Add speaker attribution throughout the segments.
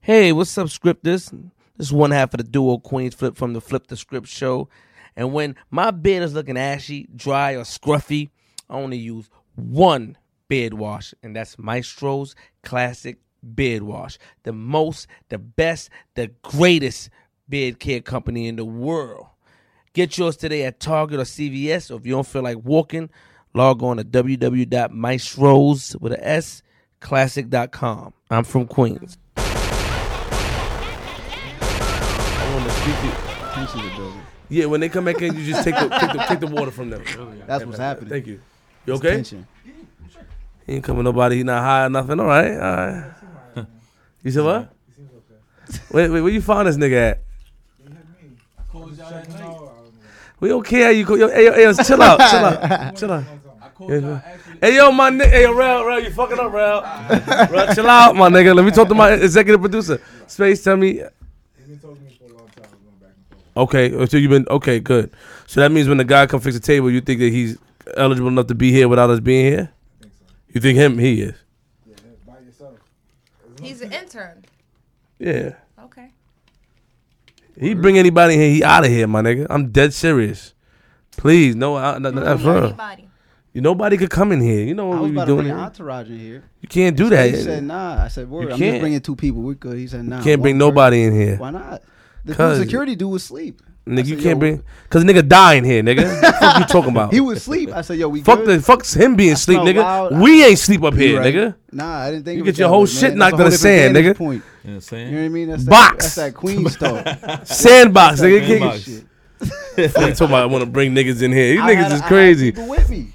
Speaker 1: Hey, what's up, scripters? This is one half of the duo Queens Flip from the Flip the Script show. And when my beard is looking ashy, dry, or scruffy, I only use one beard wash, and that's Maestro's Classic Beard Wash. The most, the best, the greatest beard care company in the world. Get yours today at Target or CVS, or if you don't feel like walking, log on to www.maestros with a S classic.com. I'm from Queens.
Speaker 2: I want to speak to you. the building.
Speaker 3: Yeah, when they come back in, you just take the, take the, take the water from them.
Speaker 2: That's what's happening.
Speaker 3: Thank you. You
Speaker 2: It's
Speaker 3: okay?
Speaker 2: tension.
Speaker 3: He ain't coming nobody. He not high or nothing. All right, all right. You said what? Wait, wait. Where you find this nigga at? We don't care. You call, yo, hey, yo, hey, yo, chill out, chill out, chill out. Yeah. Hey yo, my nigga, hey yo, Rel, Rel, you fucking up, Rel. Rel, chill out, my nigga. Let me talk to my executive producer. Space, tell me. Okay, uh, so you've been okay, good. So that means when the guy come fix the table, you think that he's eligible enough to be here without us being here? You think him? He is.
Speaker 4: He's an intern.
Speaker 3: Yeah.
Speaker 4: Okay.
Speaker 3: He bring anybody here, he out of here, my nigga. I'm dead serious. Please, no, I, no, no, that's wrong.
Speaker 4: Anybody.
Speaker 3: You- Nobody could come in here. You know
Speaker 2: I
Speaker 3: what
Speaker 2: was
Speaker 3: we
Speaker 2: about
Speaker 3: be
Speaker 2: to
Speaker 3: doing.
Speaker 2: bring
Speaker 3: Here.
Speaker 2: entourage in here.
Speaker 3: You can't do that.
Speaker 2: He said,
Speaker 3: You
Speaker 2: "Nah." I said, "Word." I'm
Speaker 3: can't.
Speaker 2: just bringing two people. We're good. He said, "Nah."
Speaker 3: can't bring
Speaker 2: one
Speaker 3: nobody in here.
Speaker 2: person. Why not? The dude
Speaker 3: Cause-
Speaker 2: security dude was asleep. I
Speaker 3: Nigga, you
Speaker 2: said,
Speaker 3: can't
Speaker 2: "Yo,
Speaker 3: bring because nigga dying here, nigga. the fuck you talking about?
Speaker 2: He was asleep. I said, "Yo, we
Speaker 3: fuck
Speaker 2: good."
Speaker 3: the fuck him being asleep,
Speaker 2: smell
Speaker 3: nigga.
Speaker 2: loud.
Speaker 3: We ain't sleep up
Speaker 2: You
Speaker 3: here,
Speaker 2: right.
Speaker 3: nigga.
Speaker 2: Nah, I didn't think
Speaker 3: You
Speaker 2: of
Speaker 3: get
Speaker 2: it
Speaker 3: your
Speaker 2: that
Speaker 3: whole
Speaker 2: way,
Speaker 3: shit
Speaker 2: man. That's
Speaker 3: knocked
Speaker 2: a
Speaker 3: on
Speaker 2: whole
Speaker 3: the
Speaker 2: different
Speaker 3: sand,
Speaker 2: vantage
Speaker 3: nigga.
Speaker 2: Point.
Speaker 5: You know what I'm
Speaker 2: You
Speaker 5: saying?
Speaker 2: know what I mean? That's That,
Speaker 3: Box.
Speaker 2: that's that Queen stuff.
Speaker 3: Sandbox, nigga. You
Speaker 5: Sandbox.
Speaker 3: can't- Fuck you talking about I want to bring niggas in here. You
Speaker 2: I
Speaker 3: niggas
Speaker 2: had-
Speaker 3: is
Speaker 2: I had
Speaker 3: crazy.
Speaker 2: people with me.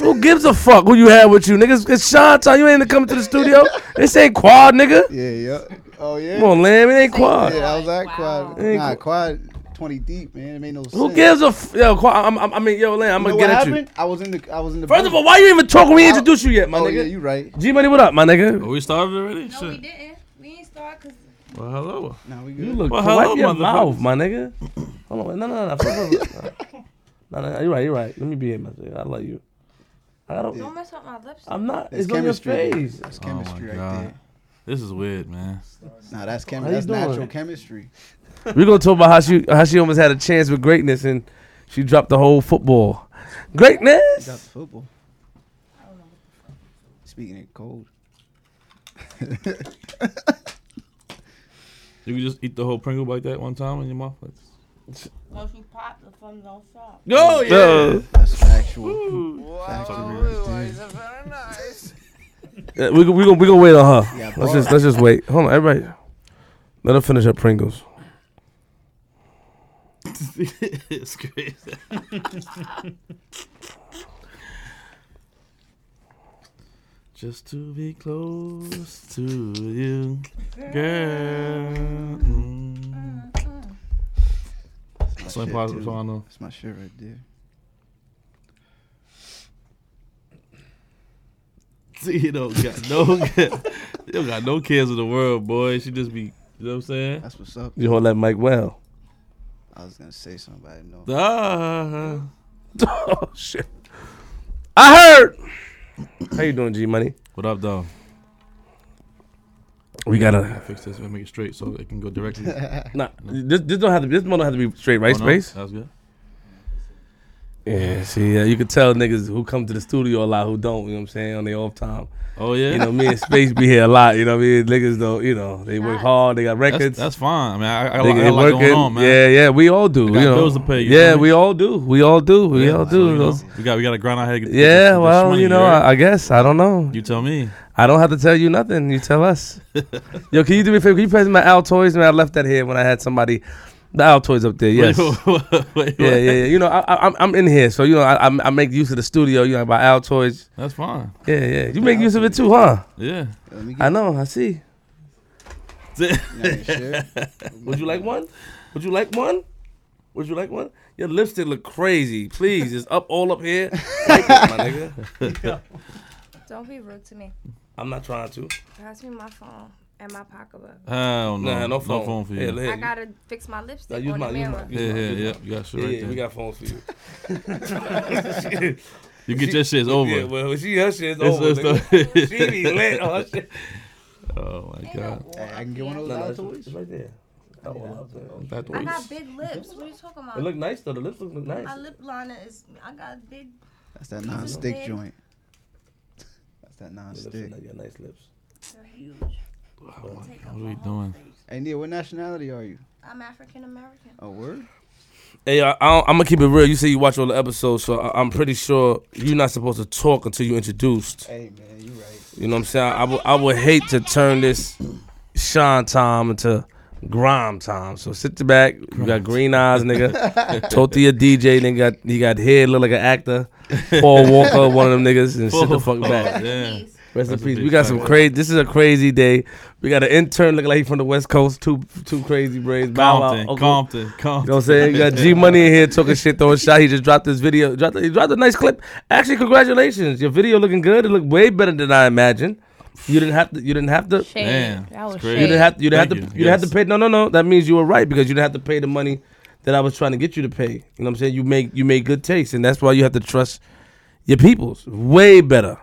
Speaker 3: Who gives a fuck who you have with you, niggas? It's Sean time. You ain't coming to the studio. This ain't quad, nigga.
Speaker 2: Yeah, yeah. Oh yeah.
Speaker 3: Come on, lamb. It ain't quad.
Speaker 2: Yeah, I was that
Speaker 4: Wow.
Speaker 2: quad. Nah, quad twenty deep, man. It made no sense.
Speaker 3: Who gives a f- yo? Qua- I'm, I'm, I mean, yo, Lane, I'm
Speaker 2: You know
Speaker 3: gonna
Speaker 2: what
Speaker 3: get at you.
Speaker 2: happened? I was in the. I was in the.
Speaker 3: First
Speaker 2: booth.
Speaker 3: of all, why you even talking? We ain't introduced you yet, my
Speaker 2: oh, yeah,
Speaker 3: nigga.
Speaker 2: you right.
Speaker 3: G Money, what up, my nigga?
Speaker 5: Are we started already?
Speaker 4: No, we
Speaker 5: Shit.
Speaker 4: didn't. We ain't start because
Speaker 5: Well, hello.
Speaker 2: Nah, we good.
Speaker 3: You look.
Speaker 5: Well,
Speaker 3: wipe
Speaker 5: hello,
Speaker 3: your
Speaker 5: motherfuckers.
Speaker 3: mouth, my nigga. Hold on, wait, no, no, no, no, no, no, no. You're right, you're right. Let me be here, my nigga. I love you. I don't.
Speaker 4: don't mess up my lipstick.
Speaker 3: I'm not.
Speaker 2: That's
Speaker 3: It's on your
Speaker 2: chemistry.
Speaker 3: face.
Speaker 2: That's
Speaker 5: oh my
Speaker 2: chemistry right
Speaker 5: God.
Speaker 2: there.
Speaker 5: This is weird, man.
Speaker 2: Nah, that's
Speaker 3: How
Speaker 2: chemistry.
Speaker 3: you
Speaker 2: That's
Speaker 3: doing?
Speaker 2: natural chemistry.
Speaker 3: We're gonna talk about how she how she almost had a chance with greatness and she dropped the whole football.
Speaker 2: Got
Speaker 3: Greatness.
Speaker 2: the football. Speaking of cold,
Speaker 5: You could just eat the whole Pringle like that one time in your mouth. Like,
Speaker 4: No, she popped the phone don't stop.
Speaker 3: Oh yeah.
Speaker 2: that's factual. Factual.
Speaker 3: Yeah, we we gonna we gonna wait on her.
Speaker 2: Yeah,
Speaker 3: let's
Speaker 2: bro.
Speaker 3: just let's just wait. Hold on, everybody. Let her finish her Pringles.
Speaker 5: it's crazy. Just to be close to you, girl. Mm. That's the only
Speaker 2: Shit,
Speaker 5: positive
Speaker 2: dude.
Speaker 5: song I know.
Speaker 2: That's my shit right there.
Speaker 5: See, you don't got no, you don't got no cares in the world, boy. She just be, you know what I'm saying?
Speaker 2: That's what's up.
Speaker 3: You hold that mic well.
Speaker 2: I was gonna say something, but I didn't know.
Speaker 5: Ah.
Speaker 3: oh shit. I heard. How you doing, G Money?
Speaker 5: What up, though?
Speaker 3: We gotta.
Speaker 5: Fix this. We make it straight so it can go directly. Right
Speaker 3: Nah, this this don't have to. This one don't have to be straight, right? Space.
Speaker 5: That's good.
Speaker 3: Yeah. See, uh, you could tell niggas who come to the studio a lot who don't. You know what I'm saying? On their off time.
Speaker 5: Oh yeah.
Speaker 3: You know, me and Space be here a lot. You know what I mean? Niggas don't. You know, they work hard. They got
Speaker 5: that's,
Speaker 3: records.
Speaker 5: that's fine. I mean, I, I, got a
Speaker 3: They
Speaker 5: lot- I got a lot
Speaker 3: working.
Speaker 5: going on, man.
Speaker 3: Yeah, yeah, we all do.
Speaker 5: I got
Speaker 3: you know.
Speaker 5: bills to pay, you
Speaker 3: yeah,
Speaker 5: feel me?
Speaker 3: we all do. We all do. We all
Speaker 5: So,
Speaker 3: do.
Speaker 5: you know,
Speaker 3: those-
Speaker 5: we got we got to grind our head. to Get,
Speaker 3: yeah,
Speaker 5: this- this
Speaker 3: well,
Speaker 5: money,
Speaker 3: you know,
Speaker 5: right?
Speaker 3: I, I guess I don't know.
Speaker 5: you tell me.
Speaker 3: I don't have to tell you nothing. You tell us. Yo, can you do me a favor? Can you pass me my Altoids? Man, I left that here when I had somebody. The Altoids up there, yes.
Speaker 5: Wait, what- wait,
Speaker 3: Yeah, yeah,
Speaker 5: what?
Speaker 3: yeah. You know, I, I, I'm I'm in here, so you know, I, I'm- I make use of the studio. You know, by Altoids.
Speaker 5: That's fine.
Speaker 3: Yeah, yeah. You make use of it too, huh?
Speaker 5: Yeah.
Speaker 2: Let me get
Speaker 3: I know. I see.
Speaker 2: you know, shit.
Speaker 3: Would you like one? Would you like one? Would you like one? Your lipstick look crazy. Please, it's up all up here. Like it, my nigga.
Speaker 4: Don't be rude to me.
Speaker 3: I'm not trying to.
Speaker 4: Pass me my phone and my pocketbook.
Speaker 5: Hell no.
Speaker 3: Nah, no phone.
Speaker 5: for
Speaker 3: Yeah,
Speaker 5: you.
Speaker 3: look.
Speaker 5: Yeah,
Speaker 3: Hey,
Speaker 4: I
Speaker 3: you-
Speaker 4: gotta fix my
Speaker 3: Nah,
Speaker 4: lipstick
Speaker 3: use
Speaker 4: on
Speaker 3: my,
Speaker 4: the
Speaker 3: use my,
Speaker 4: mirror.
Speaker 5: yeah, yeah. You got shit
Speaker 3: Yeah,
Speaker 5: right
Speaker 3: yeah,
Speaker 5: there.
Speaker 3: we got phones for you.
Speaker 5: you get your shit's over.
Speaker 3: Yeah, well, she her shit's
Speaker 5: It's-
Speaker 3: over.
Speaker 5: it's
Speaker 3: nigga.
Speaker 5: the-
Speaker 3: she be lit. on her oh, shit.
Speaker 5: Oh my god.
Speaker 2: Hey, I can get one of those
Speaker 3: No, no,
Speaker 2: out
Speaker 3: it's,
Speaker 2: to wish.
Speaker 3: it's right there. That one up there.
Speaker 5: That
Speaker 4: I
Speaker 5: was
Speaker 4: got big lips. What are you talking
Speaker 3: It
Speaker 4: about?
Speaker 3: look nice though. The lips look, look nice.
Speaker 4: My lip liner is. I got big.
Speaker 2: That's that non-stick
Speaker 4: big.
Speaker 2: joint. That's that
Speaker 3: The lips look
Speaker 2: non-stick.
Speaker 3: nice. You got nice lips.
Speaker 4: They're huge.
Speaker 5: What
Speaker 4: Take
Speaker 5: are
Speaker 4: up
Speaker 5: we
Speaker 4: my whole
Speaker 5: doing?
Speaker 4: face.
Speaker 2: Hey, Nia, what nationality are you?
Speaker 4: I'm African American.
Speaker 2: A word?
Speaker 3: Hey, I, I, I'm gonna keep it real. You say you watch all the episodes, so I, I'm pretty sure you're not supposed to talk until you introduced.
Speaker 2: Hey, man, you right.
Speaker 3: You know what I'm saying? I would I would hate to turn this Sean time into Grime time. So sit the back. You got green eyes, nigga. Toti a DJ, nigga. Got, he got hair, look like an actor. Paul Walker, one of them niggas, and sit the fuck back.
Speaker 5: Yeah.
Speaker 3: Rest in
Speaker 5: That's a
Speaker 3: peace.
Speaker 5: big
Speaker 3: We got some
Speaker 5: fact.
Speaker 3: crazy. This is a crazy day. We got an intern looking like he from the West Coast. Two two crazy braids. Bow Wow,
Speaker 5: Compton,
Speaker 3: Uncle-
Speaker 5: Compton,
Speaker 3: You know what I'm
Speaker 5: Compton.
Speaker 3: saying? You got G Money in here talking shit, throwing shot. He just dropped this video. Dropped, he dropped a nice clip. Actually, congratulations. Your video looking good. It looked way better than I imagined. You didn't have to. You didn't have to.
Speaker 6: Shade.
Speaker 5: Man,
Speaker 6: that was
Speaker 5: it's crazy.
Speaker 3: You didn't
Speaker 6: shade.
Speaker 3: have. You didn't have to.
Speaker 5: Thank
Speaker 3: You
Speaker 5: you.
Speaker 3: didn't have to
Speaker 5: Yes.
Speaker 3: pay. No, no, no. That means you were right because you didn't have to pay the money that I was trying to get you to pay. You know what I'm saying? You make you make good taste, and that's why you have to trust your peoples way better.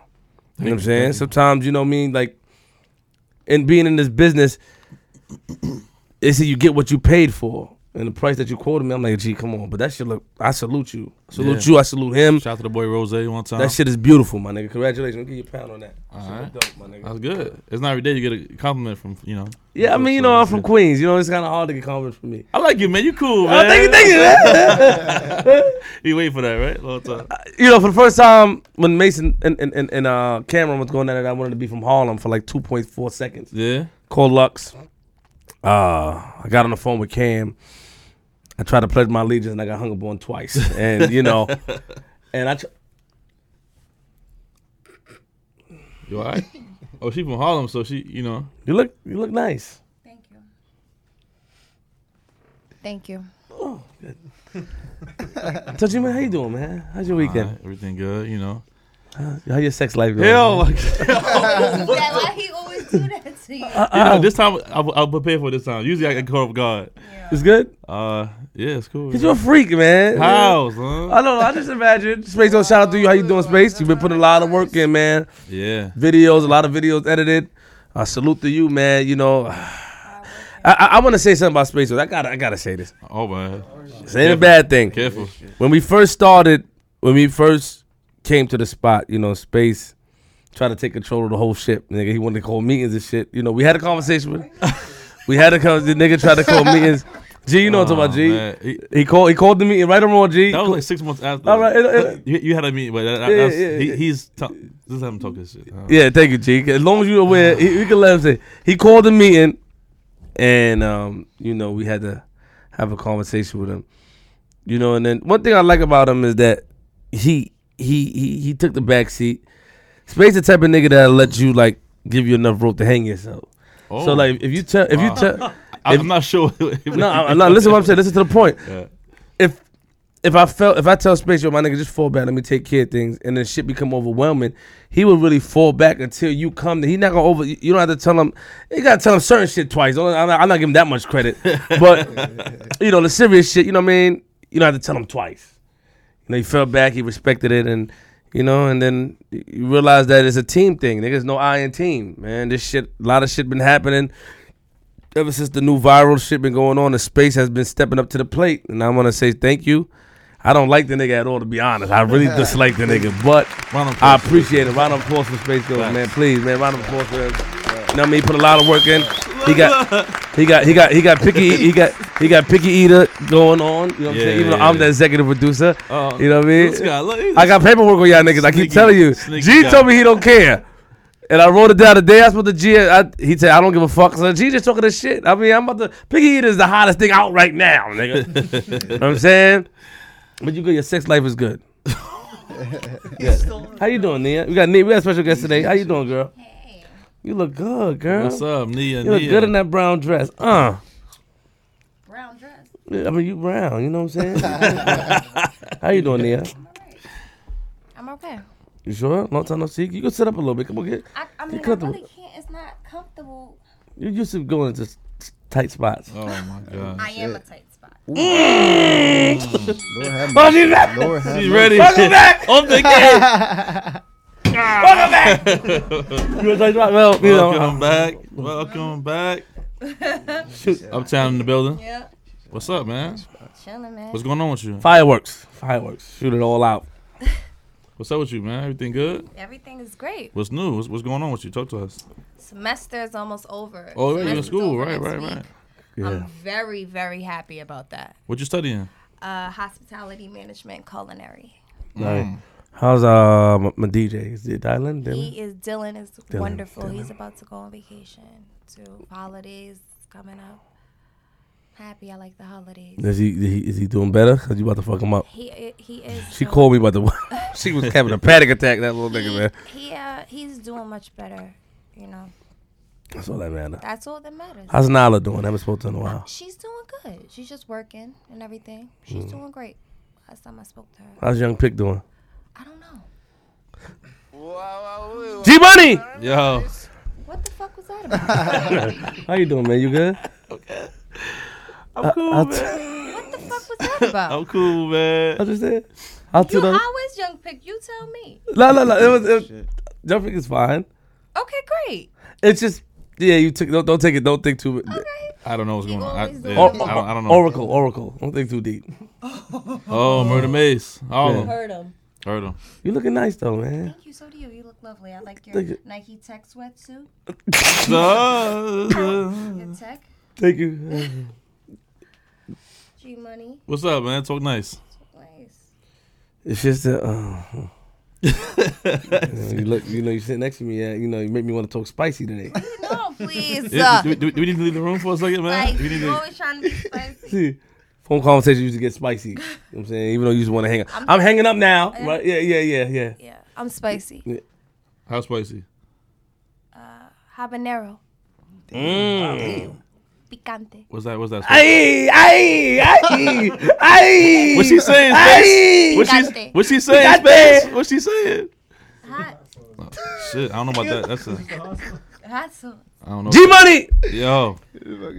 Speaker 3: You know what I'm saying? Sometimes you know what I mean like, in being in this business, it's that you get what you paid for. And the price that you quoted me, I'm like, gee, come on. But that shit look, I salute you. I salute
Speaker 5: Yeah.
Speaker 3: you. I salute him.
Speaker 5: Shout out to the boy Rose one time.
Speaker 3: That shit is beautiful, my nigga. Congratulations. Give you a pound on that.
Speaker 5: All
Speaker 3: Shit look
Speaker 5: right.
Speaker 3: dope, my nigga.
Speaker 5: That's good. It's not every day you get a compliment from you know.
Speaker 3: Yeah, I mean, you
Speaker 5: So
Speaker 3: know, I'm
Speaker 5: it's
Speaker 3: from
Speaker 5: good.
Speaker 3: Queens. You know, it's kind of hard to get compliments from me.
Speaker 5: I like you, man. You cool, man.
Speaker 3: Oh, thank you, thank you.
Speaker 5: You wait for that, right? Long time.
Speaker 3: you know, for the first time when Mason and, and, and, and uh, Cameron was going at it, I wanted to be from Harlem for like 2.4 seconds.
Speaker 5: Yeah.
Speaker 3: Called Lux. Uh, I got on the phone with Cam. I tried to pledge my allegiance and I got hung up on twice. And, you know, and I, tr-
Speaker 5: You all right? Oh, she from Harlem, so she, you know.
Speaker 3: you look you look nice.
Speaker 4: Thank you.
Speaker 6: Thank you.
Speaker 3: Touchy man, how you doing, man? How's your
Speaker 5: all
Speaker 3: weekend?
Speaker 5: right, everything good, you know.
Speaker 3: How your sex life going?
Speaker 5: Hell,
Speaker 3: man?
Speaker 5: like,
Speaker 4: that, why he always do that to you?
Speaker 5: you know, this time I, will prepare for this time. Usually I get caught off guard.
Speaker 3: it's good.
Speaker 5: Uh, yeah, it's cool.
Speaker 3: Cause
Speaker 5: man.
Speaker 3: you're a freak, man.
Speaker 5: House,
Speaker 3: I
Speaker 5: huh?
Speaker 3: don't know. I just imagine. Space, do shout out to you. How you doing, Space? You've been putting a lot of work in, man.
Speaker 5: Yeah.
Speaker 3: videos, a lot of videos edited. I salute to you, man. You know, I I, I want to say something about Space Force. I gotta I gotta say this.
Speaker 5: Oh man.
Speaker 3: This ain't a bad thing.
Speaker 5: Careful.
Speaker 3: When we first started, when we first came to the spot, you know, Space tried to take control of the whole ship. Nigga, he wanted to call meetings and shit. You know, we had a conversation with. we had a con- the nigga tried to call meetings. G, you know what I'm
Speaker 5: Oh,
Speaker 3: talking about, G.
Speaker 5: man. He-
Speaker 3: He called he called the meeting right or wrong, G.
Speaker 5: That was like six months after.
Speaker 3: All right, it- it-
Speaker 5: you, you had a meeting, but that,
Speaker 3: Yeah,
Speaker 5: that's,
Speaker 3: yeah, yeah.
Speaker 5: he, he's t- just have him talking shit. Uh,
Speaker 3: Yeah, thank you, G. As long as you're aware, he, we can let him say he called the meeting, and um, you know we had to have a conversation with him. You know, and then one thing I like about him is that he he he, he took the back seat. Space the type of nigga that'll let you like give you enough rope to hang yourself.
Speaker 5: Oh,
Speaker 3: So like if you tell if you
Speaker 5: Wow.
Speaker 3: tell
Speaker 5: I,
Speaker 3: if-
Speaker 5: I'm not sure.
Speaker 3: no I, no listen to what I'm saying listen to the point
Speaker 5: Yeah.
Speaker 3: if if I felt if I tell Space yo my nigga just fall back let me take care of things and then shit become overwhelming, he would really fall back until you come. To, he not gonna over. You you don't have to tell him. You gotta tell him certain shit twice. Don't- I'm not, I'm not giving that much credit, but you know the serious shit. You know what I mean? You don't have to tell him twice. You know he fell back. He respected it and. You know, and then you realize that it's a team thing. Niggas no I in team, man. This shit, a lot of shit been happening ever since the new viral shit been going on, the space has been stepping up to the plate, and I want to say thank you. I don't like the nigga at all, to be honest. I really dislike the nigga, but
Speaker 5: Round of applause.
Speaker 3: I appreciate it. Round of applause for Space Ghost, man. Please, man. Round of applause for him. You know what I mean? He Put a lot of work in. He got, he got, he got, he got picky, E, he got, he got picky eater going on. You know what I'm
Speaker 5: Yeah,
Speaker 3: saying? Even
Speaker 5: yeah,
Speaker 3: though I'm the
Speaker 5: yeah.
Speaker 3: executive producer,
Speaker 5: Uh,
Speaker 3: you know what I mean?
Speaker 5: this guy, look, he's-
Speaker 3: I got paperwork on y'all niggas. I keep
Speaker 5: Sneaky-
Speaker 3: telling you.
Speaker 5: sneaky
Speaker 3: G
Speaker 5: guy.
Speaker 3: told me he don't care. And I wrote it down the day I spoke to G. I, he said, I don't give a fuck. So G just talking this shit. I mean, I'm about to. Piggy Eater is the hottest thing out right now, nigga. you know what I'm saying? But you good. Your sex life is good. How you doing, Nia? We got Nia. We got a special guest today. How you doing, girl?
Speaker 4: Hey.
Speaker 3: You look good, girl.
Speaker 5: What's up, Nia?
Speaker 3: You look
Speaker 5: Nia.
Speaker 3: good in that brown dress. Uh.
Speaker 4: Brown dress.
Speaker 3: I mean, you brown. You know what I'm saying? How you doing, Nia?
Speaker 4: I'm alright. I'm okay.
Speaker 3: You sure? Long time no see. You can sit up a little bit. Come on, get.
Speaker 4: I, I mean, I
Speaker 3: comfortable.
Speaker 4: really can't. It's not comfortable.
Speaker 3: You used to going into s- tight spots.
Speaker 5: Oh my god.
Speaker 4: I am a tight spot.
Speaker 2: Lord have
Speaker 3: Oh,
Speaker 2: mercy.
Speaker 3: she's back.
Speaker 2: Lord have
Speaker 5: Oh,
Speaker 2: mercy.
Speaker 5: She's ready.
Speaker 3: Welcome back.
Speaker 5: Off the gate.
Speaker 1: Welcome back. you want to talk about well, you know,
Speaker 3: um,
Speaker 5: Welcome back. Welcome back. I'm Uptown in the building.
Speaker 4: Yeah.
Speaker 5: What's up, man?
Speaker 4: Chilling, man.
Speaker 5: What's going on with you?
Speaker 3: Fireworks. Fireworks. Shoot it all out.
Speaker 5: What's up with you, man? Everything good?
Speaker 4: Everything is great.
Speaker 5: What's new? What's, what's going on with you? Talk to us.
Speaker 4: Semester is almost over.
Speaker 5: Oh, right, you're in
Speaker 4: Semester's
Speaker 5: school.
Speaker 4: over
Speaker 5: Right,
Speaker 4: next
Speaker 5: right,
Speaker 4: week.
Speaker 5: right.
Speaker 3: Yeah.
Speaker 4: I'm very, very happy about that.
Speaker 5: What you studying?
Speaker 4: Uh, hospitality management, culinary.
Speaker 5: Mm.
Speaker 3: Right. How's uh my, my DJ? Is it Dylan? Dylan?
Speaker 4: He is Dylan is
Speaker 3: Dylan,
Speaker 4: wonderful.
Speaker 3: Dylan.
Speaker 4: He's about to go on vacation to holidays coming up. Happy, I like the holidays.
Speaker 3: Is he, is he is he doing better? Cause you about to fuck him up.
Speaker 4: He i- he is.
Speaker 3: She
Speaker 4: doing-
Speaker 3: called me about the. she was having a panic attack. That little nigga man.
Speaker 4: He uh he's doing much better. You know
Speaker 3: That's all that matter.
Speaker 4: that's all that matters.
Speaker 3: How's Nala doing? I haven't spoken to her in a while.
Speaker 4: She's doing good. She's just working and everything. She's doing great. Last time I spoke to her,
Speaker 3: How's Young Pick doing?
Speaker 4: I don't know.
Speaker 3: G Money.
Speaker 5: Yo.
Speaker 4: What the fuck was that about?
Speaker 3: How you doing, man? You good?
Speaker 5: I'm cool,
Speaker 3: I-
Speaker 5: man.
Speaker 4: what the fuck was that about?
Speaker 5: I'm cool, man.
Speaker 3: I just did. I'll
Speaker 4: You
Speaker 3: tell them.
Speaker 4: always young pick. You tell me.
Speaker 3: No, no, no. It was. It, Young Pick is fine.
Speaker 4: Okay, great.
Speaker 3: It's just. Yeah, you took. Don't, don't take it. Don't think too.
Speaker 4: Okay.
Speaker 5: I don't know what's going on. I,
Speaker 4: always
Speaker 5: yeah,
Speaker 4: do.
Speaker 5: I, don't, I don't know.
Speaker 3: Oracle, Oracle. Don't think too deep.
Speaker 5: Oh, Murder Mace.
Speaker 3: Yeah.
Speaker 5: All of them.
Speaker 4: Heard him.
Speaker 5: Heard them.
Speaker 3: You looking nice though, man.
Speaker 4: Thank you. So do you. You look lovely. I like your
Speaker 3: Thank you.
Speaker 4: Nike Tech sweatsuit.
Speaker 5: So-
Speaker 4: Your Tech
Speaker 3: Thank you.
Speaker 4: G Money.
Speaker 5: what's up, man? Talk nice.
Speaker 4: Nice.
Speaker 3: It's just that. Uh, you look. You know, you sit next to me. Yeah, you know, you make me want to talk spicy today.
Speaker 4: No, please.
Speaker 5: Yeah, do, we- do we- do we need to leave the room for a second, man?
Speaker 4: like
Speaker 5: we need
Speaker 4: you
Speaker 5: to,
Speaker 4: always trying to be spicy.
Speaker 3: See, phone conversations used to get spicy. You know what I'm saying, even though you just want to hang out. I'm, hanging up now. Right? Yeah, yeah, yeah, yeah.
Speaker 4: Yeah, I'm spicy.
Speaker 5: how spicy?
Speaker 4: Habanero.
Speaker 5: Mm.
Speaker 3: Mm.
Speaker 4: Picante.
Speaker 5: What's that? What's that?
Speaker 3: Ay,
Speaker 5: Spicy?
Speaker 3: ay, ay, ay.
Speaker 5: What's she saying, Space? What's she,
Speaker 4: Picante.
Speaker 5: what's she saying,
Speaker 3: Picante.
Speaker 5: Space? What's she saying? Oh,
Speaker 4: Hot.
Speaker 5: Shit, I don't know about that. That's a,
Speaker 4: Hot sauce.
Speaker 5: I don't know.
Speaker 3: G Money
Speaker 5: Yo.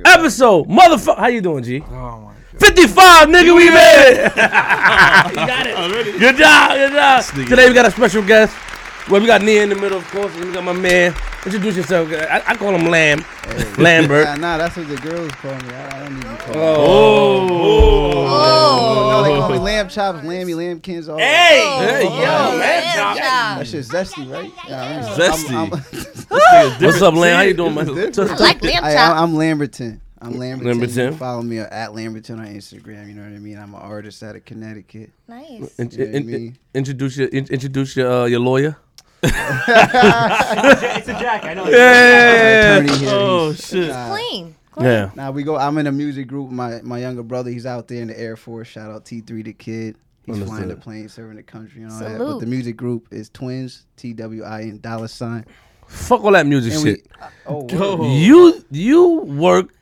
Speaker 3: episode, motherfucker. How you doing, G?
Speaker 5: Oh my god.
Speaker 3: 55, nigga, we made it. got it.
Speaker 5: Already?
Speaker 3: Good job, good job.
Speaker 5: Sneaky.
Speaker 3: Today we got a special guest. Well, we got Nia in the middle, of course. And we got my man. Introduce yourself. I, I call him Lamb,
Speaker 2: Nah,
Speaker 3: Lambert.
Speaker 2: nah, that's what the girls call me. I, I don't need to call. me.
Speaker 5: Oh.
Speaker 2: No, they call me
Speaker 4: Oh.
Speaker 2: lamb chops, lamby, lambkins, all that.
Speaker 3: Hey,
Speaker 5: Hey, yo,
Speaker 3: man,
Speaker 4: Lamb
Speaker 2: That
Speaker 4: chops.
Speaker 2: shit's zesty, right? Nah, I'm-
Speaker 5: Zesty.
Speaker 2: I'm, I'm,
Speaker 3: What's up, Lamb? How you doing, man?
Speaker 2: different.
Speaker 3: Touch-
Speaker 4: I like lamb
Speaker 2: I,
Speaker 4: chops.
Speaker 2: am Lamberton. I'm Lamberton.
Speaker 3: Lamberton.
Speaker 2: You follow me at Lamberton on Instagram. You know what I mean? I'm an artist out of Connecticut.
Speaker 4: Nice.
Speaker 3: In-
Speaker 2: You know what I
Speaker 3: in-
Speaker 2: mean?
Speaker 3: introduce your in- introduce your uh, your lawyer.
Speaker 6: It's a jack. I know.
Speaker 2: I'm an attorney here.
Speaker 5: Oh
Speaker 2: He's-
Speaker 5: shit.
Speaker 2: nah,
Speaker 4: Clean. Clean.
Speaker 3: Yeah.
Speaker 2: Now we go. I'm in a music group. My my younger brother, he's out there in the Air Force. Shout out T3 the kid. He's flying the
Speaker 3: Understood.
Speaker 2: plane, serving the country and all that. But
Speaker 4: Salute.
Speaker 2: the music group is Twins, T W I N dollar sign.
Speaker 3: Fuck all that music
Speaker 2: And
Speaker 3: shit.
Speaker 2: we. Oh, word.
Speaker 5: Yo.
Speaker 3: You you work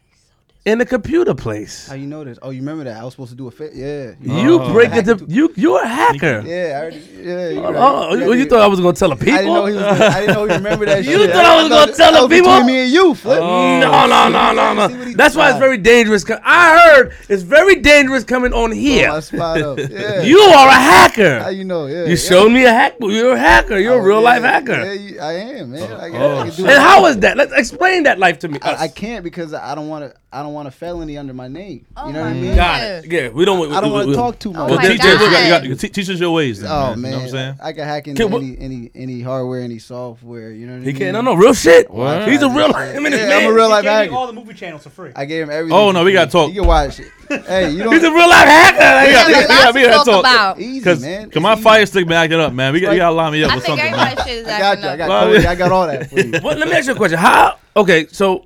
Speaker 3: in a computer place.
Speaker 2: how you know this? Oh, you remember that? I was supposed to do a fit. Yeah.
Speaker 3: You
Speaker 5: Oh.
Speaker 3: break into you you're a hacker.
Speaker 2: Yeah, I already. Yeah. you
Speaker 3: Oh,
Speaker 2: right.
Speaker 3: oh, you, you thought I was gonna tell the people?
Speaker 2: I didn't know he was. I didn't know he remembered that.
Speaker 3: You
Speaker 2: shit.
Speaker 3: thought I was gonna tell
Speaker 2: that
Speaker 3: the
Speaker 2: was
Speaker 3: people? Oh,
Speaker 2: Between me and you, Flip.
Speaker 3: no, no, no, no,
Speaker 2: See what
Speaker 3: no.
Speaker 2: he
Speaker 3: That's why it's
Speaker 2: tried.
Speaker 3: very dangerous. co- I heard it's very dangerous coming on
Speaker 2: Blow Oh, my
Speaker 3: here.
Speaker 2: spot up. Yeah.
Speaker 3: You are a
Speaker 2: How
Speaker 3: hacker.
Speaker 2: you know? Yeah. yeah.
Speaker 3: You showed me a hack. You're a hacker. You're
Speaker 2: Oh,
Speaker 3: a real life
Speaker 2: yeah,
Speaker 3: hacker.
Speaker 2: Yeah, you, I am, man. I,
Speaker 5: oh,
Speaker 2: I can do
Speaker 3: And how is that? Let's explain that life to me.
Speaker 2: I, I
Speaker 3: us.
Speaker 2: can't because I don't want to. I don't want a felony under my name.
Speaker 4: Oh
Speaker 2: you know what
Speaker 4: my
Speaker 2: I mean?
Speaker 4: God.
Speaker 3: Got it. Yeah, we don't.
Speaker 2: I don't want to talk too much.
Speaker 4: Oh
Speaker 5: Well,
Speaker 4: my
Speaker 5: teach,
Speaker 4: God.
Speaker 5: us- you got- you got- you te- teach us your ways. Then,
Speaker 2: Oh man,
Speaker 5: You know what I'm saying?
Speaker 2: I can hack into
Speaker 3: Can
Speaker 2: any,
Speaker 3: we-
Speaker 2: any any hardware, any software. You know what I
Speaker 3: He
Speaker 2: mean?
Speaker 3: can't. No, no, real shit.
Speaker 5: What?
Speaker 3: He's a real. I mean,
Speaker 2: Yeah, I'm a real life hacker.
Speaker 6: all the movie channels for free.
Speaker 2: I gave him everything.
Speaker 5: Oh, no, we gotta talk.
Speaker 2: You can watch it. Hey, you don't.
Speaker 3: He's a real life hacker.
Speaker 5: Yeah,
Speaker 4: There's
Speaker 5: yeah,
Speaker 4: a lot
Speaker 5: yeah,
Speaker 4: to
Speaker 5: yeah,
Speaker 4: talk
Speaker 5: talk.
Speaker 4: about.
Speaker 2: Easy, man.
Speaker 5: Because
Speaker 2: It's
Speaker 5: my
Speaker 2: easy.
Speaker 5: fire stick back it up, man. We got, you got to line me up
Speaker 4: I
Speaker 5: with
Speaker 4: think
Speaker 5: something. man.
Speaker 4: everybody's shit is
Speaker 2: I got you. I
Speaker 4: acting
Speaker 2: got.
Speaker 4: up.
Speaker 5: Well,
Speaker 2: Cody, I got all that for you.
Speaker 3: What, let me ask you a question. How? Okay, so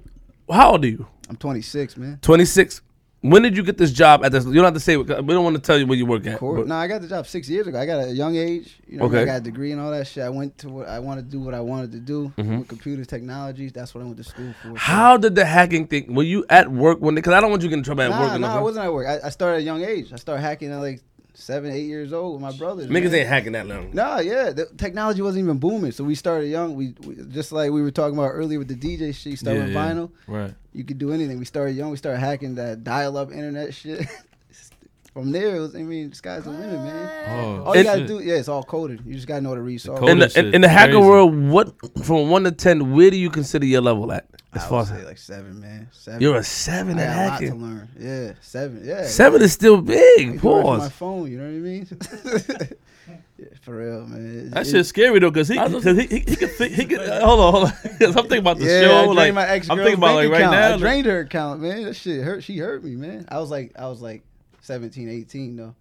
Speaker 3: how old are you?
Speaker 2: I'm 26, man.
Speaker 3: Twenty six. When did you get this job at this? You don't have to say. We don't want to tell you where you work at.
Speaker 2: Course.
Speaker 3: but-
Speaker 2: No, I got the job six years ago. I got a young age. You know,
Speaker 3: Okay.
Speaker 2: I got a degree and all that shit. I went to what I wanted to do. What I wanted to do with computer technologies. That's what I went to school for.
Speaker 3: Mm-hmm. How did the hacking thing? Were you at work when? Because I don't want you getting in trouble at
Speaker 2: Nah,
Speaker 3: work. and
Speaker 2: nah, I
Speaker 3: nothing.
Speaker 2: wasn't at work. I, I started at a young age. I started hacking at like seven, eight years old with my brothers.
Speaker 3: Niggas
Speaker 2: man.
Speaker 3: ain't hacking that long.
Speaker 2: Nah, yeah, the technology wasn't even booming. So we started young. We, we just like we were talking about earlier with the DJ shit. You started
Speaker 5: Yeah,
Speaker 2: with
Speaker 5: yeah.
Speaker 2: vinyl.
Speaker 5: Right.
Speaker 2: You could do anything. We started young. We started hacking that dial-up internet shit. From there, it was, I mean, sky's the limit, man.
Speaker 5: Oh,
Speaker 2: All you
Speaker 3: And-
Speaker 2: gotta do, yeah, it's all coded. You just gotta know how to read software.
Speaker 5: coded
Speaker 3: in
Speaker 5: Holy
Speaker 3: the in,
Speaker 5: shit,
Speaker 3: in the hacker
Speaker 5: crazy.
Speaker 3: world, what from one to ten, where do you consider your level at? As
Speaker 2: I
Speaker 3: far
Speaker 2: would
Speaker 3: as
Speaker 2: say like seven, man. Seven.
Speaker 3: you're a seven
Speaker 2: I
Speaker 3: at
Speaker 2: got a lot to
Speaker 3: hacking.
Speaker 2: learn. Yeah, seven. Yeah.
Speaker 3: Seven is still
Speaker 2: I
Speaker 3: big.
Speaker 2: can work from My
Speaker 3: Pause.
Speaker 2: phone. You know what I mean? Yeah, for real, man. It-
Speaker 5: That
Speaker 2: it-
Speaker 5: shit's scary though, cause he,
Speaker 3: I
Speaker 5: cause he, he, he could think, he could. uh, hold on, hold on. 'Cause I'm thinking about the
Speaker 2: Yeah,
Speaker 5: show.
Speaker 2: I drained
Speaker 5: like,
Speaker 2: my ex
Speaker 5: I'm thinking about like right
Speaker 2: account.
Speaker 5: now.
Speaker 2: I
Speaker 5: like-
Speaker 2: drained her account, man. That shit hurt. She hurt me, man. I was like, I was like 17, 18 though,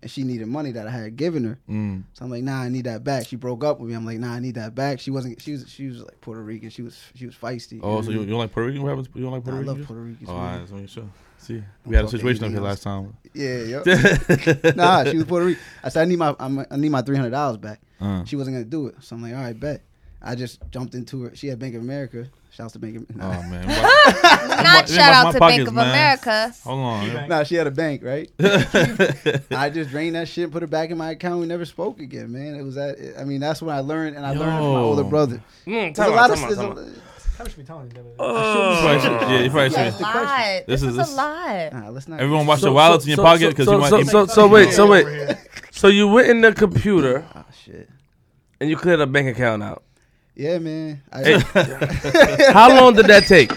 Speaker 2: and she needed money that I had given her.
Speaker 5: Mm.
Speaker 2: So I'm like, nah, I need that back. She broke up with me. I'm like, nah, I need that back. She wasn't. She was. She was like Puerto Rican. She was. She was feisty.
Speaker 5: Oh, so you, you
Speaker 2: know
Speaker 5: don't like Puerto Rican? What happens? You don't like
Speaker 2: what I
Speaker 5: Puerto
Speaker 2: mean? I
Speaker 5: Rican?
Speaker 2: love Puerto Ricans.
Speaker 5: Oh, all
Speaker 2: man.
Speaker 5: right, so make sure. See, we had a
Speaker 2: talk
Speaker 5: situation up here
Speaker 2: anything
Speaker 5: last time.
Speaker 2: Yeah, yo.
Speaker 5: uh,
Speaker 2: nah, she was Puerto Rican. I said, I need my. I'm, I need my three hundred dollars back.
Speaker 5: Uh.
Speaker 2: She wasn't gonna do it. So I'm like, all right, bet. I just jumped into her. She had Bank of America. Shouts to Bank of America.
Speaker 5: oh man,
Speaker 4: Not
Speaker 5: My- my-
Speaker 4: shout
Speaker 5: my
Speaker 4: out to
Speaker 5: pockets,
Speaker 4: Bank of
Speaker 5: man. Oh,
Speaker 4: America.
Speaker 5: hold on.
Speaker 2: Nah, she had a bank, right? I just drained that shit, put it back in my account. We never spoke again, man. It was that. I mean, that's when I learned, and I learned from my
Speaker 5: Yo.
Speaker 2: older brother.
Speaker 1: Mm,
Speaker 2: There's
Speaker 1: time
Speaker 2: a
Speaker 1: out,
Speaker 2: lot of.
Speaker 1: time out,
Speaker 2: there's
Speaker 1: time out.
Speaker 2: a-
Speaker 6: Probably should be telling you. that, but-
Speaker 5: You probably should- yeah, you probably
Speaker 4: This
Speaker 5: should.
Speaker 4: is a lot.
Speaker 5: This
Speaker 4: This
Speaker 5: is-
Speaker 4: is a lot.
Speaker 2: Nah, let's not.
Speaker 5: Everyone watch the wallets in your pocket because
Speaker 3: so,
Speaker 5: you might.
Speaker 3: so,
Speaker 5: you-
Speaker 3: so, so wait, so wait. So you went in the computer
Speaker 2: Ah, shit.
Speaker 3: and you cleared a bank account out.
Speaker 2: Yeah, man. I,
Speaker 3: How long did that take?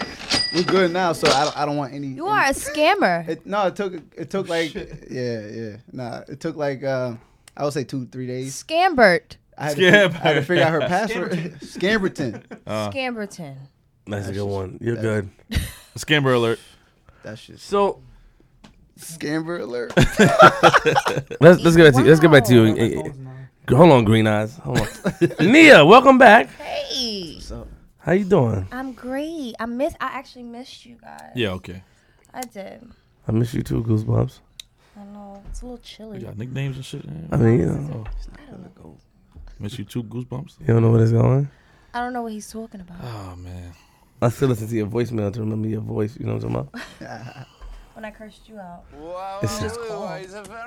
Speaker 2: we're good now, so I don't, I don't want any.
Speaker 4: You are a scammer.
Speaker 2: It, no, it took. It took like. Yeah, yeah. Nah, it took like. Uh, I would say two, three days.
Speaker 4: Scambert.
Speaker 2: I had, to, fig- I had to
Speaker 5: Scamberton.
Speaker 2: figure out her password. Scamberton.
Speaker 5: Uh,
Speaker 4: Scamberton.
Speaker 3: That's a good one. You're good.
Speaker 5: scammer alert.
Speaker 2: That shit.
Speaker 3: So
Speaker 2: Scamber alert.
Speaker 3: let's let's get back to you. let's get back to you.
Speaker 4: Wow.
Speaker 3: Eh, eh, eh, Hold on, green eyes. Hold on. Nia, welcome back.
Speaker 4: Hey.
Speaker 2: So
Speaker 3: How you doing?
Speaker 4: I'm great. I miss. I actually missed you guys.
Speaker 5: Yeah, okay.
Speaker 4: I did.
Speaker 3: I miss you too, Goosebumps.
Speaker 4: I know it's a little
Speaker 5: We
Speaker 4: chilly.
Speaker 5: got nicknames and shit. man.
Speaker 3: I mean, you know,
Speaker 5: Miss you two goosebumps.
Speaker 3: you don't know where it's going.
Speaker 4: I don't know what he's talking about.
Speaker 5: Oh man.
Speaker 3: I still listen to your voicemail to remember your voice. You know what I'm talking about?
Speaker 4: When I cursed you out,
Speaker 3: It's just
Speaker 4: you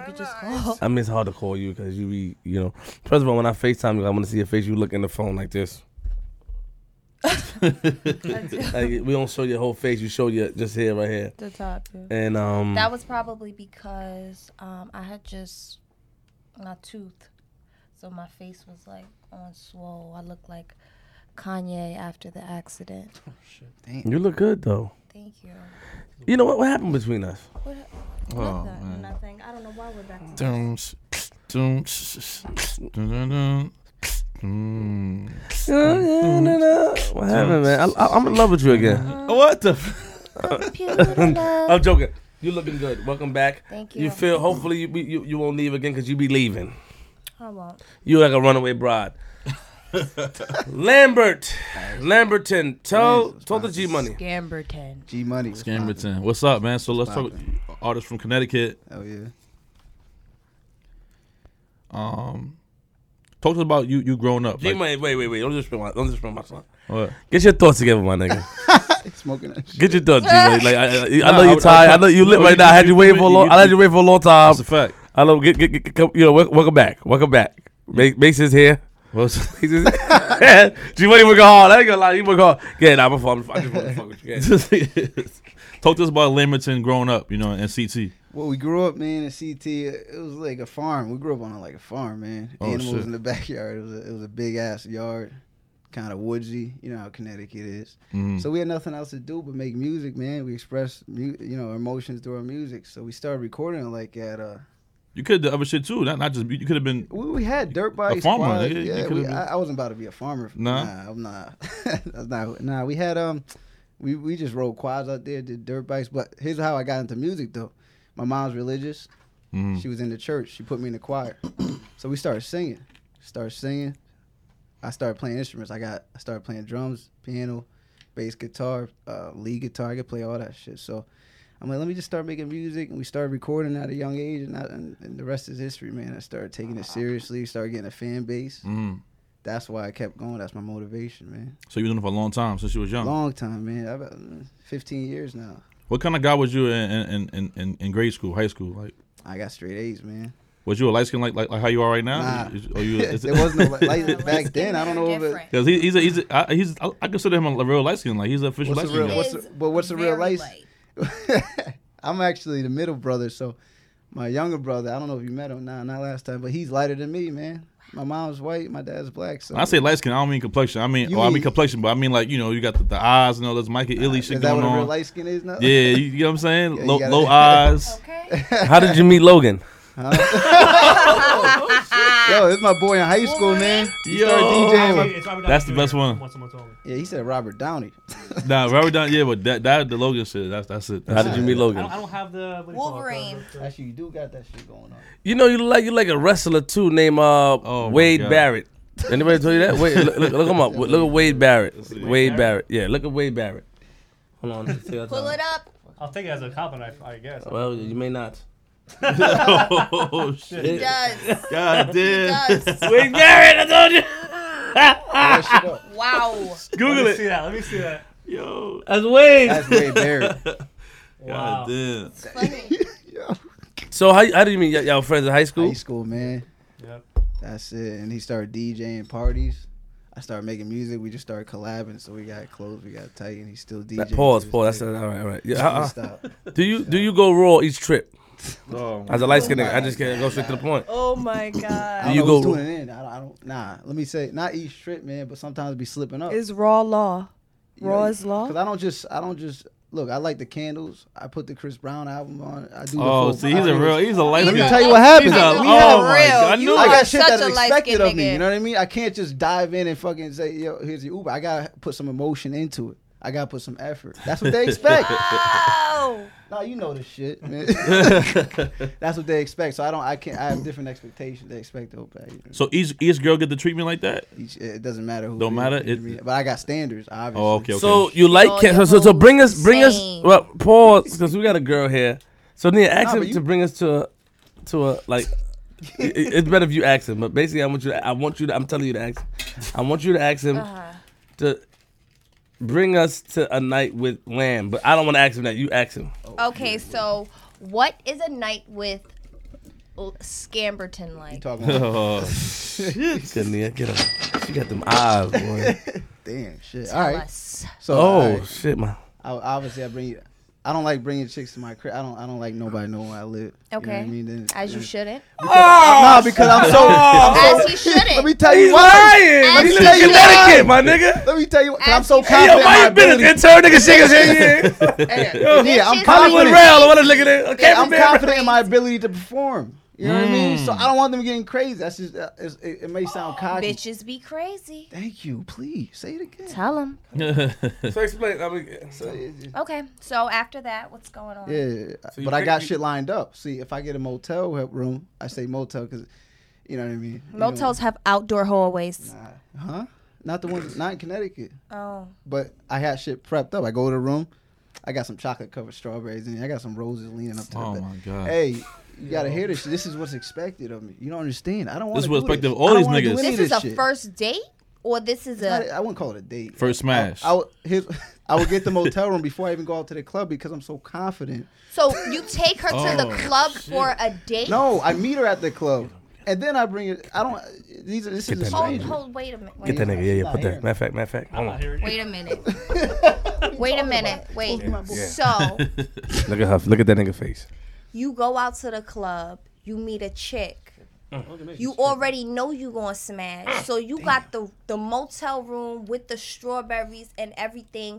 Speaker 4: could just call.
Speaker 3: I mean, it's hard to call you because you be, you know. First of all, when I FaceTime you, I want to see your face. You look in the phone like this. Like, we don't show your whole face. You show your just here, right here.
Speaker 4: the top. yeah.
Speaker 3: And um,
Speaker 4: That was probably because um, I had just my tooth, so my face was like on swole. I looked like Kanye after the accident.
Speaker 3: you look good though.
Speaker 4: Thank you.
Speaker 3: You know what? What happened between us?
Speaker 4: What?
Speaker 5: Oh
Speaker 4: nothing.
Speaker 5: man.
Speaker 4: Nothing. I don't know why we're back. To
Speaker 5: Dun, sh- dun, sh- sh- dun, dun, dun. Mm.
Speaker 3: Mm-hmm. what happened, man? I, I, I'm in love with you again.
Speaker 5: What the? F-
Speaker 4: computer love.
Speaker 3: I'm joking. You looking good. Welcome back.
Speaker 4: Thank you.
Speaker 3: You feel? Hopefully, you be, you, you won't leave again because you be leaving.
Speaker 4: I won't.
Speaker 3: You like a runaway bride. Lambert, Lamberton, tell
Speaker 2: Jesus,
Speaker 3: tell the G money.
Speaker 4: Scamberton.
Speaker 2: G Money. was poppin'.
Speaker 5: Scamberton. What's up, man? So let's talk. Artists from Connecticut.
Speaker 2: Oh yeah.
Speaker 5: Um, talk to us about you. You growing up.
Speaker 3: G
Speaker 5: Like,
Speaker 3: money. Wait, wait, wait. Don't just spend my don't just spend my time.
Speaker 5: what?
Speaker 3: Get your thoughts together, my nigga.
Speaker 2: Smoking that. Shit.
Speaker 3: Get your thoughts, G money. Like I, I, I
Speaker 5: Nah,
Speaker 3: know
Speaker 5: I
Speaker 3: you're
Speaker 5: was-
Speaker 3: tired.
Speaker 5: I
Speaker 3: I
Speaker 5: was-
Speaker 3: know you lit
Speaker 5: no,
Speaker 3: right
Speaker 5: you-
Speaker 3: now. I had
Speaker 5: you-
Speaker 3: you waiting for a
Speaker 5: you-
Speaker 3: long. I had you waiting for a long time.
Speaker 5: That's a fact.
Speaker 3: I love. Get get, get come, you know. wel- Welcome back. Welcome back. Mace Mace is here.
Speaker 5: What's
Speaker 3: He's just, yeah, G Money working hard. I ain't gonna lie, he working hard. Yeah, nah, I'm a I'm, I just want to fuck with you. Yeah.
Speaker 5: Talk to us about Lamberton growing up, you know, and CT.
Speaker 2: Well, we grew up, man, in CT. It was like a farm. We grew up on like a farm, man.
Speaker 5: Oh,
Speaker 2: Animals
Speaker 5: shit.
Speaker 2: in the backyard. It was a, it was a big ass yard, kind of woodsy. You know how Connecticut is.
Speaker 5: Mm.
Speaker 2: So we had nothing else to do but make music, man. We expressed, mu- you know, emotions through our music. So we started recording like at uh,
Speaker 5: You could have done other shit too. Not not just you could have been.
Speaker 2: we, we had dirt bike.
Speaker 5: farmer,
Speaker 2: squad.
Speaker 5: nigga. You
Speaker 2: Yeah,
Speaker 5: could've
Speaker 2: we,
Speaker 5: been-
Speaker 2: I, I wasn't about to be a farmer.
Speaker 5: Nah?
Speaker 2: nah I'm not. That's not. Nah, we had um, we we just rode quads out there, did dirt bikes. But here's how I got into music though. My mom's religious.
Speaker 5: Mm.
Speaker 2: She was in the church. She put me in the choir. so we started singing. Started singing. I started playing instruments. I got I started playing drums, piano, bass guitar, uh, lead guitar. I could play all that shit. So I'm like, let me just start making music. And we started recording at a young age, and, I, and, and the rest is history, man. I started taking it seriously. Started getting a fan base.
Speaker 5: Mm.
Speaker 2: That's why I kept going. That's my motivation, man.
Speaker 5: So you been doing it for a long time since you was young.
Speaker 2: Long time, man. About mm, 15 years now.
Speaker 5: What kind of guy was you in in, in, in in grade school, high school? Like,
Speaker 2: I got straight A's, man.
Speaker 5: was you a light skin like, like like how you are right now?
Speaker 2: Nah.
Speaker 5: Uh, Is- or you, is-
Speaker 2: there was no li- like back then. I don't know if it,
Speaker 4: Different.
Speaker 5: Cause he, he's a, he's a, I, he's I, I consider him a real light skin. Like he's an official
Speaker 2: What's
Speaker 5: light
Speaker 2: the
Speaker 5: skin.
Speaker 2: real?
Speaker 5: guy.
Speaker 2: What's the, but what's the real
Speaker 4: Very
Speaker 2: life?
Speaker 4: light.
Speaker 2: I'm actually the middle brother, so my younger brother. I don't know if you met him. Nah, not last time, but he's lighter than me, man. My mom's white, my dad's black. So
Speaker 5: When I say light skin. I don't mean complexion. I mean,
Speaker 2: You
Speaker 5: oh, I mean
Speaker 2: mean-
Speaker 5: complexion, but I mean like you know, you got the, the eyes and all this Michael Illy
Speaker 2: is
Speaker 5: shit
Speaker 2: that
Speaker 5: going
Speaker 2: what a
Speaker 5: on.
Speaker 2: real light skin is now?
Speaker 5: yeah, you, you know what I'm saying?
Speaker 2: Yeah, you
Speaker 5: low,
Speaker 2: gotta-
Speaker 5: low eyes.
Speaker 4: Okay.
Speaker 3: How did you meet Logan?
Speaker 2: Yo, it's my boy in high school, man. He started
Speaker 5: Yo.
Speaker 2: DJing with-
Speaker 5: That's the best one.
Speaker 2: Yeah, he said Robert Downey.
Speaker 5: Nah, Robert Down. Yeah, but that that the Logan shit. That's that's it.
Speaker 3: How
Speaker 5: That's
Speaker 3: did
Speaker 5: it.
Speaker 3: you meet
Speaker 6: I don't,
Speaker 3: Logan?
Speaker 6: I don't have the what do you call it,
Speaker 4: Wolverine.
Speaker 6: the- the-
Speaker 2: Actually, you do got that shit going on.
Speaker 3: You know you look like you like a wrestler too, named uh,
Speaker 5: Oh, my
Speaker 3: Wade
Speaker 5: God.
Speaker 3: Barrett. Anybody tell you that? Wait, look, look, look him up. Look at Wade Barrett.
Speaker 5: see.
Speaker 3: Wade Barrett. Yeah, look at Wade Barrett. Hold on. let's see what's
Speaker 4: Pull
Speaker 3: on.
Speaker 4: it up.
Speaker 6: I'll take it as a compliment, I, I guess.
Speaker 3: Well, you may not.
Speaker 5: oh shit!
Speaker 4: Does.
Speaker 5: God damn.
Speaker 4: Does.
Speaker 3: Wade Barrett, I told you.
Speaker 2: That shit up.
Speaker 4: Wow.
Speaker 5: Google
Speaker 6: Let me see
Speaker 5: it.
Speaker 6: that. Let me see that.
Speaker 5: Yo.
Speaker 3: That's Wade.
Speaker 2: That's way Barrett.
Speaker 6: Wow.
Speaker 5: God damn.
Speaker 4: Funny.
Speaker 2: Yo.
Speaker 3: So how how do you meet y- y'all friends in high school?
Speaker 2: High school, man.
Speaker 6: Yep.
Speaker 2: That's it. And he started DJing parties. I started making music. We just started collabing, so we got close, we got tight, and he's still DJing.
Speaker 3: That-
Speaker 2: to
Speaker 3: pause,
Speaker 2: this
Speaker 3: pause. That's
Speaker 2: day.
Speaker 3: all right, all right. Yeah,
Speaker 2: Please
Speaker 3: uh-uh.
Speaker 2: stop.
Speaker 3: Do you do you go raw each trip?
Speaker 5: Oh,
Speaker 3: As a light skinned nigga, I just can't go straight to the point.
Speaker 4: Oh my
Speaker 2: I
Speaker 4: God.
Speaker 2: don't
Speaker 3: You
Speaker 2: know
Speaker 3: go-
Speaker 2: who's tuning in. I don't, I don't. Nah, let me say, not each trip, man, but sometimes be slipping up.
Speaker 7: Is raw law. Raw is law.
Speaker 2: Cause I don't just, I don't just look. I like the candles. I put the Chris Brown album on. I do. The
Speaker 5: oh
Speaker 2: full
Speaker 5: see, he's a
Speaker 2: album.
Speaker 5: real. He's a light
Speaker 2: Let me
Speaker 5: skin.
Speaker 2: tell you what happened.
Speaker 5: He's a-
Speaker 2: we
Speaker 5: oh
Speaker 2: have
Speaker 5: my God, I
Speaker 4: You
Speaker 5: knew
Speaker 2: I
Speaker 4: are
Speaker 2: got shit
Speaker 4: such
Speaker 2: that's
Speaker 4: a
Speaker 2: expected
Speaker 4: light-skinned
Speaker 2: of me.
Speaker 4: nigga.
Speaker 2: You know what I mean? I can't just dive in and fucking say, "Yo, here's your Uber." I gotta put some emotion into it. I gotta put some effort. That's what they expect.
Speaker 4: Oh.
Speaker 2: no, you know this shit, man. that's what they expect. So I don't. I can't. I have different expectations. They expect the back.
Speaker 5: So each each girl get the treatment like that.
Speaker 2: Each, it doesn't matter who.
Speaker 5: Don't
Speaker 2: it is,
Speaker 5: matter?
Speaker 2: you know what I mean?
Speaker 5: It-
Speaker 2: but I got standards. Obviously.
Speaker 5: Oh, okay, okay.
Speaker 3: So you like
Speaker 4: Oh,
Speaker 3: can-
Speaker 4: yeah,
Speaker 3: so, so so bring us bring us
Speaker 4: same.
Speaker 3: well pause because we got a girl here. So Nia, ask
Speaker 2: Nah,
Speaker 3: him
Speaker 2: but you-
Speaker 3: to bring us to a, to a like. i- i- it's better if you ask him, but basically I want you to I want you to I'm telling you to ask. I want you to ask him
Speaker 4: Uh,
Speaker 3: to bring us to a night with Lamb, but I don't want to ask him that. You ask him.
Speaker 4: okay, so what is a night with L- Scamberton like?
Speaker 2: Talking about
Speaker 5: Oh,
Speaker 3: Good Nia, get up. She got them eyes, boy.
Speaker 2: damn shit. All right.
Speaker 4: Us.
Speaker 2: So all
Speaker 3: Oh
Speaker 2: right.
Speaker 3: shit, man.
Speaker 2: I, obviously I bring. I don't like bringing chicks to my crib. I don't. I don't like nobody knowing where I live. You know
Speaker 4: Okay.
Speaker 2: what I mean? Then-
Speaker 4: As you
Speaker 2: then-
Speaker 4: shouldn't.
Speaker 2: Nah, because I'm so.
Speaker 4: As he
Speaker 2: Let
Speaker 4: shouldn't.
Speaker 2: me tell
Speaker 3: He's
Speaker 2: you why.
Speaker 3: lying. He
Speaker 4: As
Speaker 3: lives
Speaker 4: he
Speaker 3: in
Speaker 4: should.
Speaker 3: Connecticut, my nigga.
Speaker 2: Let me tell you, 'cause I'm
Speaker 4: As
Speaker 2: so
Speaker 4: he should. Hey,
Speaker 2: confident.
Speaker 3: Hey, yo,
Speaker 2: in
Speaker 3: why
Speaker 2: my
Speaker 3: you been an
Speaker 2: ability.
Speaker 3: intern nigga shit? shit, shit.
Speaker 4: Bitches
Speaker 2: yeah, I'm
Speaker 4: are
Speaker 2: confident.
Speaker 3: Hollywood
Speaker 4: crazy.
Speaker 3: Rail, what a nigga there. Okay,
Speaker 2: I'm
Speaker 3: man.
Speaker 2: confident in my ability to perform. You know what I
Speaker 3: Mm.
Speaker 2: mean? So I don't want them getting crazy. That's just uh, it's, it, it may sound
Speaker 4: Oh,
Speaker 2: cocky.
Speaker 4: Bitches be crazy.
Speaker 2: Thank you. Please say it again.
Speaker 4: Tell them.
Speaker 3: So explain. I mean, so,
Speaker 4: Okay, so after that, what's going on?
Speaker 2: Yeah,
Speaker 3: So you
Speaker 2: but I
Speaker 3: pick-
Speaker 2: got
Speaker 3: you-
Speaker 2: shit lined up. See, if I get a motel room, I say motel because you know what I mean. You know-
Speaker 4: Motels have outdoor hallways.
Speaker 2: huh? Not the ones, not in Connecticut.
Speaker 4: Oh,
Speaker 2: But I had shit prepped up. I go to the room. I got some chocolate covered strawberries in it. I got some roses leaning up to
Speaker 5: Oh,
Speaker 2: the
Speaker 5: my God.
Speaker 2: Hey, you gotta hear this. shit. This is what's expected of me. You don't understand. I don't want
Speaker 5: This is what's expected of all these niggas.
Speaker 4: this is a first date, or this is
Speaker 2: I,
Speaker 4: a
Speaker 2: I wouldn't call it a date.
Speaker 5: First smash.
Speaker 2: I, I, would, here's- I would get the motel room before I even go out to the club because I'm so confident.
Speaker 4: so you take her to the
Speaker 5: Oh,
Speaker 4: club for a date.
Speaker 2: No, I meet her at the club, and then I bring it. I don't. These are this is a
Speaker 3: that
Speaker 4: Hold,
Speaker 2: stranger.
Speaker 4: hold, wait a minute. Wait,
Speaker 3: get that
Speaker 4: a
Speaker 3: nigga.
Speaker 4: minute.
Speaker 3: Yeah, yeah. Put that. Matter of fact, matter of fact.
Speaker 6: Ah,
Speaker 3: Hold on.
Speaker 4: wait a minute. Wait a minute. Wait. So
Speaker 3: Look at her. Look at that nigga face.
Speaker 4: you go out to the club, you meet a chick. You already know you gonna smash, so you got the the motel room with the strawberries and everything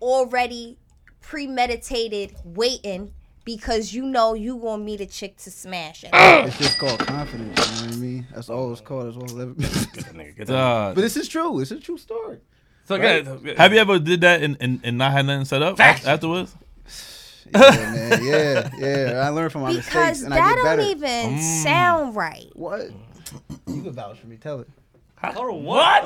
Speaker 4: already premeditated, waiting because you know you gonna meet a chick to smash. And
Speaker 2: It's just called confidence. You know what I mean? That's all it's called. That's all it's ever.
Speaker 3: Nigga, get that.
Speaker 5: God.
Speaker 2: but this is true. It's a true story.
Speaker 3: So good.
Speaker 5: Have you ever did that and, and, and not had nothing set up af- afterwards?
Speaker 2: Yeah, man. Yeah, yeah. I learn from my mistakes
Speaker 4: because
Speaker 2: and I
Speaker 4: that
Speaker 2: get
Speaker 4: don't
Speaker 2: better. Mm.
Speaker 4: even sound right.
Speaker 2: What? You can vouch for me. Tell it.
Speaker 6: Hold on, what?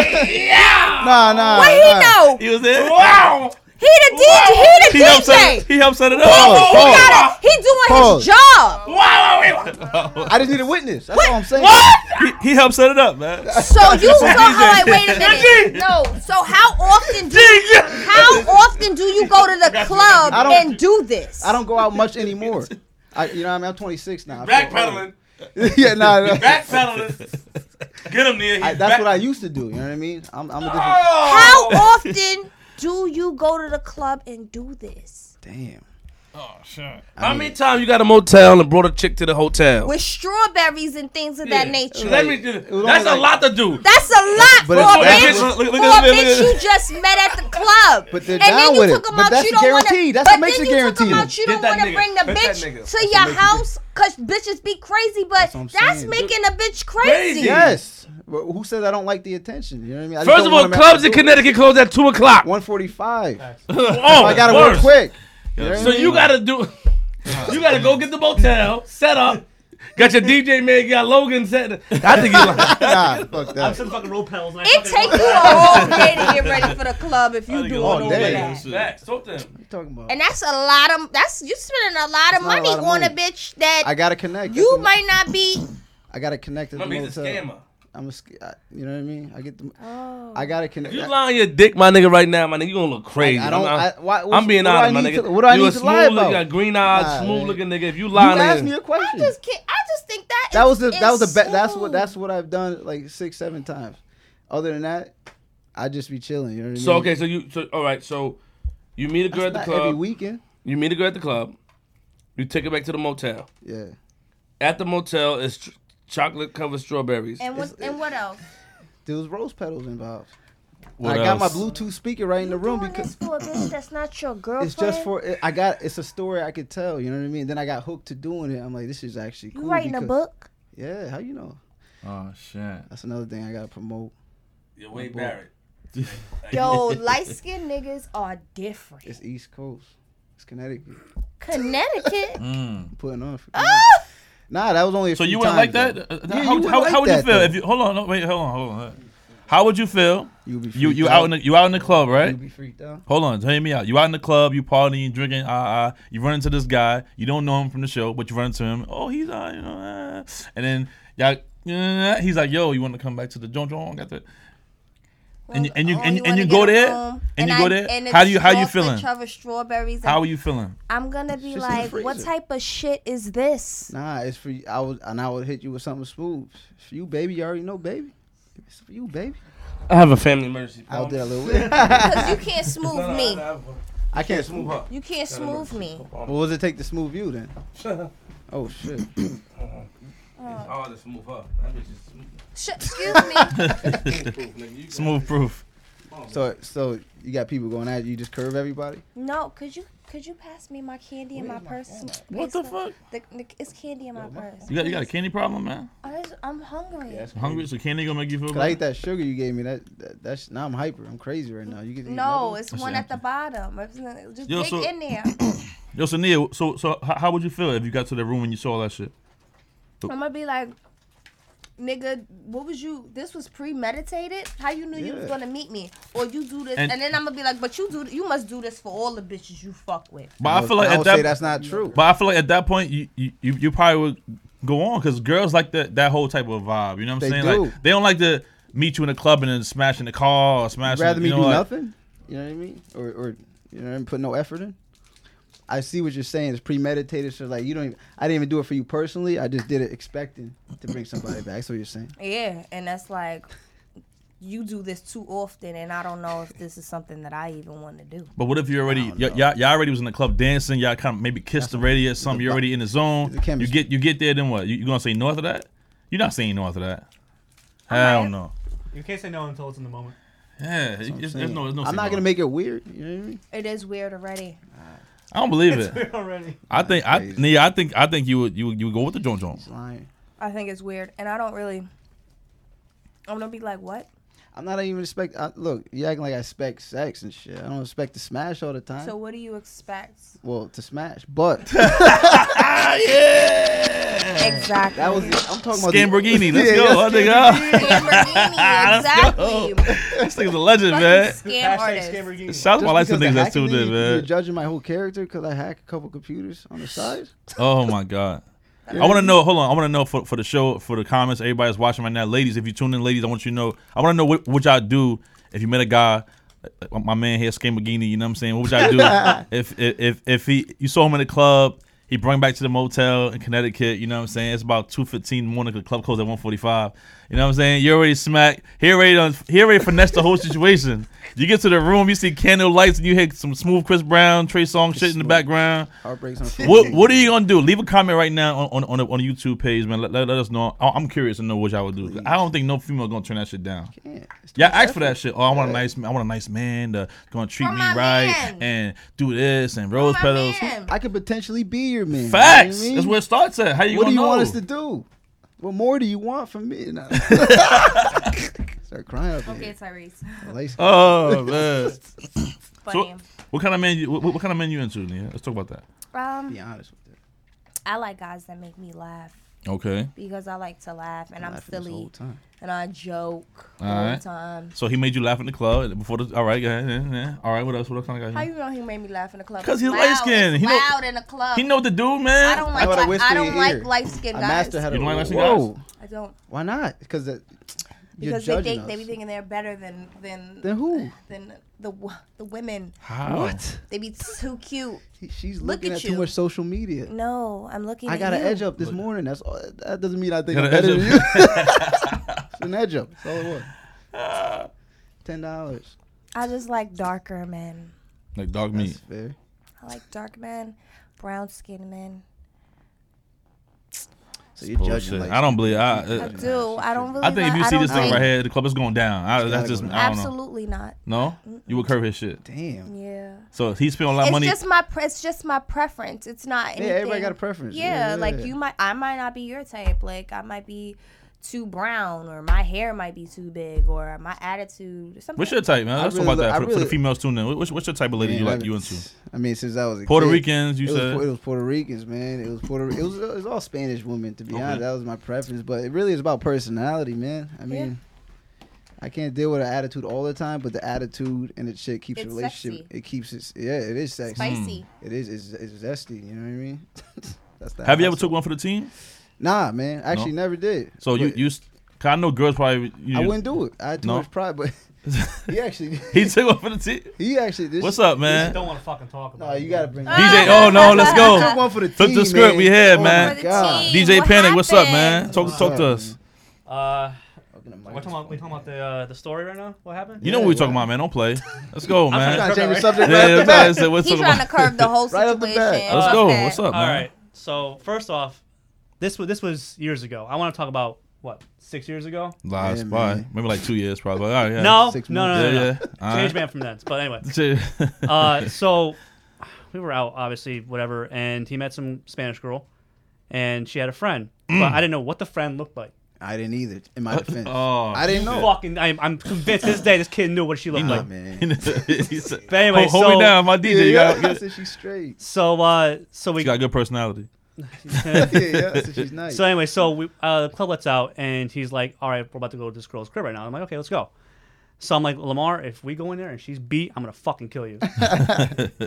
Speaker 2: Nah, nah.
Speaker 4: But he know
Speaker 5: He was there.
Speaker 4: he the DJ. He the
Speaker 5: He helped set
Speaker 4: DJ.
Speaker 5: it, he helped set it
Speaker 4: He,
Speaker 5: up. Oh,
Speaker 4: gotta, he doing
Speaker 2: Pause.
Speaker 4: his job.
Speaker 2: I just need a witness. That's all I'm saying.
Speaker 5: He, he helped set it up, man.
Speaker 4: So you so all right? Wait a minute. No. So how often do you, how often do you go to the club
Speaker 2: I don't-
Speaker 4: and do this?
Speaker 2: I don't go out much anymore. I, you know what I mean? I'm 26 now. I feel old. yeah, nah. nah.
Speaker 3: Backpedaling. Get him, Nia.
Speaker 2: I, that's what I used to do. You know what I mean? I'm, I'm a different.
Speaker 3: Oh!
Speaker 4: How often do you go to the club and do this?
Speaker 2: Damn.
Speaker 3: How many times you got a motel and brought a chick to the hotel?
Speaker 4: with strawberries and things of that nature.
Speaker 3: Let me do
Speaker 2: was
Speaker 3: That's
Speaker 2: only
Speaker 3: a lot to do.
Speaker 4: That's a lot
Speaker 2: But
Speaker 4: for a
Speaker 2: it's-
Speaker 4: bitch.
Speaker 5: Look- look- look
Speaker 4: for
Speaker 5: at
Speaker 4: a
Speaker 5: this, look
Speaker 4: bitch
Speaker 5: at
Speaker 4: you just met at the club.
Speaker 2: But they're
Speaker 4: and
Speaker 2: down
Speaker 4: then you
Speaker 2: with
Speaker 4: took
Speaker 2: it.
Speaker 4: them
Speaker 2: But
Speaker 4: out.
Speaker 2: that's
Speaker 4: you
Speaker 2: a
Speaker 4: don't want
Speaker 2: guarantee.
Speaker 4: to.
Speaker 2: That's what makes
Speaker 4: then
Speaker 2: it
Speaker 4: you took them
Speaker 2: guaranteed.
Speaker 4: out. You don't
Speaker 3: that
Speaker 4: want to
Speaker 3: nigga.
Speaker 4: bring the
Speaker 3: Hit that nigga.
Speaker 4: bitch to your house because bitches be crazy. But
Speaker 2: what I'm
Speaker 4: that's,
Speaker 2: saying.
Speaker 4: making a bitch crazy.
Speaker 3: Crazy.
Speaker 2: Yes. Well, Who says I don't like the attention? You know what I mean? I just
Speaker 3: First
Speaker 2: don't
Speaker 3: of all,
Speaker 2: want 'em at
Speaker 3: clubs
Speaker 2: the
Speaker 3: in
Speaker 2: door.
Speaker 3: Connecticut close at two o'clock.
Speaker 2: 145.
Speaker 3: Oh,
Speaker 2: I gotta
Speaker 3: worse.
Speaker 2: work quick. You know what I
Speaker 3: So you
Speaker 2: mean?
Speaker 3: gotta do. You gotta go get the motel, set up. Got your DJ man, got Logan set. I think you like.
Speaker 2: nah, fuck that.
Speaker 6: Some fucking roll pedals. and I
Speaker 4: It
Speaker 6: fucking-
Speaker 4: take you a whole day to get ready for the club if you do all
Speaker 2: all day.
Speaker 4: that.
Speaker 3: Facts, talk to him.
Speaker 2: What you talking about?
Speaker 4: And that's a lot of. That's you spending a lot of
Speaker 2: It's not a
Speaker 4: money
Speaker 2: lot of
Speaker 4: on a
Speaker 2: money.
Speaker 4: bitch that
Speaker 2: I gotta connect.
Speaker 4: you
Speaker 2: That's what-
Speaker 4: might not be.
Speaker 2: I gotta connect. at the
Speaker 3: Remember, he's a
Speaker 2: motel.
Speaker 3: scammer.
Speaker 2: I'm a. sc- I- You know what I mean? I get the.
Speaker 4: Oh.
Speaker 2: I gotta connect.
Speaker 3: You
Speaker 2: I-
Speaker 3: lying your dick, my nigga, right now, my nigga. You gonna look crazy.
Speaker 2: I don't.
Speaker 3: I'm,
Speaker 2: I, why,
Speaker 3: I'm being
Speaker 2: what do I
Speaker 3: honest, my
Speaker 2: need
Speaker 3: nigga.
Speaker 2: to- what do I
Speaker 3: you
Speaker 2: need
Speaker 3: a
Speaker 2: to
Speaker 3: smooth,
Speaker 2: lie about?
Speaker 3: You got green eyed,
Speaker 2: Nah,
Speaker 3: smooth
Speaker 2: man.
Speaker 3: looking nigga. If you
Speaker 2: You
Speaker 3: lying,
Speaker 2: asked
Speaker 3: in-
Speaker 2: me a
Speaker 4: I
Speaker 2: question.
Speaker 4: just can't. I just think that
Speaker 2: that
Speaker 4: is-
Speaker 2: was the that was the
Speaker 4: is
Speaker 2: best. That's what
Speaker 4: smooth.
Speaker 2: that's what I've done like six seven times. Other than that, I just be chilling. You know what I mean?
Speaker 3: So okay, so you, so all right, so you meet a girl at
Speaker 2: That's
Speaker 3: the
Speaker 2: not
Speaker 3: club.
Speaker 2: every weekend.
Speaker 3: You meet a girl at the club. You take her back to the motel.
Speaker 2: Yeah.
Speaker 3: At the motel is tr- chocolate covered strawberries.
Speaker 4: And what and what else?
Speaker 2: There was rose petals involved.
Speaker 5: What
Speaker 2: I got my
Speaker 5: else?
Speaker 2: Bluetooth speaker right in the room
Speaker 4: Doing
Speaker 2: because
Speaker 4: this for a bitch that's not your girlfriend.
Speaker 2: it's just for it- I got it's a story I could tell. You know what I mean? Then I got hooked to doing it. I'm like, this is actually
Speaker 4: you
Speaker 2: cool.
Speaker 4: writing a
Speaker 2: because-
Speaker 4: book.
Speaker 2: Yeah. How you know?
Speaker 5: Oh shit.
Speaker 2: That's another thing I gotta promote.
Speaker 3: You're Wade Barrett.
Speaker 4: Yo, light skinned niggas are different.
Speaker 2: It's East Coast. It's Connecticut.
Speaker 4: Connecticut.
Speaker 5: Mm.
Speaker 2: I'm putting on. For
Speaker 4: Ah!
Speaker 2: Nah, that was only. A
Speaker 5: So
Speaker 2: few
Speaker 5: you wouldn't like
Speaker 2: times,
Speaker 5: that?
Speaker 2: though.
Speaker 5: Uh,
Speaker 2: Yeah, you
Speaker 5: how,
Speaker 2: wouldn't
Speaker 5: how,
Speaker 2: like
Speaker 5: how would
Speaker 2: that,
Speaker 5: you feel
Speaker 2: though.
Speaker 5: if you hold on? No, wait, hold on, hold on. How would you feel?
Speaker 2: You'll be
Speaker 5: You
Speaker 2: freaked
Speaker 5: you
Speaker 2: out
Speaker 5: out in the you out in the club, right?
Speaker 2: You'll be freaked out.
Speaker 5: Hold on, hear me out. You out in the club, you partying, drinking, ah ah. You run into this guy, you don't know him from the show, but you run into him. Oh, he's uh, you know, uh, and then y'all, uh, he's like, yo, you want to come back to the joint joint? Got the And you- and you-
Speaker 4: Oh,
Speaker 5: and you- and
Speaker 4: wanna
Speaker 5: you
Speaker 4: get
Speaker 5: go
Speaker 4: a
Speaker 5: there?
Speaker 4: room,
Speaker 5: And you go
Speaker 4: I-
Speaker 5: there?
Speaker 4: and
Speaker 5: How
Speaker 4: it's
Speaker 5: do you- how you
Speaker 4: chocolate
Speaker 5: feeling?
Speaker 4: covered strawberries. and
Speaker 5: how are you feeling?
Speaker 4: I'm gonna be
Speaker 2: It's just in
Speaker 4: like,
Speaker 2: the
Speaker 4: what
Speaker 2: freezer.
Speaker 4: type of shit is this?
Speaker 2: Nah, it's for you. I would and I would hit you with something smooth. It's for you, baby. You already know, baby. It's for you, baby.
Speaker 3: I have a family emergency.
Speaker 2: Out there a little
Speaker 4: Because you can't smooth me.
Speaker 2: I can't smooth. What
Speaker 4: You can't smooth me.
Speaker 2: was it take to smooth you then? Oh shit.
Speaker 3: It's hard to smooth her. That bitch is smooth.
Speaker 4: Sh- excuse me.
Speaker 5: Smooth proof.
Speaker 2: So so you got people going at you. You just curve everybody.
Speaker 4: No, could you could you pass me my candy in my purse?
Speaker 5: What the fuck?
Speaker 4: The, the, it's candy in my purse.
Speaker 5: You got you got a candy problem, man.
Speaker 4: I just- I'm hungry.
Speaker 5: I'm hungry, so candy gonna make you feel.
Speaker 2: Cause I ate
Speaker 5: Better?
Speaker 2: that sugar you gave me. That, that that's now I'm hyper. I'm crazy right now. You get
Speaker 4: No, it's one
Speaker 5: it.
Speaker 4: at the bottom. It's n- Just
Speaker 5: Yo,
Speaker 4: dig
Speaker 5: so-
Speaker 4: in there.
Speaker 5: Yo, so Nia, so so how, how would you feel if you got to the room and you saw all that shit?
Speaker 4: I'm gonna be like, nigga, what was you? This was premeditated. How you knew you was
Speaker 2: Yeah.
Speaker 4: gonna meet me, or you do this,
Speaker 5: And-
Speaker 4: and, then I'm gonna be like, but you do, you must do this for all the bitches you fuck with.
Speaker 5: But
Speaker 2: I,
Speaker 5: I, feel like
Speaker 2: I
Speaker 5: at
Speaker 2: would
Speaker 5: that
Speaker 2: say that's not true.
Speaker 5: But I feel like at that point, you you, you, you probably would go on because girls like that that whole type of vibe. You know what I'm
Speaker 2: They
Speaker 5: saying?
Speaker 2: do.
Speaker 5: Like they don't like to meet you in a club and then smash in the car or smash.
Speaker 2: You'd rather
Speaker 5: in,
Speaker 2: me
Speaker 5: you know,
Speaker 2: do
Speaker 5: like-
Speaker 2: nothing. You know what I mean? Or or you know what I mean? Put no effort in. I see what you're saying. It's premeditated. So like you don't. Even, I didn't even do it for you personally. I just did it expecting to bring somebody back. That's what you're saying.
Speaker 4: Yeah, and that's like, you do this too often, and I don't know if this is something that I even want to do.
Speaker 5: But what if you already y- y'all, y'all already was in the club dancing? Y'all kind of maybe kissed already or something. You're already in the zone.
Speaker 2: the
Speaker 5: You
Speaker 2: chemistry.
Speaker 5: get you get there. Then what? You, you gonna say no after that? You're not saying no after that. I
Speaker 4: might.
Speaker 5: don't know.
Speaker 6: You can't say no until it's in the moment.
Speaker 5: Yeah, it's, there's no, there's no
Speaker 2: I'm
Speaker 5: say
Speaker 2: not
Speaker 5: no.
Speaker 2: gonna make it weird. You know what I mean?
Speaker 4: It is weird already.
Speaker 5: I don't believe it.
Speaker 6: Already.
Speaker 5: I think I
Speaker 2: crazy.
Speaker 5: Nia, I think I think you would you would, you would go with the Joan Joan.
Speaker 2: It's lying.
Speaker 4: I think it's weird, and I don't really. I'm gonna be like, what?
Speaker 2: I'm not even expect. I, look, you acting like I expect sex and shit. I don't expect to smash all the time.
Speaker 4: So what do you expect?
Speaker 2: well, to smash, but
Speaker 4: Exactly.
Speaker 2: that was. I'm talking about. the-
Speaker 5: Scamborghini, let's
Speaker 2: Yeah,
Speaker 5: go.
Speaker 2: yeah,
Speaker 5: Oh, nigga.
Speaker 4: Lamborghini, exactly.
Speaker 5: ah. This nigga's a legend, man.
Speaker 4: Fucking Scam
Speaker 6: Hashtag
Speaker 4: artist.
Speaker 6: Scamborghini.
Speaker 5: Shout out to
Speaker 2: Just
Speaker 5: my life to
Speaker 2: because
Speaker 5: niggas
Speaker 2: the
Speaker 5: that's
Speaker 2: hacking
Speaker 5: tuned in,
Speaker 2: thing, you- You're
Speaker 5: man.
Speaker 2: judging my whole character because I hack a couple computers on the side.
Speaker 5: Oh my god. I want to know. Hold on. I want to know for, for the show, for the comments. Everybody's watching right now, ladies. If you tune in, ladies, I want you to know. I want to know what, what y'all do if you met a guy, uh, like my man here, Scamborghini. You know what I'm saying? What would y'all do if, if if if he you saw him in the club, He brought him back to the motel in Connecticut. You know what I'm saying? It's about 2:15 morning. 'cause The club closed at 1:45. You know what I'm saying? You already smacked. He already done, he already finessed the whole situation. You get to the room, you see candle lights, and you hear some smooth Chris Brown, Trey Song shit in the background.
Speaker 2: Heartbreaks on
Speaker 5: What What are you gonna do? Leave a comment right now on on on, the, on the YouTube page, man. Let, let, let us know. I- I'm curious to know what y'all would do. 'cause I don't think no female gonna turn that shit down.
Speaker 2: Yeah, it's
Speaker 5: Yeah,
Speaker 2: too
Speaker 5: I asked for
Speaker 2: much
Speaker 5: that shit. Oh, I want a nice, I want a nice man that's gonna treat
Speaker 4: For
Speaker 5: me
Speaker 4: my
Speaker 5: right
Speaker 4: man.
Speaker 5: and do this and rose
Speaker 4: My
Speaker 5: petals.
Speaker 4: man.
Speaker 2: effort. I could potentially be your man. you know what I
Speaker 5: Facts.
Speaker 2: mean?
Speaker 5: That's where it starts at. How you
Speaker 2: what do
Speaker 5: gonna
Speaker 2: you
Speaker 5: know?
Speaker 2: want us to do? What more do you want from me? Nah. Start crying up
Speaker 4: Okay,
Speaker 2: here.
Speaker 4: Tyrese.
Speaker 2: Like,
Speaker 5: oh man.
Speaker 4: Funny.
Speaker 5: what kind of man? You, what, what kind of man you into? Nia? Let's talk about that.
Speaker 4: um,
Speaker 2: be honest with that.
Speaker 4: I like guys that make me laugh
Speaker 5: Okay.
Speaker 4: because I like to laugh and I'm
Speaker 2: Laughing this whole
Speaker 4: silly
Speaker 2: time.
Speaker 4: and I joke all
Speaker 5: All right.
Speaker 4: the
Speaker 2: Mm-hmm.
Speaker 4: time.
Speaker 5: So he made you laugh in the club before the. All right, go ahead. yeah, yeah. All right, what else? What else kind of
Speaker 4: How
Speaker 5: guy?
Speaker 4: you know he made me laugh in the club?
Speaker 5: 'Cause
Speaker 4: It's
Speaker 5: he's
Speaker 4: loud.
Speaker 5: light-skinned.
Speaker 4: It's
Speaker 5: He know-
Speaker 4: loud in the club.
Speaker 5: He know the dude,
Speaker 4: I
Speaker 5: man.
Speaker 4: don't
Speaker 2: I
Speaker 4: like.
Speaker 2: got a
Speaker 4: I,
Speaker 2: whisper in
Speaker 4: don't
Speaker 2: your ear.
Speaker 4: like light skinned
Speaker 2: I
Speaker 4: guys.
Speaker 2: master had a
Speaker 5: You don't like light-skinned guys?
Speaker 2: Whoa.
Speaker 4: I don't
Speaker 2: Why not? Because you're
Speaker 4: because they
Speaker 2: judging
Speaker 4: think
Speaker 2: us.
Speaker 4: they be thinking they're better than than
Speaker 2: Then who?
Speaker 4: than the w- the women.
Speaker 5: How? What?
Speaker 4: They be too cute.
Speaker 2: She- She's
Speaker 4: Look
Speaker 2: looking
Speaker 4: at
Speaker 2: at, too
Speaker 4: you.
Speaker 2: much social media.
Speaker 4: No, I'm looking.
Speaker 2: I
Speaker 4: at
Speaker 2: got
Speaker 4: you.
Speaker 2: an edge up this morning. That's all. That doesn't mean I think
Speaker 5: Got
Speaker 2: I'm
Speaker 5: an
Speaker 2: better than
Speaker 5: edge
Speaker 2: you. it's an edge up. That's all it was. Ten dollars.
Speaker 4: I just like darker men.
Speaker 5: Like dog
Speaker 2: That's
Speaker 5: meat.
Speaker 2: fair.
Speaker 4: I like dark men, brown skinned men.
Speaker 2: So you're judging.
Speaker 5: Bullshit.
Speaker 2: Like,
Speaker 5: I don't believe. I,
Speaker 4: I
Speaker 5: uh,
Speaker 4: do. I don't really.
Speaker 5: I think if you
Speaker 4: like- I
Speaker 5: see this
Speaker 4: don't
Speaker 5: thing
Speaker 4: think-
Speaker 5: right here, the club is going down. I, that's
Speaker 2: gotta
Speaker 5: just.
Speaker 2: go down.
Speaker 5: I don't know.
Speaker 4: Absolutely not.
Speaker 5: No, you would curve his shit.
Speaker 2: Damn.
Speaker 4: Yeah.
Speaker 5: So he spent a lot of
Speaker 4: it's
Speaker 5: money.
Speaker 4: just my pre- it's just my preference. It's not
Speaker 2: Yeah,
Speaker 4: anything.
Speaker 2: everybody got a preference.
Speaker 4: Yeah,
Speaker 2: Yeah,
Speaker 4: like
Speaker 2: yeah.
Speaker 4: you might I might not be your type. Like I might be too brown or my hair might be too big or my attitude or something.
Speaker 5: What's your type, man?
Speaker 2: I
Speaker 5: Let's
Speaker 2: really
Speaker 5: talk about
Speaker 2: li-
Speaker 5: that
Speaker 2: I
Speaker 5: for, for the
Speaker 2: really-
Speaker 5: females tuning in. What's, what's your type of lady
Speaker 2: Man,
Speaker 5: you
Speaker 2: I
Speaker 5: like? You
Speaker 2: haven't-
Speaker 5: into
Speaker 2: I mean, since I was a
Speaker 5: Puerto
Speaker 2: kid,
Speaker 5: Ricans? You
Speaker 2: it
Speaker 5: said
Speaker 2: Was, it was Puerto Ricans, man. It was Puerto. It was, it was all Spanish women, to be
Speaker 5: Okay.
Speaker 2: honest. That was my preference, but it really is about personality, man. I mean, I can't deal with an attitude all the time, but the attitude and it shit keeps the
Speaker 4: It's
Speaker 2: relationship.
Speaker 4: sexy.
Speaker 2: It keeps it. Yeah, it is sexy.
Speaker 5: Hmm.
Speaker 4: spicy?
Speaker 2: It is. It's, it's zesty. You know what I mean? That's the
Speaker 5: Have you ever
Speaker 2: hustle.
Speaker 5: took one for the team?
Speaker 2: Nah, man. Actually, never did.
Speaker 5: So you
Speaker 2: But
Speaker 5: you, s- cause I know girls probably. You,
Speaker 2: I wouldn't do it. I had too
Speaker 5: No.
Speaker 2: much pride, but he actually.
Speaker 5: He took one for the team.
Speaker 2: He actually. This,
Speaker 5: What's up,
Speaker 6: You
Speaker 5: man?
Speaker 6: don't want to fucking talk about
Speaker 2: No,
Speaker 6: it.
Speaker 2: you gotta bring.
Speaker 5: DJ, oh no, let's
Speaker 2: I took
Speaker 5: go.
Speaker 2: one for the
Speaker 5: Flip
Speaker 2: team,
Speaker 5: the script
Speaker 2: man.
Speaker 5: we had,
Speaker 2: Oh
Speaker 5: man.
Speaker 2: my
Speaker 4: For the
Speaker 2: God.
Speaker 4: team,
Speaker 5: DJ
Speaker 4: what
Speaker 5: Panic, what's up, man?
Speaker 4: happened?
Speaker 5: Talk
Speaker 2: What's
Speaker 5: talk to
Speaker 2: up,
Speaker 5: us.
Speaker 2: man?
Speaker 6: Uh,
Speaker 2: Open the mic.
Speaker 6: we're talking about, we talking about the, uh, the story right now? What happened?
Speaker 5: You know
Speaker 2: Yeah,
Speaker 5: what we
Speaker 2: why?
Speaker 5: talking about, man? Don't play. Let's go,
Speaker 6: trying
Speaker 5: man.
Speaker 2: Trying to change the
Speaker 6: Right.
Speaker 2: subject right
Speaker 5: Yeah,
Speaker 2: off the
Speaker 5: that's why I
Speaker 2: bat.
Speaker 5: said what's
Speaker 4: He's
Speaker 5: up.
Speaker 4: trying to
Speaker 5: Let's
Speaker 4: curve the whole
Speaker 2: Right off the
Speaker 4: situation.
Speaker 2: bat.
Speaker 4: Fuck
Speaker 5: go.
Speaker 4: that.
Speaker 5: What's up,
Speaker 6: All
Speaker 5: man?
Speaker 6: right. So first off, this was this was years ago. I want to talk about what six years ago.
Speaker 5: Last
Speaker 2: Yeah,
Speaker 5: spot.
Speaker 2: man.
Speaker 5: Maybe like two years, probably. All right, yeah.
Speaker 6: no,
Speaker 2: six
Speaker 6: no, no,
Speaker 5: Yeah,
Speaker 6: no, no,
Speaker 5: yeah. All right.
Speaker 6: Change man from then. But anyway,
Speaker 5: Shit.
Speaker 6: uh, so we were out, obviously, whatever, and he met some Spanish girl, and she had a friend,
Speaker 5: Mm.
Speaker 6: but I didn't know what the friend looked like.
Speaker 2: I didn't either. In my defense,
Speaker 5: Oh,
Speaker 2: I didn't know.
Speaker 6: Fucking, I'm, I'm convinced this day this kid knew what she looked
Speaker 2: Nah,
Speaker 6: like.
Speaker 2: man.
Speaker 5: He said,
Speaker 6: But anyway,
Speaker 5: Oh, hold, hold
Speaker 6: so-
Speaker 5: me down, my
Speaker 2: Yeah,
Speaker 5: DJ. You
Speaker 2: yeah.
Speaker 5: got,
Speaker 2: I
Speaker 5: you
Speaker 2: said she's straight.
Speaker 6: So, uh, so we
Speaker 5: got good personality.
Speaker 2: Yeah, yeah. I said she's nice.
Speaker 6: So anyway, so we uh, the club lets out, and he's like, "All right, we're about to go to this girl's crib right now." I'm like, "Okay, let's go." So I'm like, Lamar, if we go in there and she's beat, I'm gonna fucking kill you.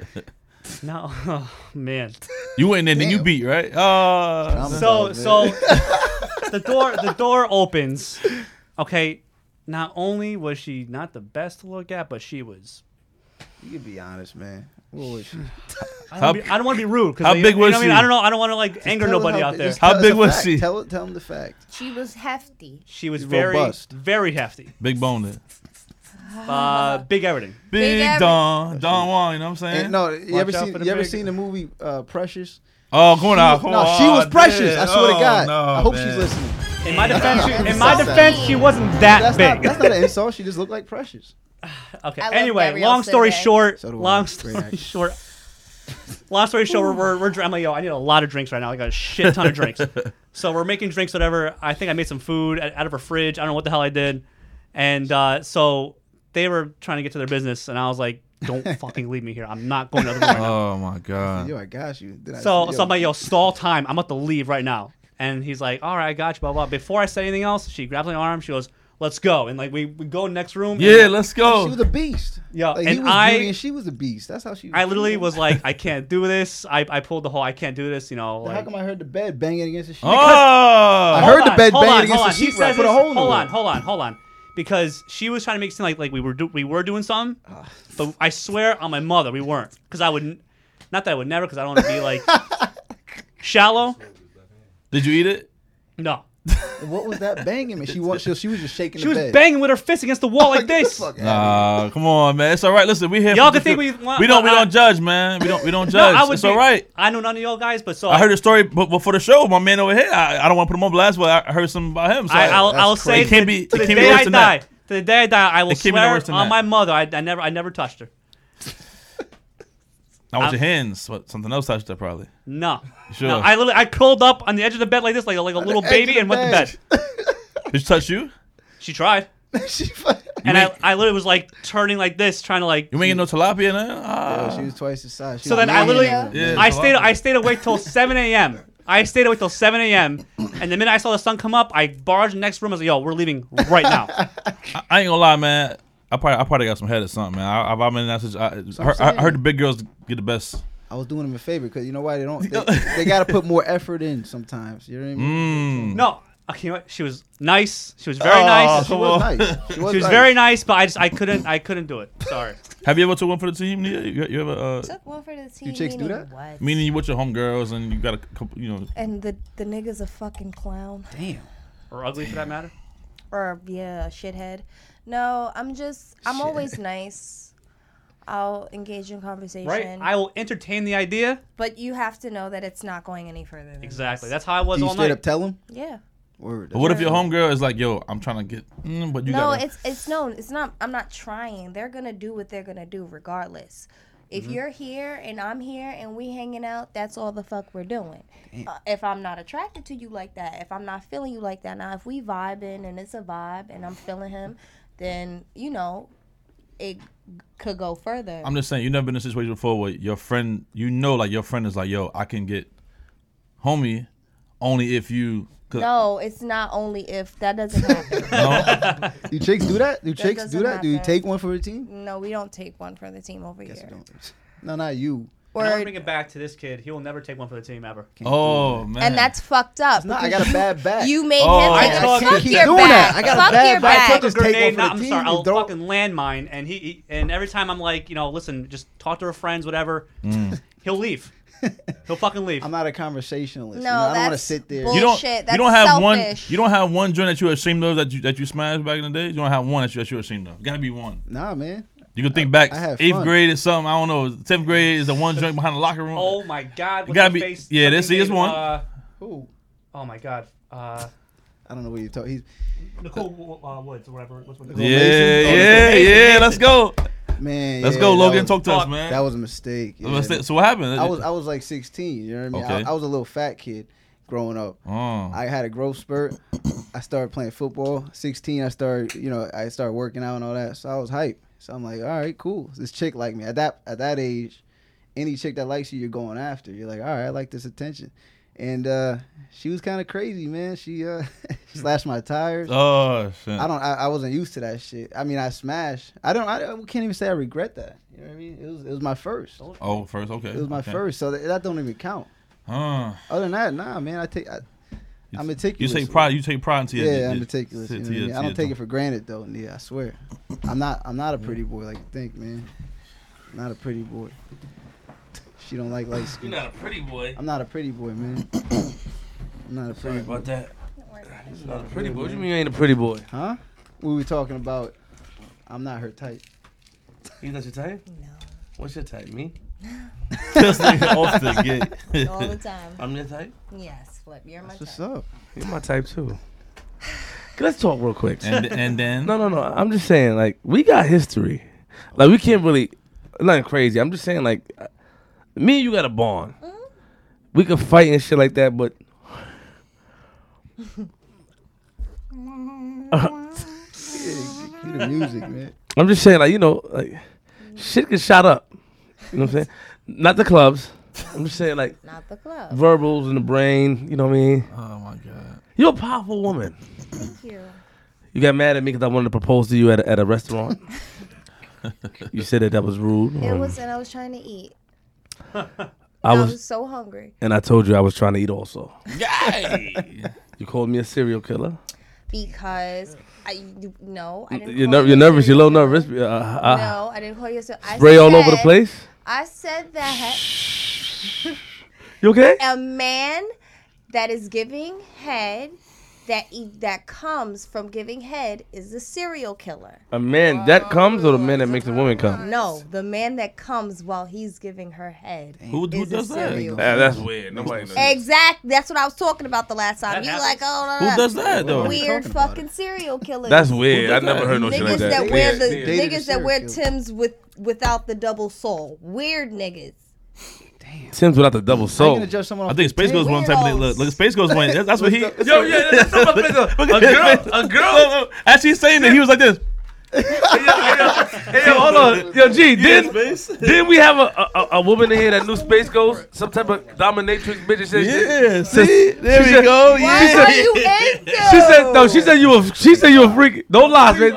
Speaker 6: no, oh, man.
Speaker 5: You went in there, then you
Speaker 2: Damn.
Speaker 5: beat, right? Uh,
Speaker 2: I'm sorry,
Speaker 6: So so
Speaker 2: man.
Speaker 6: the door the door opens. Okay, not only was she not the best to look at, but she was.
Speaker 2: you can be honest, man. What was she?
Speaker 6: I
Speaker 5: How-
Speaker 6: don't, wanna be, I don't want to be rude. 'cause,
Speaker 5: how
Speaker 6: like,
Speaker 5: big
Speaker 6: you know
Speaker 5: was
Speaker 6: what I mean?
Speaker 5: she?
Speaker 6: I don't know. I don't want to like anger
Speaker 2: Tell her
Speaker 6: nobody
Speaker 2: how-
Speaker 6: out there.
Speaker 2: just tell
Speaker 5: How
Speaker 2: us
Speaker 5: big
Speaker 2: the
Speaker 5: was
Speaker 2: fact.
Speaker 5: she?
Speaker 2: Tell tell him the fact.
Speaker 4: She was hefty.
Speaker 6: She was
Speaker 2: She's
Speaker 6: very
Speaker 2: robust.
Speaker 6: very hefty.
Speaker 5: big bone there.
Speaker 6: Uh, big everything.
Speaker 5: Big,
Speaker 4: Eric.
Speaker 5: Don, Don Juan, you know what I'm saying?
Speaker 2: And no, you
Speaker 6: Watch
Speaker 2: ever
Speaker 6: out
Speaker 2: seen
Speaker 6: for the
Speaker 2: you ever
Speaker 6: big-
Speaker 2: seen the movie uh, Precious?
Speaker 5: oh, come on out.
Speaker 2: was-
Speaker 5: come
Speaker 2: no,
Speaker 5: on.
Speaker 2: she was precious. I
Speaker 5: Dude,
Speaker 2: swear to
Speaker 5: oh,
Speaker 2: God.
Speaker 5: no,
Speaker 2: I hope she's
Speaker 5: man.
Speaker 2: listening.
Speaker 6: In my defense, she, in
Speaker 2: That's
Speaker 6: my
Speaker 2: so
Speaker 6: defense,
Speaker 4: sad.
Speaker 6: she wasn't that
Speaker 2: That's
Speaker 6: big.
Speaker 2: not that's not an insult. She just looked like Precious.
Speaker 6: okay.
Speaker 4: I love
Speaker 6: Anyway,
Speaker 4: Gabrielle
Speaker 6: long story
Speaker 4: Sylvia.
Speaker 6: short,
Speaker 2: So do I.
Speaker 6: long
Speaker 2: Great
Speaker 6: story
Speaker 2: actress.
Speaker 6: short, long story short, we're we're, we're dr- I'm like, yo, I need a lot of drinks right now. I got a shit ton of drinks. So we're making drinks, whatever. I think I made some food out out of her fridge. I don't know what the hell I did. And uh, so they were trying to get to their business, and I was like, don't fucking leave me here. I'm not going to the right now.
Speaker 5: Oh, my God.
Speaker 2: Yo, I got you. Then I
Speaker 6: So,
Speaker 2: said,
Speaker 6: so I'm like, yo, stall time. I'm about to leave right now. And he's like, all right, I got you, blah, blah. Before I say anything else, she grabs my arm. She goes, let's go. And like, we, we go next room. and-
Speaker 5: Yeah, let's
Speaker 2: She was
Speaker 5: go.
Speaker 2: a beast.
Speaker 6: Yeah,
Speaker 2: like, he
Speaker 6: and
Speaker 2: was
Speaker 6: I-
Speaker 2: beauty and she was a beast. That's how she.
Speaker 6: I literally was like, I can't do this. I, I pulled the whole, I can't do this, you know.
Speaker 2: How
Speaker 6: Like,
Speaker 2: come I heard the bed banging against the sheet?
Speaker 5: Oh,
Speaker 2: I heard
Speaker 6: Hold
Speaker 2: the
Speaker 6: on,
Speaker 2: bed
Speaker 6: hold
Speaker 2: banging
Speaker 6: on,
Speaker 2: against the
Speaker 6: hold on. She
Speaker 2: sheetrock. I
Speaker 6: says
Speaker 2: put a
Speaker 6: this-
Speaker 2: hole in
Speaker 6: Hold
Speaker 2: it.
Speaker 6: on, hold on, hold on. Because she was trying to make it seem like, like we were do, we were doing something,
Speaker 2: Ah.
Speaker 6: but I swear on my mother, we weren't. Because I would, not that I would never, because I don't want to be like, Shallow?
Speaker 5: Did you eat it?
Speaker 6: No.
Speaker 2: What was that banging? And she was she, she was just shaking.
Speaker 6: She
Speaker 2: the
Speaker 6: was
Speaker 2: bed.
Speaker 6: banging with her fist against the wall like
Speaker 2: Like, get the
Speaker 6: this.
Speaker 2: fuck outta
Speaker 5: Nah, come on, man. It's all right. Listen, we here.
Speaker 6: Y'all
Speaker 5: for
Speaker 6: can think
Speaker 5: different-
Speaker 6: we want-
Speaker 5: we don't. We
Speaker 6: I-
Speaker 5: don't judge, man. We don't. We don't
Speaker 6: No,
Speaker 5: judge.
Speaker 6: I would
Speaker 5: it's
Speaker 6: be-
Speaker 5: all right.
Speaker 6: I know none of y'all guys, but so
Speaker 5: I heard a story b- before the show. My man over here. I, I don't want to put him on blast, but I heard something about him. So
Speaker 6: I, I'll,
Speaker 2: That's
Speaker 6: I'll say
Speaker 5: crazy. It can't
Speaker 6: to-
Speaker 5: be-
Speaker 6: to
Speaker 5: it
Speaker 6: the
Speaker 5: can't be
Speaker 6: day
Speaker 5: worse
Speaker 6: I
Speaker 5: than
Speaker 6: die.
Speaker 5: that.
Speaker 6: To the day I die, I will
Speaker 5: It can't be no
Speaker 6: swear
Speaker 5: worse than
Speaker 6: on
Speaker 5: that.
Speaker 6: my mother. I, I never, I never touched her.
Speaker 5: not with your hands. What? Something else touched that probably.
Speaker 6: No,
Speaker 5: Sure.
Speaker 6: no. I literally, I curled up on the edge of the bed like this, like a, like a little
Speaker 2: edge of
Speaker 6: baby,
Speaker 2: the
Speaker 6: and went to
Speaker 2: bed.
Speaker 6: bed.
Speaker 5: Did she touch you?
Speaker 6: She tried,
Speaker 2: she, fuck-
Speaker 6: and
Speaker 5: ain't-
Speaker 6: I, I literally was like turning like this, trying to like.
Speaker 5: You ain't get no tilapia, man.
Speaker 2: Yeah,
Speaker 5: Ah.
Speaker 2: she was twice the size. She
Speaker 6: So
Speaker 2: was
Speaker 6: then I
Speaker 2: nine
Speaker 6: literally,
Speaker 2: years old.
Speaker 5: Yeah.
Speaker 6: I stayed, I stayed awake till 7 a.m. I stayed awake till 7 a.m. And the minute I saw the sun come up, I barged in the next room. I was like, "Yo, we're leaving right now."
Speaker 5: I- I ain't gonna lie, man. I probably, I probably got some head or something, man. I, I'm in that situation. I,
Speaker 2: what
Speaker 5: heard-
Speaker 2: I'm
Speaker 5: I heard
Speaker 2: saying.
Speaker 5: the big girls get the best.
Speaker 2: I was doing them a favor because you know why they don't. They, they got to put more effort in sometimes. You know what I mean?
Speaker 5: Mm.
Speaker 6: No, okay, you know what? she was nice. She was very
Speaker 5: Oh,
Speaker 6: nice.
Speaker 2: She was nice. She was,
Speaker 6: Mm. She was
Speaker 2: nice.
Speaker 6: very nice, but I just, I couldn't, I couldn't do it. Sorry.
Speaker 5: Have you ever took one for the team? Nia? You, you ever, uh,
Speaker 4: Took one for the team.
Speaker 2: chicks do
Speaker 4: meaning
Speaker 2: that?
Speaker 4: What?
Speaker 5: meaning you with your homegirls and you got a couple, you know.
Speaker 4: And the the nigga's a fucking clown
Speaker 2: Damn.
Speaker 6: Or ugly for that matter.
Speaker 4: or yeah, a shithead. No, I'm just I'm always nice. I'll engage in conversation,
Speaker 6: Right? I will entertain the idea.
Speaker 4: but you have to know that it's not going any further. Than
Speaker 6: Exactly. That's how I was
Speaker 2: Do you
Speaker 6: all
Speaker 2: straight
Speaker 6: night.
Speaker 2: up tell him?
Speaker 4: Yeah.
Speaker 2: Word.
Speaker 5: But what if your homegirl is like, yo, I'm trying to get, mm, but you
Speaker 4: no,
Speaker 5: got.
Speaker 4: it's it's no, it's not. I'm not trying. They're gonna do what they're gonna do regardless.
Speaker 6: Mm-hmm.
Speaker 4: If you're here and I'm here and we hanging out, that's all the fuck we're doing. Uh, if I'm not attracted to you like that, if I'm not feeling you like that, now if we vibing and it's a vibe and I'm feeling him, then you know, it could go further.
Speaker 5: I'm just saying, you never been in a situation before where your friend, you know, like your friend is like, yo, I can get, homie, only if you. 'cause-
Speaker 4: no, it's not only if that doesn't happen.
Speaker 5: no?
Speaker 2: Do chicks do that? Do chicks do
Speaker 4: doesn't
Speaker 2: that? Do you
Speaker 4: happen.
Speaker 2: take one for a team?
Speaker 4: no, we don't take one for the team over
Speaker 2: Yes,
Speaker 4: here.
Speaker 2: you don't. No, not you.
Speaker 6: And I want to
Speaker 4: Or
Speaker 6: bring it back to this kid. He will never take one for the team ever.
Speaker 5: Oh man.
Speaker 4: and that's fucked up.
Speaker 2: No, I got
Speaker 4: because
Speaker 2: a
Speaker 4: you-
Speaker 2: bad back.
Speaker 4: You made
Speaker 5: Oh,
Speaker 4: him
Speaker 5: I
Speaker 4: take
Speaker 6: can't
Speaker 4: it. Fuck
Speaker 6: keep
Speaker 4: your
Speaker 2: doing
Speaker 4: back.
Speaker 2: that. I got a
Speaker 4: Fuck
Speaker 2: bad
Speaker 4: your
Speaker 2: back.
Speaker 4: back.
Speaker 2: Fuck Just take one for
Speaker 6: grenade.
Speaker 2: the
Speaker 6: no, I'm
Speaker 2: team,
Speaker 6: sorry.
Speaker 2: you
Speaker 6: I'll
Speaker 2: throw-
Speaker 6: fucking landmine. And he, he- and every time I'm like, you know, listen, just talk to her friends, whatever. He'll leave. He'll fucking leave.
Speaker 2: I'm not a conversationalist.
Speaker 4: No,
Speaker 2: you know, I don't want to
Speaker 4: that's
Speaker 2: sit there.
Speaker 4: bull-
Speaker 5: you don't.
Speaker 4: Bullshit,
Speaker 5: you
Speaker 4: that's
Speaker 5: don't have one.
Speaker 4: selfish.
Speaker 5: You don't have one joint that you ashamed of that you that you smashed back in the day. You don't have one that you that you ashamed of. Gotta be one.
Speaker 2: Nah, man.
Speaker 5: You can think back.
Speaker 2: I had
Speaker 5: eighth
Speaker 2: fun.
Speaker 5: grade is something. I don't know. Tenth grade is the one joint behind the locker room.
Speaker 6: oh my god. what's
Speaker 5: gotta
Speaker 6: her
Speaker 5: be-
Speaker 6: face?
Speaker 5: yeah,
Speaker 6: Something
Speaker 5: this is
Speaker 6: named,
Speaker 5: one.
Speaker 6: uh,
Speaker 2: Who?
Speaker 6: oh my god. Uh,
Speaker 2: I don't know what you're talking. He's
Speaker 6: Nicole uh, Woods or whatever. What's her name?
Speaker 5: yeah,
Speaker 2: Mason.
Speaker 5: yeah,
Speaker 6: Mason,
Speaker 5: yeah.
Speaker 6: Mason.
Speaker 5: Let's go.
Speaker 2: man.
Speaker 5: Let's
Speaker 2: Oh, yeah,
Speaker 5: go,
Speaker 2: that
Speaker 5: Logan.
Speaker 2: was-
Speaker 5: Talk to us,
Speaker 6: Fuck,
Speaker 5: man.
Speaker 2: That was a mistake. yeah.
Speaker 5: Let's- so what happened?
Speaker 2: I was I was like 16. You know what I mean?
Speaker 5: Okay.
Speaker 2: I, I was a little fat kid growing up.
Speaker 5: Oh.
Speaker 2: I had a growth spurt. I started playing football. 16, I started, you know, I started working out and all that. So I was hype. So I'm like, all right, cool. This chick like me. At that at that age, any chick that likes you, you're going after. You're like, all right, I like this attention. And uh, she was kind of crazy, man. She uh, slashed my tires.
Speaker 5: oh shit.
Speaker 2: I don't. I, I wasn't used to that shit. I mean, I smashed. I don't. I, I can't even say I regret that. You know what I mean? It was. It was my first. It
Speaker 5: oh, first. Okay.
Speaker 2: was my
Speaker 5: okay.
Speaker 2: first. So that, that don't even count.
Speaker 5: Huh.
Speaker 2: Other than that, nah, man. I take. I, I'm
Speaker 5: You
Speaker 2: meticulous.
Speaker 5: take pride. You take pride into your.
Speaker 2: Yeah,
Speaker 5: your-
Speaker 2: I'm meticulous.
Speaker 5: to-
Speaker 2: you know
Speaker 5: to
Speaker 2: what I
Speaker 5: your-
Speaker 2: mean? I
Speaker 5: to your-
Speaker 2: don't take it for granted though, Nia. I swear. I'm not. I'm not a pretty boy like you think, man. Not a pretty boy. She don't like light skin.
Speaker 5: a pretty boy.
Speaker 2: I'm not a pretty boy, man. I'm not a pretty boy.
Speaker 5: that.
Speaker 1: Pretty boy. What you mean you ain't a pretty boy?
Speaker 2: Huh? We were talking about. I'm not her type.
Speaker 1: He's not your type?
Speaker 4: No,
Speaker 1: What's your type? Me?
Speaker 5: This nigga off the gate.
Speaker 4: all the time.
Speaker 1: I'm your type?
Speaker 4: Yes, flip. You're my
Speaker 2: That's what's
Speaker 4: type.
Speaker 2: up.
Speaker 1: You're my type too. Let's talk real quick.
Speaker 5: and and then
Speaker 1: No, no, no. I'm just saying, like, we got history. Like, we can't really, nothing crazy. I'm just saying, like, uh, me and you got a bond. We could fight and shit like that, but.
Speaker 2: Hear the music, man.
Speaker 1: I'm just saying, like, you know, like, shit gets shot up. You know what I'm saying? Not the clubs. I'm just saying, like,
Speaker 4: Not the club.
Speaker 1: verbals in the brain. You know what I mean?
Speaker 5: Oh my god.
Speaker 1: You're a powerful woman.
Speaker 4: Thank you.
Speaker 1: You got mad at me because I wanted to propose to you at a, at a restaurant. you said that that was rude.
Speaker 4: It
Speaker 1: Um,
Speaker 4: was, and I was trying to eat.
Speaker 1: I
Speaker 4: I
Speaker 1: was,
Speaker 4: was so hungry.
Speaker 1: and I told you I was trying to eat also.
Speaker 5: Yay!
Speaker 1: You called me a serial killer.
Speaker 4: because I you, no, I didn't.
Speaker 1: You're,
Speaker 4: call
Speaker 1: ner-
Speaker 4: you
Speaker 1: you're
Speaker 4: a
Speaker 1: nervous. You're a
Speaker 4: serial
Speaker 1: little nervous.
Speaker 4: killer.
Speaker 1: Uh, uh,
Speaker 4: no, I didn't call you. a ser- I
Speaker 1: spray all over the
Speaker 4: said-
Speaker 1: place.
Speaker 4: I said that.
Speaker 3: You okay?
Speaker 4: a man that is giving head that e- that comes from giving head is a serial killer.
Speaker 1: A man that comes or the man that makes a woman come?
Speaker 4: No, the man that comes while he's giving her head.
Speaker 5: Who, who
Speaker 4: Is
Speaker 5: does
Speaker 4: it
Speaker 5: that?
Speaker 4: cereal?
Speaker 5: Who
Speaker 3: Ah, that's weird. Nobody knows.
Speaker 4: Exact. That's what I was talking about the last time.
Speaker 6: That
Speaker 4: you
Speaker 6: happens.
Speaker 4: like, oh, no, no, no.
Speaker 5: does that though?
Speaker 4: Weird
Speaker 2: Talking about
Speaker 4: fucking serial killers.
Speaker 3: That's weird. I
Speaker 5: Who does
Speaker 3: never
Speaker 5: that?
Speaker 3: heard no shit
Speaker 4: Niggas
Speaker 3: like
Speaker 4: that,
Speaker 3: that.
Speaker 4: wear the
Speaker 2: Yeah, yeah.
Speaker 4: niggas that wear
Speaker 2: Serial killer.
Speaker 4: Tim's with without the double sole. Weird niggas.
Speaker 3: Tim's without the double
Speaker 2: How you
Speaker 3: soul.
Speaker 2: gonna judge someone?
Speaker 5: I
Speaker 2: off
Speaker 5: think
Speaker 2: the
Speaker 5: Space Ghost one time. they- Look, look, Space Ghost one. That's, that's what he. Yo,
Speaker 3: Yo, yeah, that's so much bigger. A girl, a girl.
Speaker 5: girl. As she's saying that, he was like this.
Speaker 3: Hey, yo, hey, yo, hey, yo, hold on. Yo, G, didn't, didn't we have a, a, a woman in here that knew Space Ghost? Some type of dominatrix bitch and shit?
Speaker 5: Yeah, see, there
Speaker 3: she
Speaker 5: we
Speaker 3: said-
Speaker 5: go.
Speaker 4: What
Speaker 5: Yeah.
Speaker 4: are you into?
Speaker 3: She said, no, she said you a, she said you a freak. Don't lie, Space.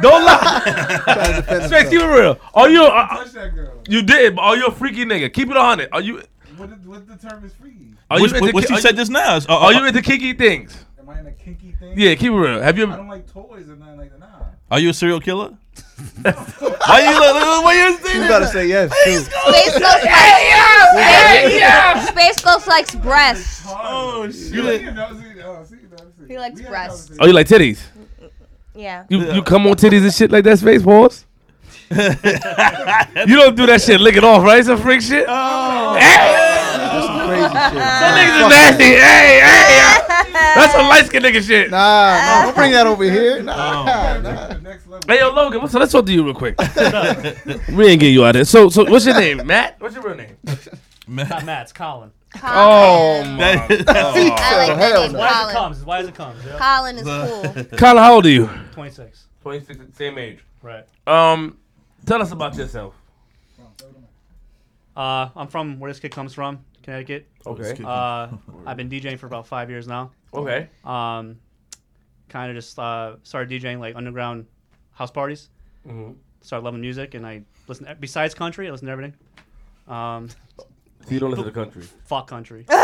Speaker 3: Don't lie.
Speaker 2: table?
Speaker 3: Space, keep it real. Are you, uh, you did, but are you a freaky nigga? Keep it 100. Are you,
Speaker 8: What, is- what the term is freaky?
Speaker 3: are
Speaker 5: Which-
Speaker 3: you into,
Speaker 5: what
Speaker 3: ki-
Speaker 5: you
Speaker 3: are
Speaker 5: said just now? is- uh,
Speaker 3: Are
Speaker 5: uh,
Speaker 3: you into kinky things?
Speaker 8: Am I in a kinky thing?
Speaker 3: Yeah, keep it real. Have you
Speaker 8: I
Speaker 3: ever?
Speaker 8: don't like toys and nothing like that. Nah.
Speaker 5: Are you a serial killer? why you look? look, Why you saying
Speaker 2: You
Speaker 5: that?
Speaker 2: gotta say yes. too.
Speaker 4: Space Ghost likes, Space Ghost likes breasts.
Speaker 5: Oh shit!
Speaker 8: You like, that was it. Oh, see, that was it.
Speaker 4: He likes
Speaker 8: We had a
Speaker 4: breasts.
Speaker 8: conversation.
Speaker 3: Oh, you like titties?
Speaker 4: Yeah.
Speaker 3: You you come on titties and shit like that, space balls? you don't do that shit lick it off, right? Some freak shit.
Speaker 5: Oh.
Speaker 3: Hey,
Speaker 2: Crazy shit.
Speaker 3: that niggas is nasty. Hey, hey, uh, that's some light skinned nigga shit.
Speaker 2: Nah, no, don't bring that over here. Nah, nah.
Speaker 8: That's the next level.
Speaker 3: Hey, yo, Logan, what's up? Let's talk to you real quick. we ain't getting you out of there. So, so what's your name, Matt? What's your real name?
Speaker 6: Not Matt, it's Colin.
Speaker 3: Oh
Speaker 4: Colin.
Speaker 3: my.
Speaker 4: I like that
Speaker 2: Hell
Speaker 4: name,
Speaker 2: no.
Speaker 6: Why does it
Speaker 4: Colin.
Speaker 6: comes? Why does it comes? Yeah.
Speaker 4: Colin is cool.
Speaker 3: Kyle, how old are you?
Speaker 6: 26.
Speaker 3: 26, same age.
Speaker 6: Right.
Speaker 3: Um, tell us about yourself.
Speaker 6: Uh, I'm from where this kid comes from, Connecticut.
Speaker 3: Okay.
Speaker 6: Uh, I've been DJing for about five years now.
Speaker 3: Okay.
Speaker 6: Um, kind of just uh, started DJing like underground house parties.
Speaker 3: Mhm.
Speaker 6: Started loving music, and I listen eh, besides country. I listen to everything. Um,
Speaker 3: So you don't listen to country.
Speaker 6: fuck country.
Speaker 5: Oh
Speaker 3: You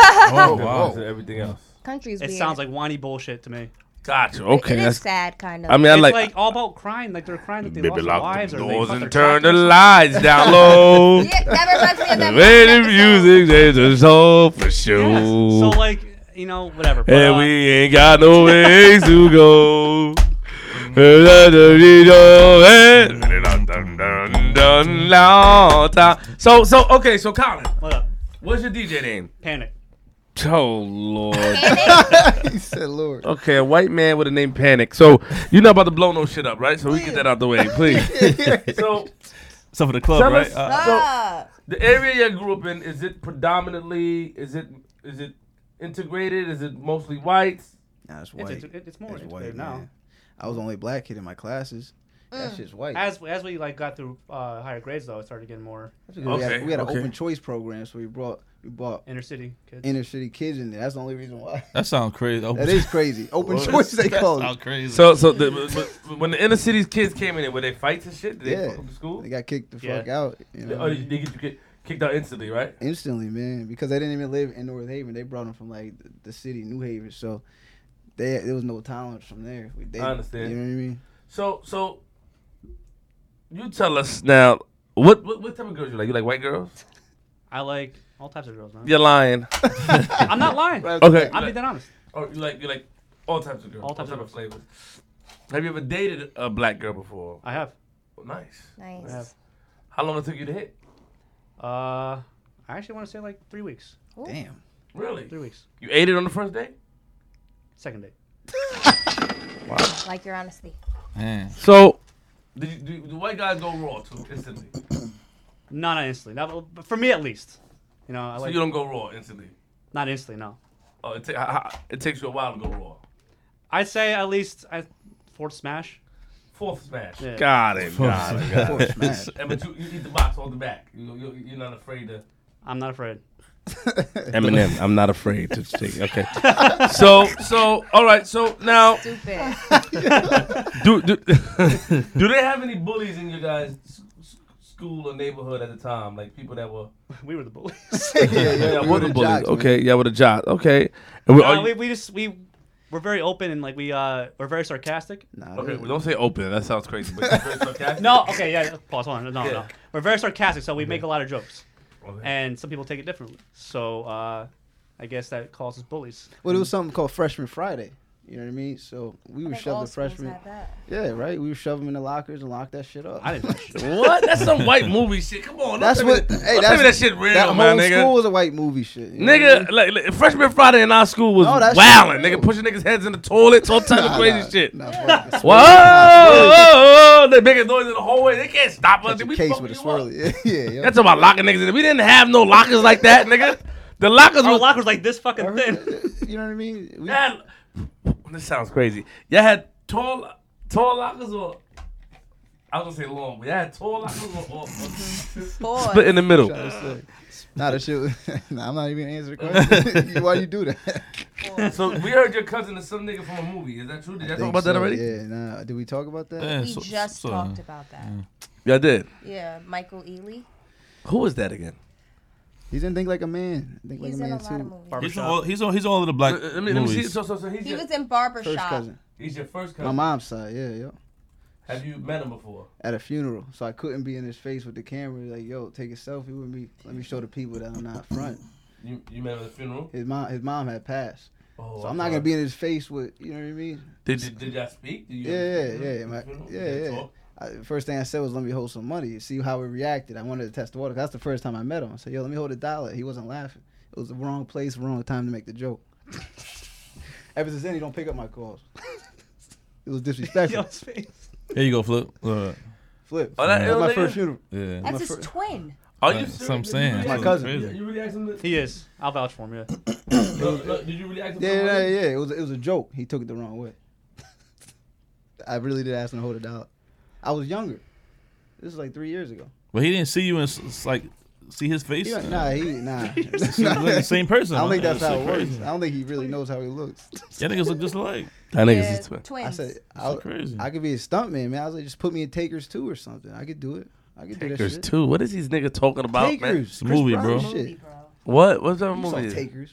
Speaker 5: wow!
Speaker 3: listen to everything else.
Speaker 4: Country's
Speaker 6: It
Speaker 4: weird.
Speaker 6: sounds like whiny bullshit to me.
Speaker 3: Gotcha.
Speaker 4: it
Speaker 3: Okay.
Speaker 4: is
Speaker 3: That's,
Speaker 4: sad, kind of.
Speaker 3: I mean, I
Speaker 6: it's
Speaker 3: like.
Speaker 6: like, all about crying, like they're crying that they
Speaker 3: Baby,
Speaker 6: lost their
Speaker 3: lock
Speaker 6: wives
Speaker 3: the
Speaker 6: or they
Speaker 3: doors
Speaker 6: fucked
Speaker 3: and
Speaker 6: their
Speaker 3: turn the
Speaker 6: tractors.
Speaker 3: lights down low.
Speaker 4: yeah, that reminds me of that.
Speaker 3: Ready
Speaker 4: Muppet episode.
Speaker 3: music, there's a soul for
Speaker 6: Yes.
Speaker 3: sure.
Speaker 6: So like you know whatever. But,
Speaker 3: and
Speaker 6: uh,
Speaker 3: we ain't got no ways to go. Eh. So so okay so Colin,
Speaker 6: what up?
Speaker 3: what's your DJ name?
Speaker 6: Panic.
Speaker 3: Oh Lord.
Speaker 4: Panic?
Speaker 2: he said, Lord.
Speaker 3: Okay, a white man with a name Panic. So you're not about to blow no shit up, right? So we get that out the way, please. so
Speaker 5: Stuff for the club,
Speaker 3: Tell
Speaker 5: right?
Speaker 3: us-
Speaker 5: Uh,
Speaker 4: Ah.
Speaker 3: the area you grew up in is it predominantly is it is it integrated? Is it mostly whites?
Speaker 2: Nah, it's
Speaker 6: It's,
Speaker 2: white.
Speaker 6: it's, it's more
Speaker 2: It's white
Speaker 6: integrated now.
Speaker 2: man. I was the only black kid in my classes.
Speaker 4: Mm.
Speaker 2: That shit's white.
Speaker 6: As as we like got through uh, higher grades though, it started getting more
Speaker 2: we
Speaker 3: Okay,
Speaker 2: had, we had
Speaker 3: okay.
Speaker 2: an open choice program, so we brought we brought
Speaker 6: inner city kids.
Speaker 2: inner city kids in there. That's the only reason why.
Speaker 5: that sounds crazy. Oh,
Speaker 2: That is crazy. Open choice they
Speaker 5: that
Speaker 2: call
Speaker 5: sound
Speaker 2: it.
Speaker 5: crazy.
Speaker 3: So, so the, but- but when the inner cities kids came in, there, were they fights and shit? Did they
Speaker 2: Yeah.
Speaker 3: fuck up the school?
Speaker 2: They got kicked the fuck
Speaker 6: Yeah.
Speaker 2: out. You know?
Speaker 3: Oh, they they get you get kicked out instantly, right?
Speaker 2: instantly, man, because they didn't even live in North Haven. They brought them from like the, the city, New Haven. So they, there was no tolerance from there. We, they,
Speaker 3: I understand.
Speaker 2: You know what I mean?
Speaker 3: So, so you tell us now. What, what what type of girls you like? You like white girls?
Speaker 6: I like all types of girls, man.
Speaker 3: You're lying.
Speaker 6: I'm not lying.
Speaker 3: Okay.
Speaker 6: I'm being that honest.
Speaker 3: Or Oh, you like you like all types of girls, all
Speaker 6: All
Speaker 3: types type
Speaker 6: types of
Speaker 3: of flavors. Have you ever dated a black girl before?
Speaker 6: I have.
Speaker 3: Nice.
Speaker 6: I have.
Speaker 4: Nice.
Speaker 3: How long it took you to hit?
Speaker 6: Uh, I actually want to say like three weeks.
Speaker 2: Damn.
Speaker 3: Really?
Speaker 6: Three weeks.
Speaker 3: You ate it on the first day?
Speaker 6: Second date.
Speaker 4: Like your honesty.
Speaker 5: Man.
Speaker 3: So, did you, do, do white guys go raw too instantly?
Speaker 6: No, not instantly. Not, but for me at least. You know, I
Speaker 3: So
Speaker 6: like
Speaker 3: you don't go raw instantly.
Speaker 6: not instantly. No,
Speaker 3: Oh, it, ta- ha- ha- it takes you a while to go raw.
Speaker 6: I'd say at least I fourth smash.
Speaker 3: Fourth smash.
Speaker 6: Yeah.
Speaker 3: Got it. Got it.
Speaker 2: Of course, smash.
Speaker 3: And, but you, you eat the box on the back. You, you, you're not afraid to.
Speaker 6: I'm not afraid.
Speaker 3: Eminem, I'm not afraid to take. Okay. so, so, all right. So now,
Speaker 4: Stupid.
Speaker 3: do do, do they have any bullies in your guys' s- s- school or neighborhood at the time? Like people that were.
Speaker 6: We were the bullies.
Speaker 2: yeah, yeah, yeah.
Speaker 3: were the bullies.
Speaker 2: jocks, man.
Speaker 3: okay. Yeah, with a jock. Okay. And we,
Speaker 6: No,
Speaker 3: are you-
Speaker 6: we, we just we we're very open and like we uh we're very sarcastic.
Speaker 2: Nah,
Speaker 3: Okay,
Speaker 2: okay,
Speaker 3: well, don't say open. That sounds crazy. But you're very sarcastic.
Speaker 6: No, okay, yeah. Pause. Hold on. No,
Speaker 3: Yeah.
Speaker 6: no. We're very sarcastic, so we make a lot of jokes. and some people take it differently. So uh, I guess that causes bullies.
Speaker 2: Well, it was something called Freshman Friday. You know what I mean? So we
Speaker 4: I
Speaker 2: were
Speaker 4: think
Speaker 2: shoving
Speaker 4: all schools
Speaker 2: freshmen.
Speaker 4: had that.
Speaker 2: Yeah, right. We were shoving them in the lockers and lock that shit up.
Speaker 6: I didn't.
Speaker 1: What? That's some white movie shit. Come on. don't
Speaker 2: That's
Speaker 1: tell me
Speaker 2: what.
Speaker 1: that-
Speaker 2: Hey,
Speaker 1: don't
Speaker 2: that's
Speaker 1: tell me that shit real,
Speaker 2: That
Speaker 1: man,
Speaker 2: whole
Speaker 1: nigga.
Speaker 2: school was a white movie shit. you know what I mean?
Speaker 1: Nigga, like, like, freshman Friday in our school was
Speaker 2: No, Mm-hmm. Oh, that shit
Speaker 1: wilding.
Speaker 2: was
Speaker 1: Nigga
Speaker 2: real.
Speaker 1: pushing niggas' heads in the toilets, all types of crazy shit.
Speaker 2: Nah, fuck it.
Speaker 1: Whoa, whoa, whoa, they making noise in the hallway. They can't stop us.
Speaker 2: Catch a
Speaker 1: We
Speaker 2: case
Speaker 1: fuck
Speaker 2: with a
Speaker 1: you up.
Speaker 2: swirly. yeah, yeah.
Speaker 1: That's about locking niggas in. We didn't have no lockers like that, nigga. The lockers
Speaker 6: Our
Speaker 1: were
Speaker 6: lock was like this fucking thin.
Speaker 2: You know what I mean? We,
Speaker 1: Y'all- This sounds crazy. Y'all had tall, tall lockers or I was gonna say long, but y'all had tall lockers or, or, or
Speaker 4: Boy,
Speaker 1: split in the middle.
Speaker 2: trying to say. Nah, that shit. was- Nah, I'm not even gonna answer the question. Why you do that?
Speaker 1: So we heard your cousin is some nigga from a movie. Is that true? Did y'all talk
Speaker 2: Think
Speaker 1: about that
Speaker 2: so,
Speaker 1: already?
Speaker 2: Yeah, nah. Did we talk about that?
Speaker 5: Yeah,
Speaker 4: we
Speaker 5: so-
Speaker 4: just
Speaker 5: so-
Speaker 4: talked about that.
Speaker 1: Y'all did.
Speaker 4: Yeah, Michael Ealy.
Speaker 1: Who is that again?
Speaker 2: He's in Think Like a Man. Think Like
Speaker 4: He's
Speaker 2: a
Speaker 4: in
Speaker 2: Man
Speaker 4: a lot of
Speaker 2: too.
Speaker 4: movies.
Speaker 5: He's on all, he's on, he's on all of the black
Speaker 1: Uh, let me, let me see.
Speaker 5: movies.
Speaker 1: So, so, so he's,
Speaker 4: He
Speaker 1: your,
Speaker 4: was in
Speaker 2: First
Speaker 4: Barbershop.
Speaker 2: cousin.
Speaker 1: he's your first
Speaker 2: My
Speaker 1: cousin.
Speaker 2: mom's side. Yeah, yeah.
Speaker 1: Have you met him before?
Speaker 2: At a funeral, so I couldn't be in his face with the camera. Like, yo, take a selfie with me. Let me show the people that I'm not front.
Speaker 1: You, you met him at the funeral.
Speaker 2: His mom, his mom had passed,
Speaker 1: Oh,
Speaker 2: so I'm not gonna be in his face with. You know what I mean?
Speaker 1: Did, did, did y'all speak? Did you
Speaker 2: Yeah,
Speaker 1: ever
Speaker 2: yeah,
Speaker 1: speak to him
Speaker 2: yeah,
Speaker 1: at
Speaker 2: my,
Speaker 1: the funeral?
Speaker 2: yeah,
Speaker 1: Did you
Speaker 2: yeah.
Speaker 1: talk?
Speaker 2: I, first thing I said was, "Let me hold some money, see how he reacted." I wanted to test the water. 'cause That's the first time I met him. I said, "Yo, let me hold a dollar." He wasn't laughing. It was the wrong place, wrong time to make the joke. Ever since then, he don't pick up my calls. it was disrespectful.
Speaker 6: Yo's face.
Speaker 5: Here you go, Flip. Look.
Speaker 2: Flip.
Speaker 1: Oh, that
Speaker 2: That
Speaker 1: ill
Speaker 2: was my
Speaker 1: nigga?
Speaker 2: first funeral.
Speaker 5: Yeah.
Speaker 4: That's
Speaker 2: My
Speaker 4: his
Speaker 2: fir-
Speaker 4: twin.
Speaker 1: Are
Speaker 5: Uh,
Speaker 1: you
Speaker 5: so
Speaker 1: serious?
Speaker 5: I'm
Speaker 1: Did you
Speaker 5: saying.
Speaker 1: really
Speaker 5: My
Speaker 1: ask-
Speaker 2: cousin.
Speaker 5: Crazy.
Speaker 1: You really asked him to?
Speaker 6: He is. I'll vouch for him. Yeah.
Speaker 1: Look, look, Did you really ask him?
Speaker 2: Yeah,
Speaker 1: for
Speaker 2: yeah,
Speaker 1: money?
Speaker 2: yeah. It was it was a joke. He took it the wrong way. I really did ask him to hold a dollar. I was younger. This is like three years ago.
Speaker 5: But he didn't see you and s- s- like see his face.
Speaker 2: He like, nah, he nah.
Speaker 5: You look like the same person.
Speaker 2: I don't think that's
Speaker 5: That
Speaker 2: how it
Speaker 5: shit
Speaker 2: works.
Speaker 5: crazy.
Speaker 2: I don't think he really knows how he looks.
Speaker 5: Yeah, niggas look just alike.
Speaker 1: That
Speaker 4: Yeah,
Speaker 1: nigga's twin.
Speaker 4: twins.
Speaker 2: I said, I,
Speaker 5: That's crazy.
Speaker 2: I could be a stuntman, man. I was like, just put me in Takers 2 or something. I could do it. I could do that
Speaker 1: Takers
Speaker 2: shit.
Speaker 1: too. What is these niggas talking about,
Speaker 2: Takers.
Speaker 1: man?
Speaker 5: a movie,
Speaker 2: Brown
Speaker 5: bro.
Speaker 4: Movie,
Speaker 2: Shit.
Speaker 4: bro.
Speaker 1: What? What's that
Speaker 2: You saw
Speaker 1: movie? is?
Speaker 2: Takers.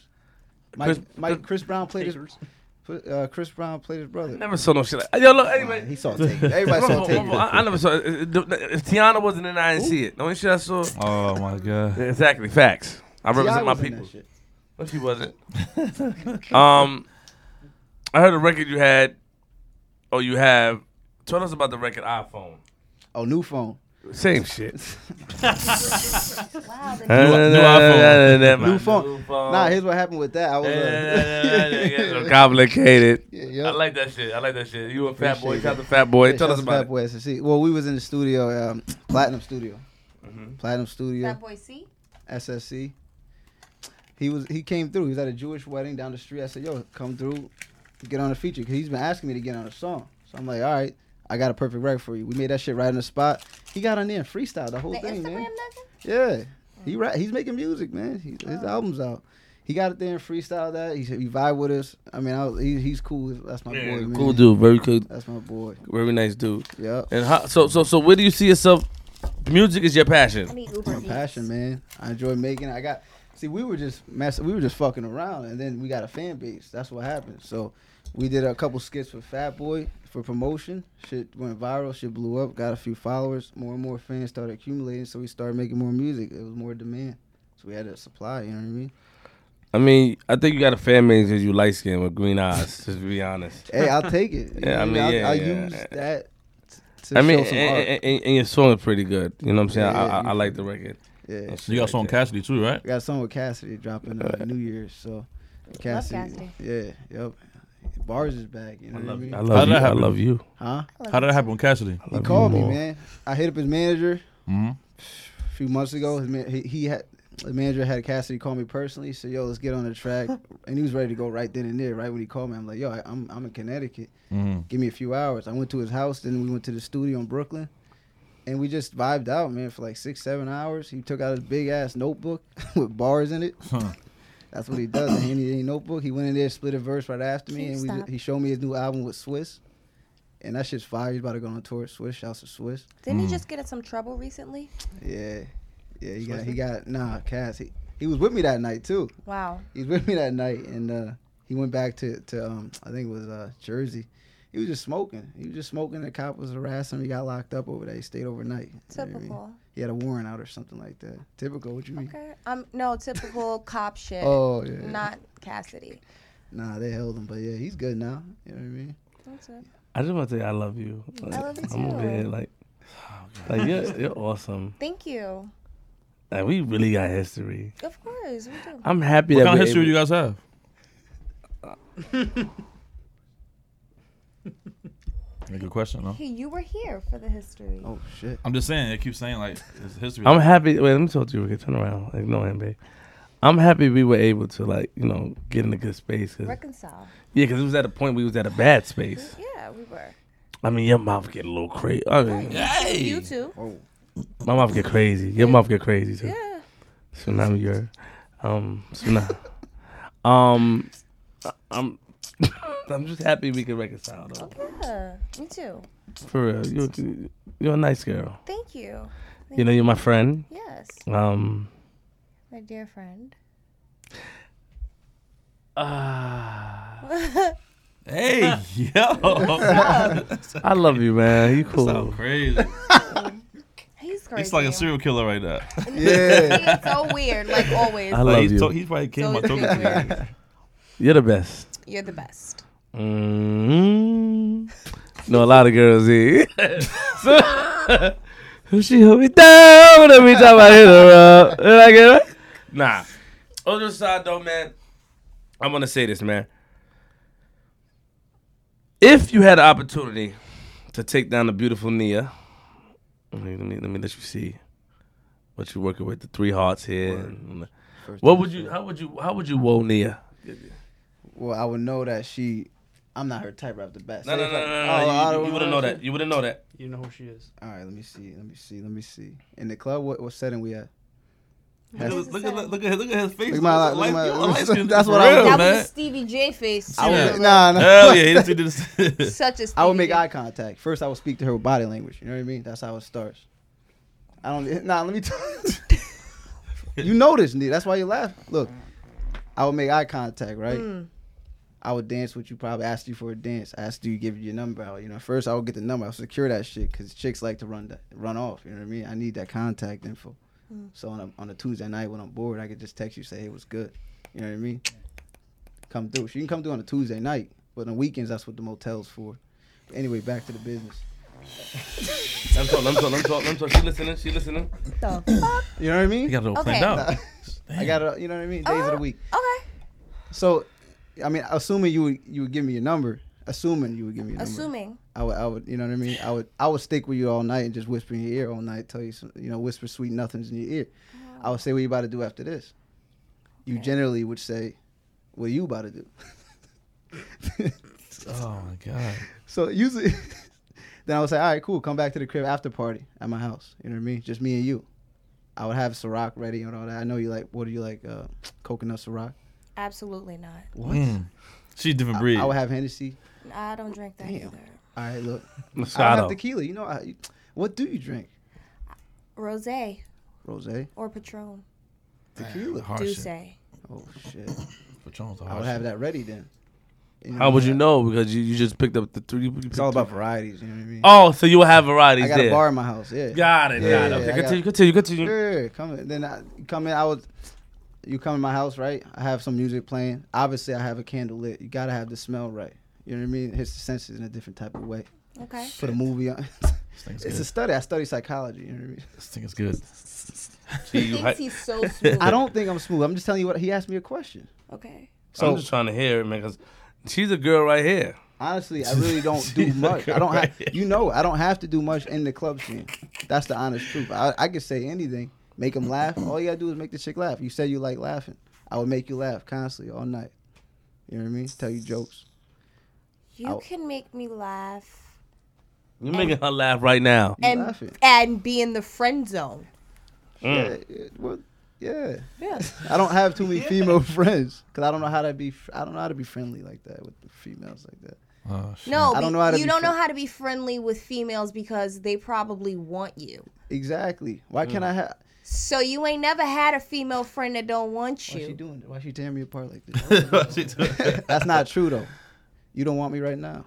Speaker 2: Mike,
Speaker 1: Chris-
Speaker 2: Mike, Chris Brown played
Speaker 6: Takers.
Speaker 2: his. Uh, Chris Brown played his brother.
Speaker 1: I never saw no shit. Like, yo, look,
Speaker 2: Nah,
Speaker 1: anyway.
Speaker 2: he saw Takers. Everybody
Speaker 1: Rumble,
Speaker 2: saw
Speaker 1: Rumble, I, I
Speaker 2: Takers.
Speaker 1: never saw uh, it. It- it- If Tiana wasn't in, I didn't see it. The only shit I saw.
Speaker 5: Oh my god.
Speaker 1: Exactly, facts. I
Speaker 2: T.I.
Speaker 1: represent my
Speaker 2: was in that
Speaker 1: people.
Speaker 2: shit.
Speaker 1: But she wasn't. um, I heard a record you had, or you have. Tell us about the record iPhone.
Speaker 2: Oh, new phone.
Speaker 1: Same shit.
Speaker 4: Wow, the
Speaker 1: new,
Speaker 5: iPhone.
Speaker 2: New phone. Nah, here's what happened with that. I was.
Speaker 1: so
Speaker 2: Uh,
Speaker 1: complicated.
Speaker 2: Yeah, yeah.
Speaker 1: I like that shit. I like that shit. You a fat
Speaker 2: Appreciate
Speaker 1: boy?
Speaker 2: it.
Speaker 1: Shout out to fat boy. Tell us about it.
Speaker 2: Boy SSC. Well, we was in the studio, um, Platinum Studio.
Speaker 1: Mm-hmm.
Speaker 2: Platinum Studio.
Speaker 4: Fat Boy C.
Speaker 2: SSC. He was he came through. He was at a Jewish wedding down the street. I said, "Yo, come through, get on a feature." Cause he's been asking me to get on a song. So I'm like, "All right, I got a perfect record for you." We made that shit right in the spot. He got on there and freestyled the whole
Speaker 4: The
Speaker 2: thing,
Speaker 4: Instagram Mm.
Speaker 2: man.
Speaker 4: nigga?
Speaker 2: Yeah, he right. He's making music, man. He, his album's out. He got it there and freestyled that. He said, "You vibe with us." I mean, I was, he, he's cool. That's my boy, man.
Speaker 1: Cool dude. Very good.
Speaker 2: That's my boy.
Speaker 1: Very nice dude.
Speaker 2: Yep.
Speaker 1: And how, so so so where do you see yourself? Music is your
Speaker 4: I
Speaker 1: passion.
Speaker 4: need Uber Eats.
Speaker 2: passion, man. I enjoy making. it. I got. See, we were just mess. We were just fucking around, and then we got a fan base. That's what happened. So, we did a couple skits with Fat Boy for promotion. Shit went viral. Shit blew up. Got a few followers. More and more fans started accumulating. So we started making more music. It was more demand. So we had to supply. You know what I mean?
Speaker 1: I mean, I think you got a fan base because you light skinned with green eyes. Just to be honest.
Speaker 2: Hey, I'll take it. You
Speaker 1: Yeah, I
Speaker 2: know
Speaker 1: mean,
Speaker 2: what
Speaker 1: yeah,
Speaker 2: I
Speaker 1: yeah.
Speaker 2: use that. t- To
Speaker 1: I mean, eh,
Speaker 2: show some art.
Speaker 1: and, and, and your song is pretty good. You know what I'm saying?
Speaker 2: Yeah,
Speaker 1: I, I,
Speaker 2: you
Speaker 1: I like the record.
Speaker 2: yeah.
Speaker 5: You got some Cassidy too, right?
Speaker 2: We got a song with Cassidy dropping uh, New Year's. So Cassidy,
Speaker 4: Cassidy.
Speaker 2: yeah, yep. Bars is back. You know what I mean?
Speaker 1: I
Speaker 5: How
Speaker 1: love
Speaker 5: did
Speaker 1: you.
Speaker 5: that
Speaker 1: I
Speaker 5: happen?
Speaker 1: love you.
Speaker 2: Huh?
Speaker 5: How did that happen with Cassidy?
Speaker 2: He
Speaker 1: Love you
Speaker 2: called me,
Speaker 1: more.
Speaker 2: man. I hit up his manager
Speaker 5: hmm
Speaker 2: a few months ago. His man, he, he had the manager had Cassidy call me personally. Said, "Yo, let's get on the track," and he was ready to go right then and there. Right when he called me, I'm like, "Yo, I, I'm I'm in Connecticut.
Speaker 5: hmm
Speaker 2: Give me a few hours." I went to his house, then we went to the studio in Brooklyn, and we just vibed out, man, for like six, seven hours. He took out his big ass notebook with bars in it.
Speaker 5: Huh.
Speaker 2: That's what he does. A handy dandy notebook. He went in there, split a verse right after me,
Speaker 4: Can't
Speaker 2: and we,
Speaker 4: stop.
Speaker 2: ju- he showed me his new album with Swiss. And that shit's fire. He's about to go on tour with Swiss. Shouts to Swiss.
Speaker 4: Didn't he just get in some trouble recently?
Speaker 2: Yeah, yeah. He got he got nah. Cass he, he was with me that night too.
Speaker 4: Wow.
Speaker 2: He was with me that night, and uh, he went back to to um, I think it was uh, Jersey. He was just smoking. He was just smoking. The cop was harassing him. He got locked up over there. He stayed overnight. You know what I mean?
Speaker 4: Typical.
Speaker 2: He had a warrant out or something like that. Typical. What you mean?
Speaker 4: Okay. Um, no, typical cop shit.
Speaker 2: Oh yeah. yeah.
Speaker 4: Not Cassidy.
Speaker 2: Nah, they held him, but yeah, he's good now. You know what I mean?
Speaker 4: That's it.
Speaker 3: I just want to say I love you. Like,
Speaker 4: love you
Speaker 3: I'm over
Speaker 4: too.
Speaker 3: here like,
Speaker 1: Oh,
Speaker 3: like you're, you're awesome.
Speaker 4: Thank you.
Speaker 3: Like we really got history.
Speaker 4: Of course, we
Speaker 2: Uh,
Speaker 4: do.
Speaker 3: I'm happy
Speaker 5: What
Speaker 3: that
Speaker 5: kind
Speaker 3: we're
Speaker 5: of history
Speaker 3: able-
Speaker 5: you guys have? Good question. No?
Speaker 4: Hey, you were here for the history.
Speaker 2: Oh shit.
Speaker 5: I'm just saying. They keep saying like it's history.
Speaker 3: I'm happy. Wait, let me talk to you. Ricky. Turn around. Ignore him, babe. I'm happy we were able to like you know get in a good space. Cause,
Speaker 4: Reconcile.
Speaker 3: yeah, because it was at a point we was at a bad space.
Speaker 4: Yeah, we were.
Speaker 3: I mean, your mouth get a little crazy. I mean,
Speaker 4: You too.
Speaker 2: Oh.
Speaker 3: my mouth get crazy. Your mouth get crazy too.
Speaker 4: Yeah.
Speaker 3: Tsunami, your um tsunami. um, I- I'm I'm just happy we could reconcile though.
Speaker 4: Yeah. Me too.
Speaker 3: For real, you you're a nice girl.
Speaker 4: Thank you.
Speaker 3: You know, you're my friend.
Speaker 4: Yes,
Speaker 3: Um,
Speaker 4: my dear friend.
Speaker 6: Ah,
Speaker 5: Hey, yo,
Speaker 3: I love you, man. You
Speaker 5: so
Speaker 3: cool.
Speaker 5: crazy.
Speaker 4: He's crazy.
Speaker 5: It's like a serial killer right now.
Speaker 2: Yeah.
Speaker 4: He's so weird, like always.
Speaker 3: I love
Speaker 5: Like,
Speaker 3: you.
Speaker 5: he's, to- he's probably came
Speaker 4: So
Speaker 5: my
Speaker 4: it's
Speaker 5: talking
Speaker 4: been
Speaker 5: to you.
Speaker 4: weird.
Speaker 3: You're the best.
Speaker 4: You're the best.
Speaker 3: mm Know a lot of girls here. so, she hold me down every time I hit her up. Did I get right? Nah. Other side though, man. I'm gonna say this, man. If you had an opportunity to take down the beautiful Nia, let me let me, let me let you see what you're working with. The three hearts here. and-
Speaker 2: First
Speaker 3: What
Speaker 2: time
Speaker 3: would you? How would you? How would you woe Nia?
Speaker 2: Well, I would know that she. I'm not her type right off the bat.
Speaker 3: No,
Speaker 2: Say
Speaker 3: no,
Speaker 2: if
Speaker 3: no,
Speaker 2: I-
Speaker 3: no, no.
Speaker 2: Oh,
Speaker 3: no.
Speaker 2: I
Speaker 3: you,
Speaker 2: don't
Speaker 3: you wouldn't know that. You wouldn't know that.
Speaker 6: You know who she is.
Speaker 2: All right, let me see. Let me see. Let me see. In the club, what, what setting we at? Has-
Speaker 5: Look, at- look, at- look at look at his face.
Speaker 2: Look at my-
Speaker 5: He's a
Speaker 2: look at my-
Speaker 5: light- you're a light skin-
Speaker 2: that's
Speaker 5: for
Speaker 2: what I
Speaker 5: real,
Speaker 2: was-
Speaker 4: That
Speaker 5: man.
Speaker 4: was a Stevie J face.
Speaker 2: I
Speaker 5: Yeah.
Speaker 2: would, nah, nah.
Speaker 5: Hell yeah, he just did this.
Speaker 4: Such a Stevie
Speaker 2: I would make
Speaker 4: J.
Speaker 2: eye contact. First, I would speak to her with body language. You know what I mean? That's how it starts. I don't. Nah, let me tell you. you know this, Nia. That's why you laugh. Look, I would make eye contact, right? I would dance with you. Probably ask you for a dance. Ask do you give your number out? You know, first I would get the number. I would secure that shit because chicks like to run that, run off. You know what I mean? I need that contact info. So on a, on a Tuesday night when I'm bored, I could just text you say, "Hey, what's good?" You know what I mean? Come through. She can come through on a Tuesday night, but on the weekends that's what the motel's for. Anyway, back to the business.
Speaker 3: I'm talking. I'm talking. I'm talking. I'm talking. She listening. She listening.
Speaker 4: What the fuck?
Speaker 2: You know what I mean?
Speaker 5: He got it all
Speaker 4: Okay.
Speaker 5: planned out.
Speaker 2: I got it. You know what I mean? Days of the week.
Speaker 4: Okay.
Speaker 2: So, I mean, assuming you would you would give me your number. Assuming you would give me your number.
Speaker 4: Assuming.
Speaker 2: I would, I would, you know what I mean. I would, I would stick with you all night and just whisper in your ear all night, tell you, some, you know, whisper sweet nothings in your ear. I would say, "What you about to do after this?" You generally would say, "What you about to do?"
Speaker 5: Oh my god.
Speaker 2: so usually, then I would say, "All right, cool. Come back to the crib after party at my house." You know what I mean? Just me and you. I would have Ciroc ready and all that. I know you like. What do you like? Uh, coconut Ciroc.
Speaker 4: Absolutely not.
Speaker 2: What?
Speaker 5: Mm. She's a different breed.
Speaker 2: I would have Hennessy.
Speaker 4: I don't drink that
Speaker 2: Damn.
Speaker 4: either.
Speaker 2: All right, look. I would
Speaker 3: Moscato.
Speaker 2: have tequila. You know, I, what do you drink?
Speaker 4: Rosé
Speaker 2: Rosé,
Speaker 4: or Patron.
Speaker 2: tequila.
Speaker 5: Hard
Speaker 4: Do
Speaker 5: shit.
Speaker 4: say.
Speaker 2: Oh shit.
Speaker 5: Patron's a
Speaker 2: I
Speaker 5: hard
Speaker 2: would have
Speaker 5: shit.
Speaker 2: that ready then.
Speaker 3: How would you know? Because you, you just picked up the three. You
Speaker 2: It's all about varieties. You know what I mean?
Speaker 3: Oh, so you will have varieties
Speaker 2: I got
Speaker 3: there.
Speaker 2: a bar in my house. Yeah.
Speaker 3: Got it.
Speaker 2: Yeah,
Speaker 3: got it. Okay,
Speaker 2: I got-
Speaker 3: continue, continue. Continue.
Speaker 2: Sure. Come in. then I you come in. I would. You come in my house, right? I have some music playing. Obviously, I have a candle lit. You gotta have the smell right. You know what I mean? It hits the senses in a different type of way.
Speaker 4: Okay.
Speaker 2: Put a movie on.
Speaker 5: This thing's
Speaker 2: it's a
Speaker 5: good.
Speaker 2: study. I study psychology. You know what I mean?
Speaker 5: This thing is good.
Speaker 4: He thinks he's so smooth.
Speaker 2: I don't think I'm smooth. I'm just telling you what he asked me a question.
Speaker 4: Okay.
Speaker 2: So
Speaker 3: I'm just trying to hear it, man. Because she's a girl right here.
Speaker 2: honestly, I really don't do much. I don't have, you know, I don't have to do much in the club scene. That's the honest truth. I, I could say anything, make them laugh. All you gotta do is make the chick laugh. You said you like laughing. I would make you laugh constantly all night. You know what I mean? Tell you jokes.
Speaker 4: You
Speaker 2: Ow.
Speaker 4: can make me laugh
Speaker 3: You're making her laugh right now.
Speaker 2: You
Speaker 4: and
Speaker 2: laughing.
Speaker 4: and be in the friend zone.
Speaker 2: Yeah, yeah, well, yeah.
Speaker 4: Yeah.
Speaker 2: I don't have too many female friends because I don't know how to be. fr- I don't know how to be friendly like that with the females like that.
Speaker 5: Oh, shit.
Speaker 4: No,
Speaker 2: I don't
Speaker 4: be-
Speaker 2: know how to
Speaker 4: you
Speaker 2: be
Speaker 4: don't know
Speaker 2: fri-
Speaker 4: how to be friendly with females because they probably want you.
Speaker 2: Exactly. Why can't I have?
Speaker 4: So you ain't never had a female friend that don't want
Speaker 2: Why she
Speaker 4: you.
Speaker 2: doing? that? Why she tearing me apart like this?
Speaker 5: Oh,
Speaker 2: That's not true though. You don't want me right now.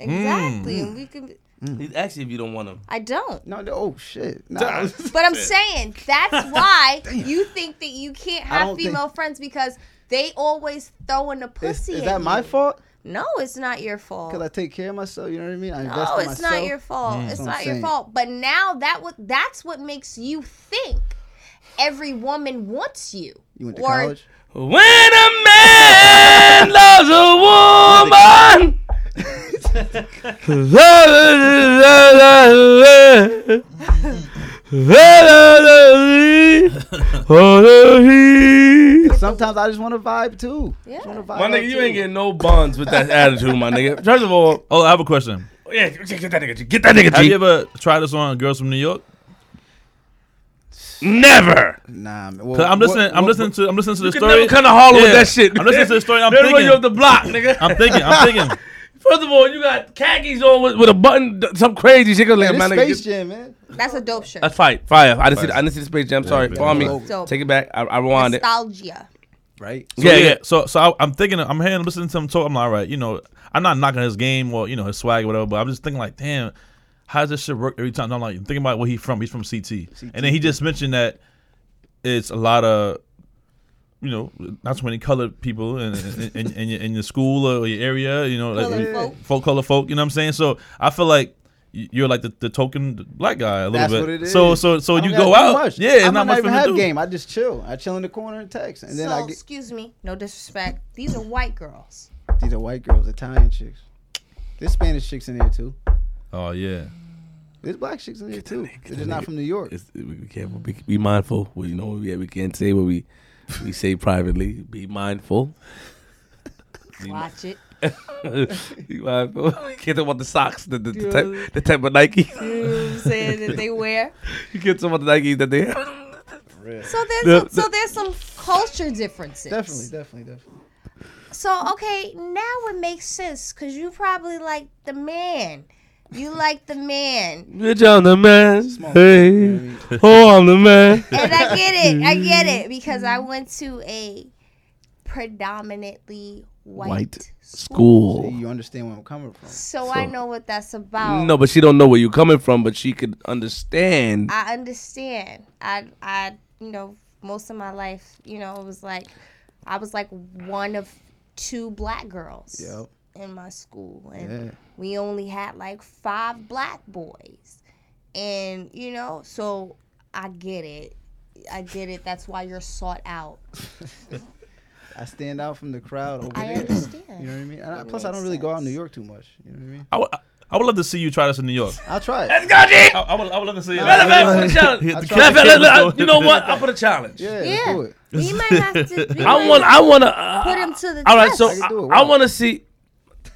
Speaker 4: Exactly. And we can
Speaker 1: He's asking if you don't want him.
Speaker 4: I don't.
Speaker 2: No, no, oh shit. Nah.
Speaker 4: But I'm saying that's why you think that you can't
Speaker 2: I
Speaker 4: have
Speaker 2: don't think-
Speaker 4: female friends because they always throwing the
Speaker 2: is,
Speaker 4: pussy.
Speaker 2: is
Speaker 4: at
Speaker 2: that my
Speaker 4: you.
Speaker 2: fault?
Speaker 4: No, it's not your fault.
Speaker 2: Cause I take care of myself. You know what I mean? I invest
Speaker 4: No,
Speaker 2: in
Speaker 4: Oh, it's
Speaker 2: myself.
Speaker 4: not your
Speaker 1: Mm.
Speaker 4: fault. It's
Speaker 2: what I'm
Speaker 4: not your
Speaker 2: saying.
Speaker 4: fault. But now that what that's what makes you think every woman wants you.
Speaker 2: You went to
Speaker 4: Or-
Speaker 2: college.
Speaker 1: When a man loves a woman.
Speaker 2: Sometimes I just want to vibe too.
Speaker 4: Yeah.
Speaker 2: Just wanna vibe
Speaker 1: My
Speaker 2: out,
Speaker 1: nigga, you
Speaker 2: too.
Speaker 1: ain't getting no bonds with that attitude, my nigga. First of all,
Speaker 5: Oh, I have a question.
Speaker 1: yeah, get that nigga, G. get that nigga,
Speaker 5: Have
Speaker 1: G.
Speaker 5: you ever tried this on Girls from New York?
Speaker 1: Never.
Speaker 2: Nah, man.
Speaker 5: 'Cause
Speaker 2: Well,
Speaker 5: I'm listening.
Speaker 2: what-
Speaker 5: I'm
Speaker 2: what-
Speaker 5: listening to. I'm listening to the
Speaker 1: You can
Speaker 5: story.
Speaker 1: never come to Harlem with
Speaker 5: Yeah.
Speaker 1: that shit.
Speaker 5: I'm listening to the story. I'm
Speaker 1: They'll run
Speaker 5: thinking.
Speaker 1: you off the block, nigga.
Speaker 5: I'm thinking. I'm thinking.
Speaker 1: First of all, you got khakis on with, with a button, d- some crazy shit. 'cause
Speaker 2: Yeah,
Speaker 1: Like,
Speaker 2: this
Speaker 1: man, nigga,
Speaker 2: Space
Speaker 1: get-
Speaker 2: Jam, man.
Speaker 4: That's a dope shirt.
Speaker 1: that's fire. Fire. I didn't see. The, I didn't see the space jam. Sorry, follow me.
Speaker 4: Dope.
Speaker 1: Take it back. I, I rewind it.
Speaker 4: Nostalgia.
Speaker 2: Right.
Speaker 5: So,
Speaker 1: Yeah, yeah.
Speaker 5: So so I, I'm thinking. I'm hearing, listening to him talk. I'm like, all right, you know, I'm not knocking his game or you know his swag or whatever. But I'm just thinking like, damn, how does this shit work every time? I'm like, thinking about where he from. He's from CT. and then he just mentioned that it's a lot of. You know, not so many colored people in in, in, in, your, in your school or your area. You know, like,
Speaker 4: Colored folk.
Speaker 5: folk, color folk. You know what I'm saying? So I feel like y- you're like the, the token black guy a little
Speaker 2: That's
Speaker 5: bit.
Speaker 2: what it
Speaker 5: So
Speaker 2: is.
Speaker 5: so so
Speaker 2: I don't
Speaker 5: Oh, you
Speaker 2: gotta
Speaker 5: go
Speaker 2: do
Speaker 5: out. Yeah, it's
Speaker 2: I
Speaker 5: not
Speaker 2: might
Speaker 5: much for
Speaker 2: even
Speaker 5: him to
Speaker 2: have
Speaker 5: do.
Speaker 2: game. I just chill. I chill in the corner and text, and then
Speaker 4: so
Speaker 2: I get
Speaker 4: excuse me, no disrespect. These are white girls.
Speaker 2: these are white girls, Italian chicks. There's Spanish chicks in there too.
Speaker 5: Oh yeah.
Speaker 2: There's black chicks in there too. They're just not from New York.
Speaker 9: It's, we be careful. Be, be mindful. We you know we, we can't say what we we say privately. Be mindful.
Speaker 4: Watch it.
Speaker 9: be mindful. Can't talk about the socks, the the, the, type, the type of Nike.
Speaker 4: You know what I'm saying that they wear.
Speaker 9: you can't talk about the Nike that they. have.
Speaker 4: So there's
Speaker 9: The-
Speaker 4: so there's some culture differences.
Speaker 2: Definitely, definitely, definitely.
Speaker 4: So okay, now it makes sense because you probably like the man. You like the man,
Speaker 9: Bitch, I'm the man.
Speaker 2: Small you know what I
Speaker 9: Hey,
Speaker 2: mean?
Speaker 9: oh, I'm the man.
Speaker 4: and I get it. I get it because I went to a predominantly white,
Speaker 9: White
Speaker 2: See,
Speaker 9: School.
Speaker 2: you understand where I'm coming from.
Speaker 4: So, I
Speaker 9: So-
Speaker 4: know what that's about.
Speaker 9: No, but she don't know where you coming from, but she could understand.
Speaker 4: I understand. I I you know most of my life you know it was like I was like one of two black girls
Speaker 2: Yep.
Speaker 4: in my school, and
Speaker 2: Yeah.
Speaker 4: we only had like five black boys, and you know so I get it. I get it. That's why you're sought out.
Speaker 2: I stand out from the crowd over
Speaker 4: I
Speaker 2: there. You know
Speaker 4: understand.
Speaker 2: what I mean? And I,
Speaker 4: It
Speaker 2: plus, I
Speaker 4: makes
Speaker 2: don't really go out in New
Speaker 4: sense.
Speaker 2: York too much. You know what I mean?
Speaker 5: I would, I would love to see you try this in New York.
Speaker 2: I'll try it.
Speaker 5: I, I would, I would love to see
Speaker 2: Matter of fact,
Speaker 5: it.
Speaker 1: Put a challenge.
Speaker 2: I'll
Speaker 1: Matter of
Speaker 2: try
Speaker 1: fact,
Speaker 2: it.
Speaker 1: let- let- You know what? I put a challenge.
Speaker 2: Yeah,
Speaker 4: Yeah.
Speaker 2: do it.
Speaker 4: We might have to. we
Speaker 1: I
Speaker 4: might
Speaker 1: want. I
Speaker 4: have
Speaker 1: want to. Uh,
Speaker 4: Put him to the
Speaker 1: All right,
Speaker 4: test.
Speaker 1: so
Speaker 2: I can do it.
Speaker 1: I, want to see.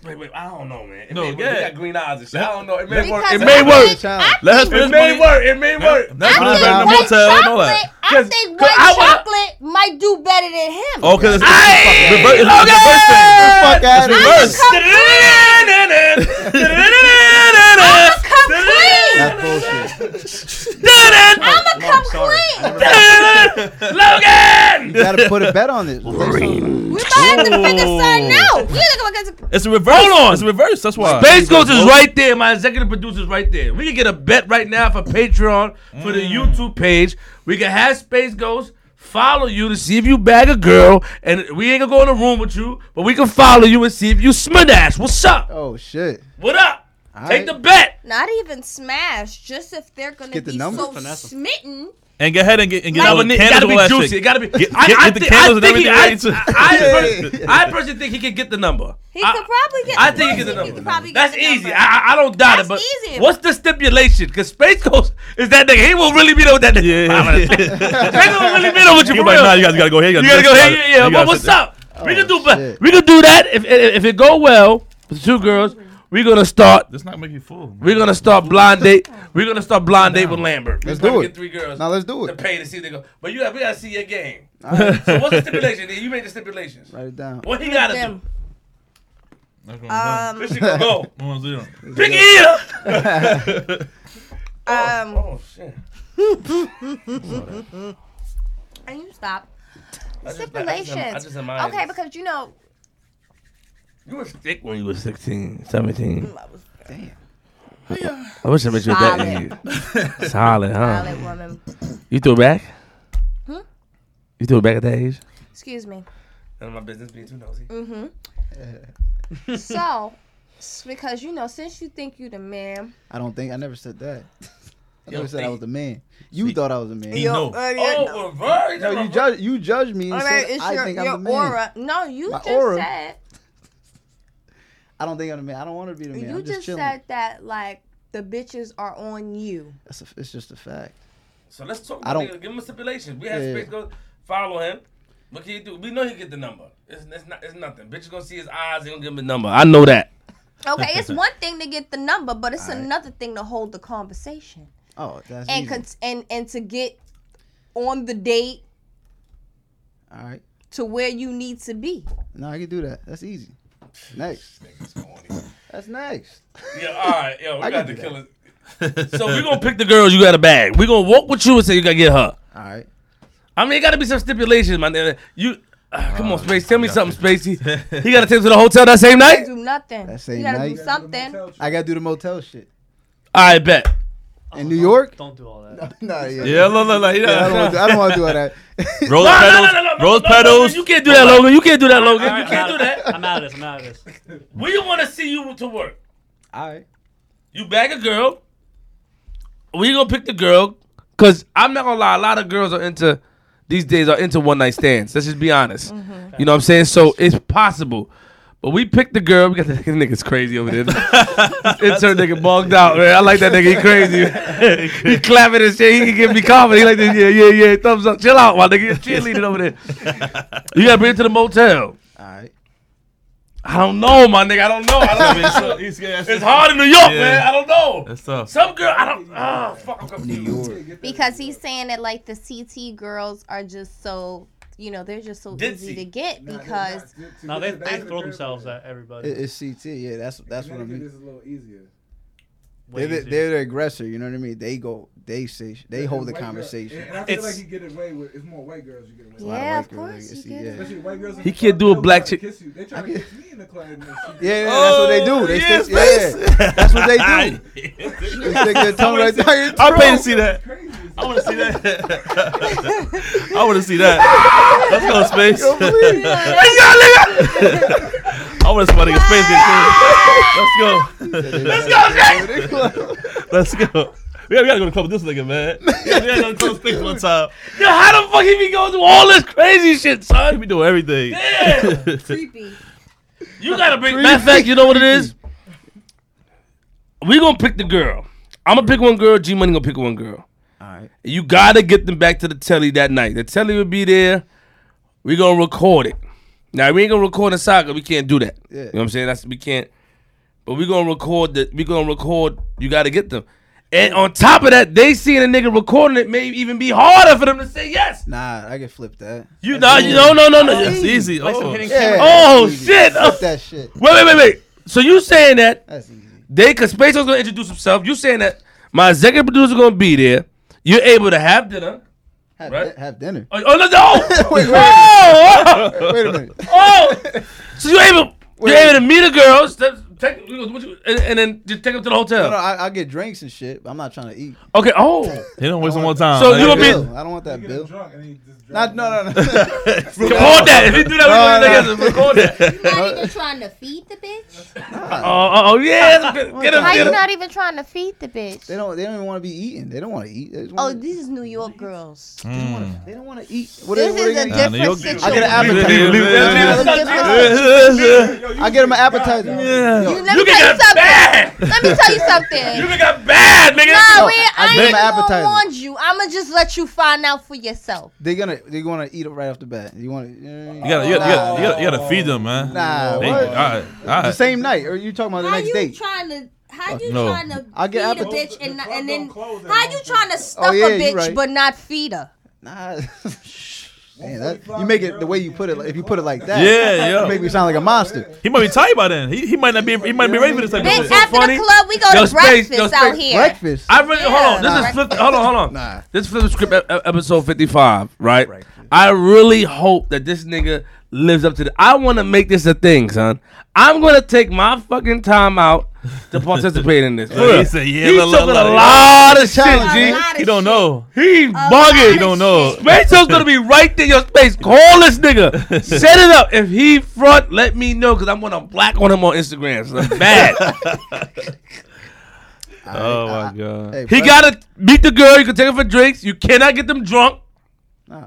Speaker 1: Wait, wait. I don't know, man. It
Speaker 5: No,
Speaker 1: may work.
Speaker 5: yeah.
Speaker 1: They got green eyes and shit. I don't know. It may work. It
Speaker 4: Because I
Speaker 1: may work.
Speaker 4: think-
Speaker 2: Challenge.
Speaker 4: I
Speaker 5: Let us
Speaker 4: think
Speaker 5: finish
Speaker 1: It may
Speaker 5: money.
Speaker 1: work. It may work.
Speaker 5: That's what
Speaker 4: I
Speaker 5: I'm
Speaker 2: Put him down.
Speaker 4: think
Speaker 5: in the
Speaker 4: white
Speaker 5: motel and all
Speaker 4: chocolate.
Speaker 5: that.
Speaker 4: I
Speaker 1: 'Cause-
Speaker 4: think
Speaker 1: 'cause
Speaker 4: white
Speaker 1: I wanna-
Speaker 4: chocolate might do better than him.
Speaker 5: Oh, because it's, it's,
Speaker 1: Hey!
Speaker 5: reverse- it's,
Speaker 1: Okay.
Speaker 5: reverse thing.
Speaker 2: Fuck out
Speaker 5: It's
Speaker 2: of
Speaker 5: reverse.
Speaker 2: here.
Speaker 4: Come clean.
Speaker 2: That's bullshit.
Speaker 4: I'ma come clean.
Speaker 2: You gotta put a bet on this.
Speaker 4: We might have to figure something out. We gotta go get some-
Speaker 5: It's a reverse.
Speaker 1: Hold on.
Speaker 5: It's a reverse. That's why.
Speaker 1: Space Ghost is right there. My executive producer's right there. We can get a bet right now for Patreon for the YouTube page. We can have Space Ghost follow you to see if you bag a girl, and we ain't gonna go in the room with you, but we can follow you and see if you smidash. What's up?
Speaker 2: Oh shit.
Speaker 1: What up?
Speaker 2: All
Speaker 1: Take
Speaker 2: right.
Speaker 1: the bet.
Speaker 4: Not even smash, just if they're gonna
Speaker 2: Get the
Speaker 4: be
Speaker 2: number.
Speaker 4: so
Speaker 10: Finesse 'em.
Speaker 4: smitten.
Speaker 5: And go ahead and get and get
Speaker 4: Like-
Speaker 5: all
Speaker 1: No,
Speaker 5: the
Speaker 1: but it gotta
Speaker 5: candles
Speaker 1: be
Speaker 5: and all that
Speaker 1: juicy. It
Speaker 5: shit.
Speaker 1: gotta be. I,
Speaker 5: Oh, get-
Speaker 1: I
Speaker 5: get the
Speaker 1: think, I
Speaker 5: candles and
Speaker 1: think he, I,
Speaker 5: everything right.
Speaker 1: I, pers- I personally think he can get the number.
Speaker 4: He
Speaker 1: I-
Speaker 4: could probably get.
Speaker 1: I think he can get
Speaker 4: could
Speaker 1: the number.
Speaker 4: probably
Speaker 1: That's
Speaker 4: get the
Speaker 1: easy.
Speaker 4: number.
Speaker 1: I, I- I don't doubt
Speaker 4: That's
Speaker 1: it. But
Speaker 4: easy.
Speaker 1: what's the stipulation? Because Space Ghost is that nigga. He will really be there with that nigga. Space Ghost will really be there with you
Speaker 5: You
Speaker 1: for
Speaker 5: like,
Speaker 1: real.
Speaker 5: nah, you guys gotta go here.
Speaker 1: you gotta go. Hey, yeah, yeah.
Speaker 5: You gotta
Speaker 1: But what's
Speaker 5: sit there.
Speaker 1: up? we can do.
Speaker 2: Oh,
Speaker 1: But
Speaker 2: shit.
Speaker 1: we can do that if if if it go well. with The two girls. We're gonna start.
Speaker 5: Let's not make you fool. man.
Speaker 1: We're gonna start blind date. We're gonna start blind date with Lambert. We're
Speaker 2: Let's
Speaker 1: gonna
Speaker 2: do
Speaker 1: Get
Speaker 2: it.
Speaker 1: three girls.
Speaker 2: Now let's do
Speaker 1: to
Speaker 2: it.
Speaker 1: pay to see if they go. But you got we gotta see your game.
Speaker 2: All right,
Speaker 1: So what's the stipulation? You made the stipulations.
Speaker 2: write it down.
Speaker 1: What he gotta
Speaker 4: Them.
Speaker 1: do?
Speaker 5: That's what I'm
Speaker 4: Um,
Speaker 1: This shit gonna go.
Speaker 5: saying. One zero.
Speaker 1: Big ear.
Speaker 4: um,
Speaker 1: Oh shit.
Speaker 4: and you stop.
Speaker 1: I just- I just- I just
Speaker 4: Stipulations.
Speaker 1: admire
Speaker 4: Okay,
Speaker 1: this.
Speaker 4: because you know,
Speaker 1: you was thick when you was 16, 17.
Speaker 4: I was-
Speaker 3: I wish I met you at that
Speaker 4: Solid.
Speaker 3: age. Solid, huh?
Speaker 4: Solid Hmm? woman.
Speaker 3: You threw it back? You threw it back at that age?
Speaker 4: Excuse me.
Speaker 1: None of my business being too nosy.
Speaker 4: Mm. Mm-hmm. So, s- because you know, since you think you the man,
Speaker 2: I don't think I never said that. I
Speaker 1: Yo,
Speaker 2: never said I
Speaker 1: think-
Speaker 2: was the man. You thought I was the man.
Speaker 5: Yo, No.
Speaker 4: uh,
Speaker 1: Oh, reverse.
Speaker 2: no, you judge you judge me and
Speaker 4: all
Speaker 2: said
Speaker 4: right, it's
Speaker 2: I
Speaker 4: your,
Speaker 2: think I'm the
Speaker 4: your
Speaker 2: man.
Speaker 4: aura. No, you
Speaker 2: My
Speaker 4: just
Speaker 2: aura.
Speaker 4: said
Speaker 2: I don't think I'm the man. I don't want to be the man.
Speaker 4: you
Speaker 2: I'm
Speaker 4: just,
Speaker 2: just, chilling.
Speaker 4: said that like the bitches are on you.
Speaker 2: That's a, it's just a fact.
Speaker 1: So let's talk.
Speaker 2: I
Speaker 1: About
Speaker 2: don't-
Speaker 1: it. Give him a stipulation. We have
Speaker 2: Yeah.
Speaker 1: space. Go follow him. What can you do? We know he get the number. It's, it's not. It's nothing. Bitch is gonna see his eyes. They gonna give him the number. I know that.
Speaker 4: Okay, it's one thing to get the number, but it's another thing to hold the conversation
Speaker 2: Oh, that's
Speaker 4: and
Speaker 2: easy.
Speaker 4: con- and and to get on the date
Speaker 2: All right.
Speaker 4: to where you need to be.
Speaker 2: No, I can do that. That's easy. Next. That's next.
Speaker 1: Yeah. All right. Yo,
Speaker 2: I
Speaker 1: we got
Speaker 2: can
Speaker 1: to
Speaker 2: do
Speaker 1: kill it. So we gonna pick the girls you got a bag. We gonna walk with you and say you gotta get her.
Speaker 2: All right.
Speaker 1: I mean, it gotta be some stipulations, my nigga. You. ah, come on, Space. Tell me something, Spacey. He got to take him to the hotel that same night.
Speaker 4: Do nothing.
Speaker 2: That same
Speaker 4: You gotta
Speaker 2: night.
Speaker 4: do something.
Speaker 2: I gotta do the motel shit
Speaker 1: I bet. Oh,
Speaker 2: in New York.
Speaker 6: Don't do all that.
Speaker 2: nah, yeah.
Speaker 5: Yeah, look, look, look.
Speaker 2: Yeah, I don't wanna do- I don't want to do all that.
Speaker 5: Rose
Speaker 1: No, no, no,
Speaker 5: petals.
Speaker 1: no, no, no,
Speaker 5: Rose
Speaker 1: no, no, no,
Speaker 5: petals.
Speaker 1: You can't do that, Logan. You can't do that, Logan.
Speaker 6: All right,
Speaker 1: You can't
Speaker 6: I'm
Speaker 1: do
Speaker 6: out of-
Speaker 1: that.
Speaker 6: I'm out of this. I'm out of this.
Speaker 1: We want to see you to work.
Speaker 2: all right.
Speaker 1: You bag a girl. We gonna pick the girl, cause I'm not gonna lie. A lot of girls are into these days are into one night stands. Let's just be honest. You know what I'm saying? So it's possible. But we picked the girl. We got the nigga's crazy over there. Intern nigga bugged out, man. I like that nigga. He crazy. he clapping and shit. He can give me comedy. He like this. Yeah, yeah, yeah. Thumbs up. Chill out, my nigga. You're cheerleading over there. You gotta bring it to the motel.
Speaker 2: All right.
Speaker 1: I don't know, my nigga. I don't know. I don't know. It's hard in New York,
Speaker 5: Yeah.
Speaker 1: man. I don't know.
Speaker 5: That's tough.
Speaker 1: Some girl, I don't. Oh, fuck, I'm confused.
Speaker 4: Because he's saying that like the CT girls are just so you know they're just so easy
Speaker 1: Ditzy.
Speaker 4: to get because
Speaker 6: No, they, they throw themselves at everybody.
Speaker 2: It- It's CT. Yeah, that's that's what I mean.
Speaker 8: This is a little easier.
Speaker 6: Way
Speaker 2: They're the,
Speaker 6: easier.
Speaker 2: they're the aggressor. You know what I mean? They go. They say. sh- They hold the
Speaker 8: White girl-
Speaker 2: conversation.
Speaker 8: And I feel
Speaker 6: It's-
Speaker 8: like you get away with. It's more white girls you get away with.
Speaker 4: yeah, of
Speaker 2: white girls,
Speaker 4: course
Speaker 2: like,
Speaker 4: you
Speaker 2: see,
Speaker 4: get
Speaker 2: yeah.
Speaker 4: it.
Speaker 8: Especially white girls in
Speaker 1: He
Speaker 8: the
Speaker 1: can't
Speaker 8: club,
Speaker 1: do a
Speaker 8: they don't
Speaker 1: black
Speaker 8: wanna
Speaker 1: chick-
Speaker 8: Kiss you. They try to kiss me in the club. and shit.
Speaker 2: Yeah, yeah,
Speaker 5: Oh,
Speaker 2: that's what they do. They stick, yeah, that's what they do. They stick their tongue right down your
Speaker 5: I'm
Speaker 2: throat.
Speaker 5: paying to see that.
Speaker 8: Crazy.
Speaker 5: I want to see that. I want to see that. Let's go, space. I want to see my nigga space get killed. Let's go. Let's go. Let's go. We gotta, we gotta go to club with this nigga, man. We gotta go to club with space one time.
Speaker 1: Yo, how the fuck he be going through all this crazy shit,
Speaker 5: He
Speaker 1: son?
Speaker 5: be doing everything.
Speaker 1: Yeah.
Speaker 4: Creepy.
Speaker 1: You gotta bring. Matter of fact, you know what it is? We gonna pick the girl. I'm gonna pick one girl. G Money gonna pick one girl.
Speaker 2: All right.
Speaker 1: You gotta get them back to the telly that night. The telly will be there. We gonna record it. Now we ain't gonna record in soccer. We can't do that.
Speaker 2: Yeah.
Speaker 1: You know what I'm saying? That's we can't. But we gonna record the. We gonna record. You gotta get them. And on top of that, they seeing a nigga recording it may even be harder for them to say yes.
Speaker 2: Nah, I can flip that.
Speaker 1: You know, you no, no, no, no.
Speaker 5: It's easy.
Speaker 6: Like some
Speaker 5: Oh.
Speaker 6: hitting-
Speaker 2: Yeah.
Speaker 1: Oh,
Speaker 2: that's easy.
Speaker 1: shit.
Speaker 2: Flip that shit.
Speaker 1: Wait, wait, wait, wait. So you saying that
Speaker 2: That's easy.
Speaker 1: they, cause Spacio's gonna introduce himself. You saying that my executive producer's gonna be there. You're able to have dinner.
Speaker 2: Have,
Speaker 1: Right?
Speaker 2: have dinner.
Speaker 1: Oh, oh no, no.
Speaker 2: Wait, wait,
Speaker 1: oh, oh,
Speaker 2: Wait a minute.
Speaker 1: oh. So you able, you
Speaker 2: Wait.
Speaker 1: able to meet the girls, that's- take, you know, what you- and, and then just take them to the
Speaker 2: No, no,
Speaker 1: hotel.
Speaker 2: I, I'll get drinks and shit, but I'm not trying to eat.
Speaker 1: Okay. Oh.
Speaker 5: He don't waste no more time.
Speaker 1: So
Speaker 5: Like,
Speaker 1: you
Speaker 2: I
Speaker 1: gonna be-
Speaker 2: don't want that bill. I don't want that bill.
Speaker 8: You get them drunk and then you just
Speaker 2: Not,
Speaker 8: drive
Speaker 2: no,
Speaker 8: them.
Speaker 2: no, no.
Speaker 1: Record that. If you do that, we're
Speaker 2: No,
Speaker 1: gonna record that.
Speaker 4: You're not even trying to feed the bitch.
Speaker 1: Oh, oh, oh yeah. Get him. Get
Speaker 2: How you
Speaker 1: him.
Speaker 4: not even trying to feed the bitch?
Speaker 2: they don't. They don't even want to be eating. They don't want to eat. They, just
Speaker 4: Oh,
Speaker 2: wanna,
Speaker 4: these is New York girls.
Speaker 5: Mm.
Speaker 2: they don't want to eat. What
Speaker 4: This
Speaker 2: are, what are
Speaker 4: is a
Speaker 2: they
Speaker 5: Nah,
Speaker 2: gonna
Speaker 5: New
Speaker 4: different
Speaker 5: York-
Speaker 4: situation.
Speaker 2: I get an
Speaker 5: Leave-
Speaker 2: appetizer.
Speaker 5: leave- leave-
Speaker 4: It's a different-
Speaker 5: leave-
Speaker 8: Yo, you
Speaker 2: I get them an
Speaker 8: just drive
Speaker 2: appetizer.
Speaker 8: them.
Speaker 5: Yeah.
Speaker 4: You- Let me
Speaker 1: You
Speaker 4: tell
Speaker 1: can get
Speaker 4: you
Speaker 1: bad.
Speaker 4: something. Let me tell you
Speaker 1: You
Speaker 4: something.
Speaker 1: can get bad, nigga.
Speaker 4: Nah,
Speaker 2: No, I
Speaker 4: we, I
Speaker 2: get
Speaker 4: ain't
Speaker 2: my
Speaker 4: gonna
Speaker 2: appetizer.
Speaker 4: warn you. I'ma just let you find out for yourself.
Speaker 2: They're gonna. They're gonna eat it right off the bat. You want to? You, know what I mean?
Speaker 5: You gotta, you gotta, you gotta, you gotta, you gotta feed them, man.
Speaker 2: Nah,
Speaker 5: They-
Speaker 2: what?
Speaker 5: all right, all
Speaker 2: the
Speaker 5: right.
Speaker 2: same night, or you talking about the
Speaker 4: how
Speaker 2: next
Speaker 4: you
Speaker 2: date?
Speaker 4: trying to? How you
Speaker 5: no.
Speaker 4: trying to
Speaker 2: I get
Speaker 4: feed a
Speaker 2: appetit-
Speaker 4: bitch
Speaker 8: The
Speaker 4: and not,
Speaker 8: club
Speaker 4: and
Speaker 8: don't
Speaker 4: then
Speaker 8: close at
Speaker 4: how you
Speaker 8: home.
Speaker 4: trying to stuff
Speaker 2: yeah,
Speaker 4: a
Speaker 2: you
Speaker 4: bitch
Speaker 2: right.
Speaker 4: but not feed her?
Speaker 2: Nah. Man, that, you make it the way you put it. If you put it like that,
Speaker 5: Yeah,
Speaker 2: you
Speaker 5: yo.
Speaker 2: make me sound like a monster.
Speaker 5: He might be tired by then. He, he might not be, he might be ready for this type
Speaker 4: Bitch,
Speaker 5: of shit.
Speaker 4: after
Speaker 1: funny.
Speaker 4: the club, we go
Speaker 1: Yo,
Speaker 4: to
Speaker 1: space,
Speaker 4: breakfast
Speaker 1: yo,
Speaker 4: out
Speaker 1: space.
Speaker 4: here.
Speaker 2: Breakfast.
Speaker 1: I really hold on. This
Speaker 4: Yeah.
Speaker 1: is flip. Hold on, hold on.
Speaker 2: Nah.
Speaker 1: This is flip the script e- e- episode fifty five, right? I really hope that this nigga lives up to the. I want to make this a thing, son. I'm gonna take my fucking time out to participate in this. For
Speaker 5: He
Speaker 1: real.
Speaker 5: said, yeah,
Speaker 1: He's
Speaker 5: la, la,
Speaker 1: talking
Speaker 5: la,
Speaker 1: a
Speaker 5: yeah.
Speaker 1: lot of shit,
Speaker 2: Challenge.
Speaker 4: A
Speaker 1: G.
Speaker 4: lot of
Speaker 5: You don't
Speaker 4: shit.
Speaker 5: know.
Speaker 1: He
Speaker 4: A
Speaker 1: bugging.
Speaker 4: lot
Speaker 5: You
Speaker 4: of
Speaker 5: don't know.
Speaker 4: shit.
Speaker 1: Rachel's gonna be right there in your space. Call this nigga. Set it up. If he front, let me know because I'm gonna black on him on Instagram. So bad.
Speaker 5: Oh my god.
Speaker 2: Hey,
Speaker 1: he
Speaker 2: bro,
Speaker 1: gotta meet the girl. You can take her for drinks. You cannot get them drunk.
Speaker 2: nah,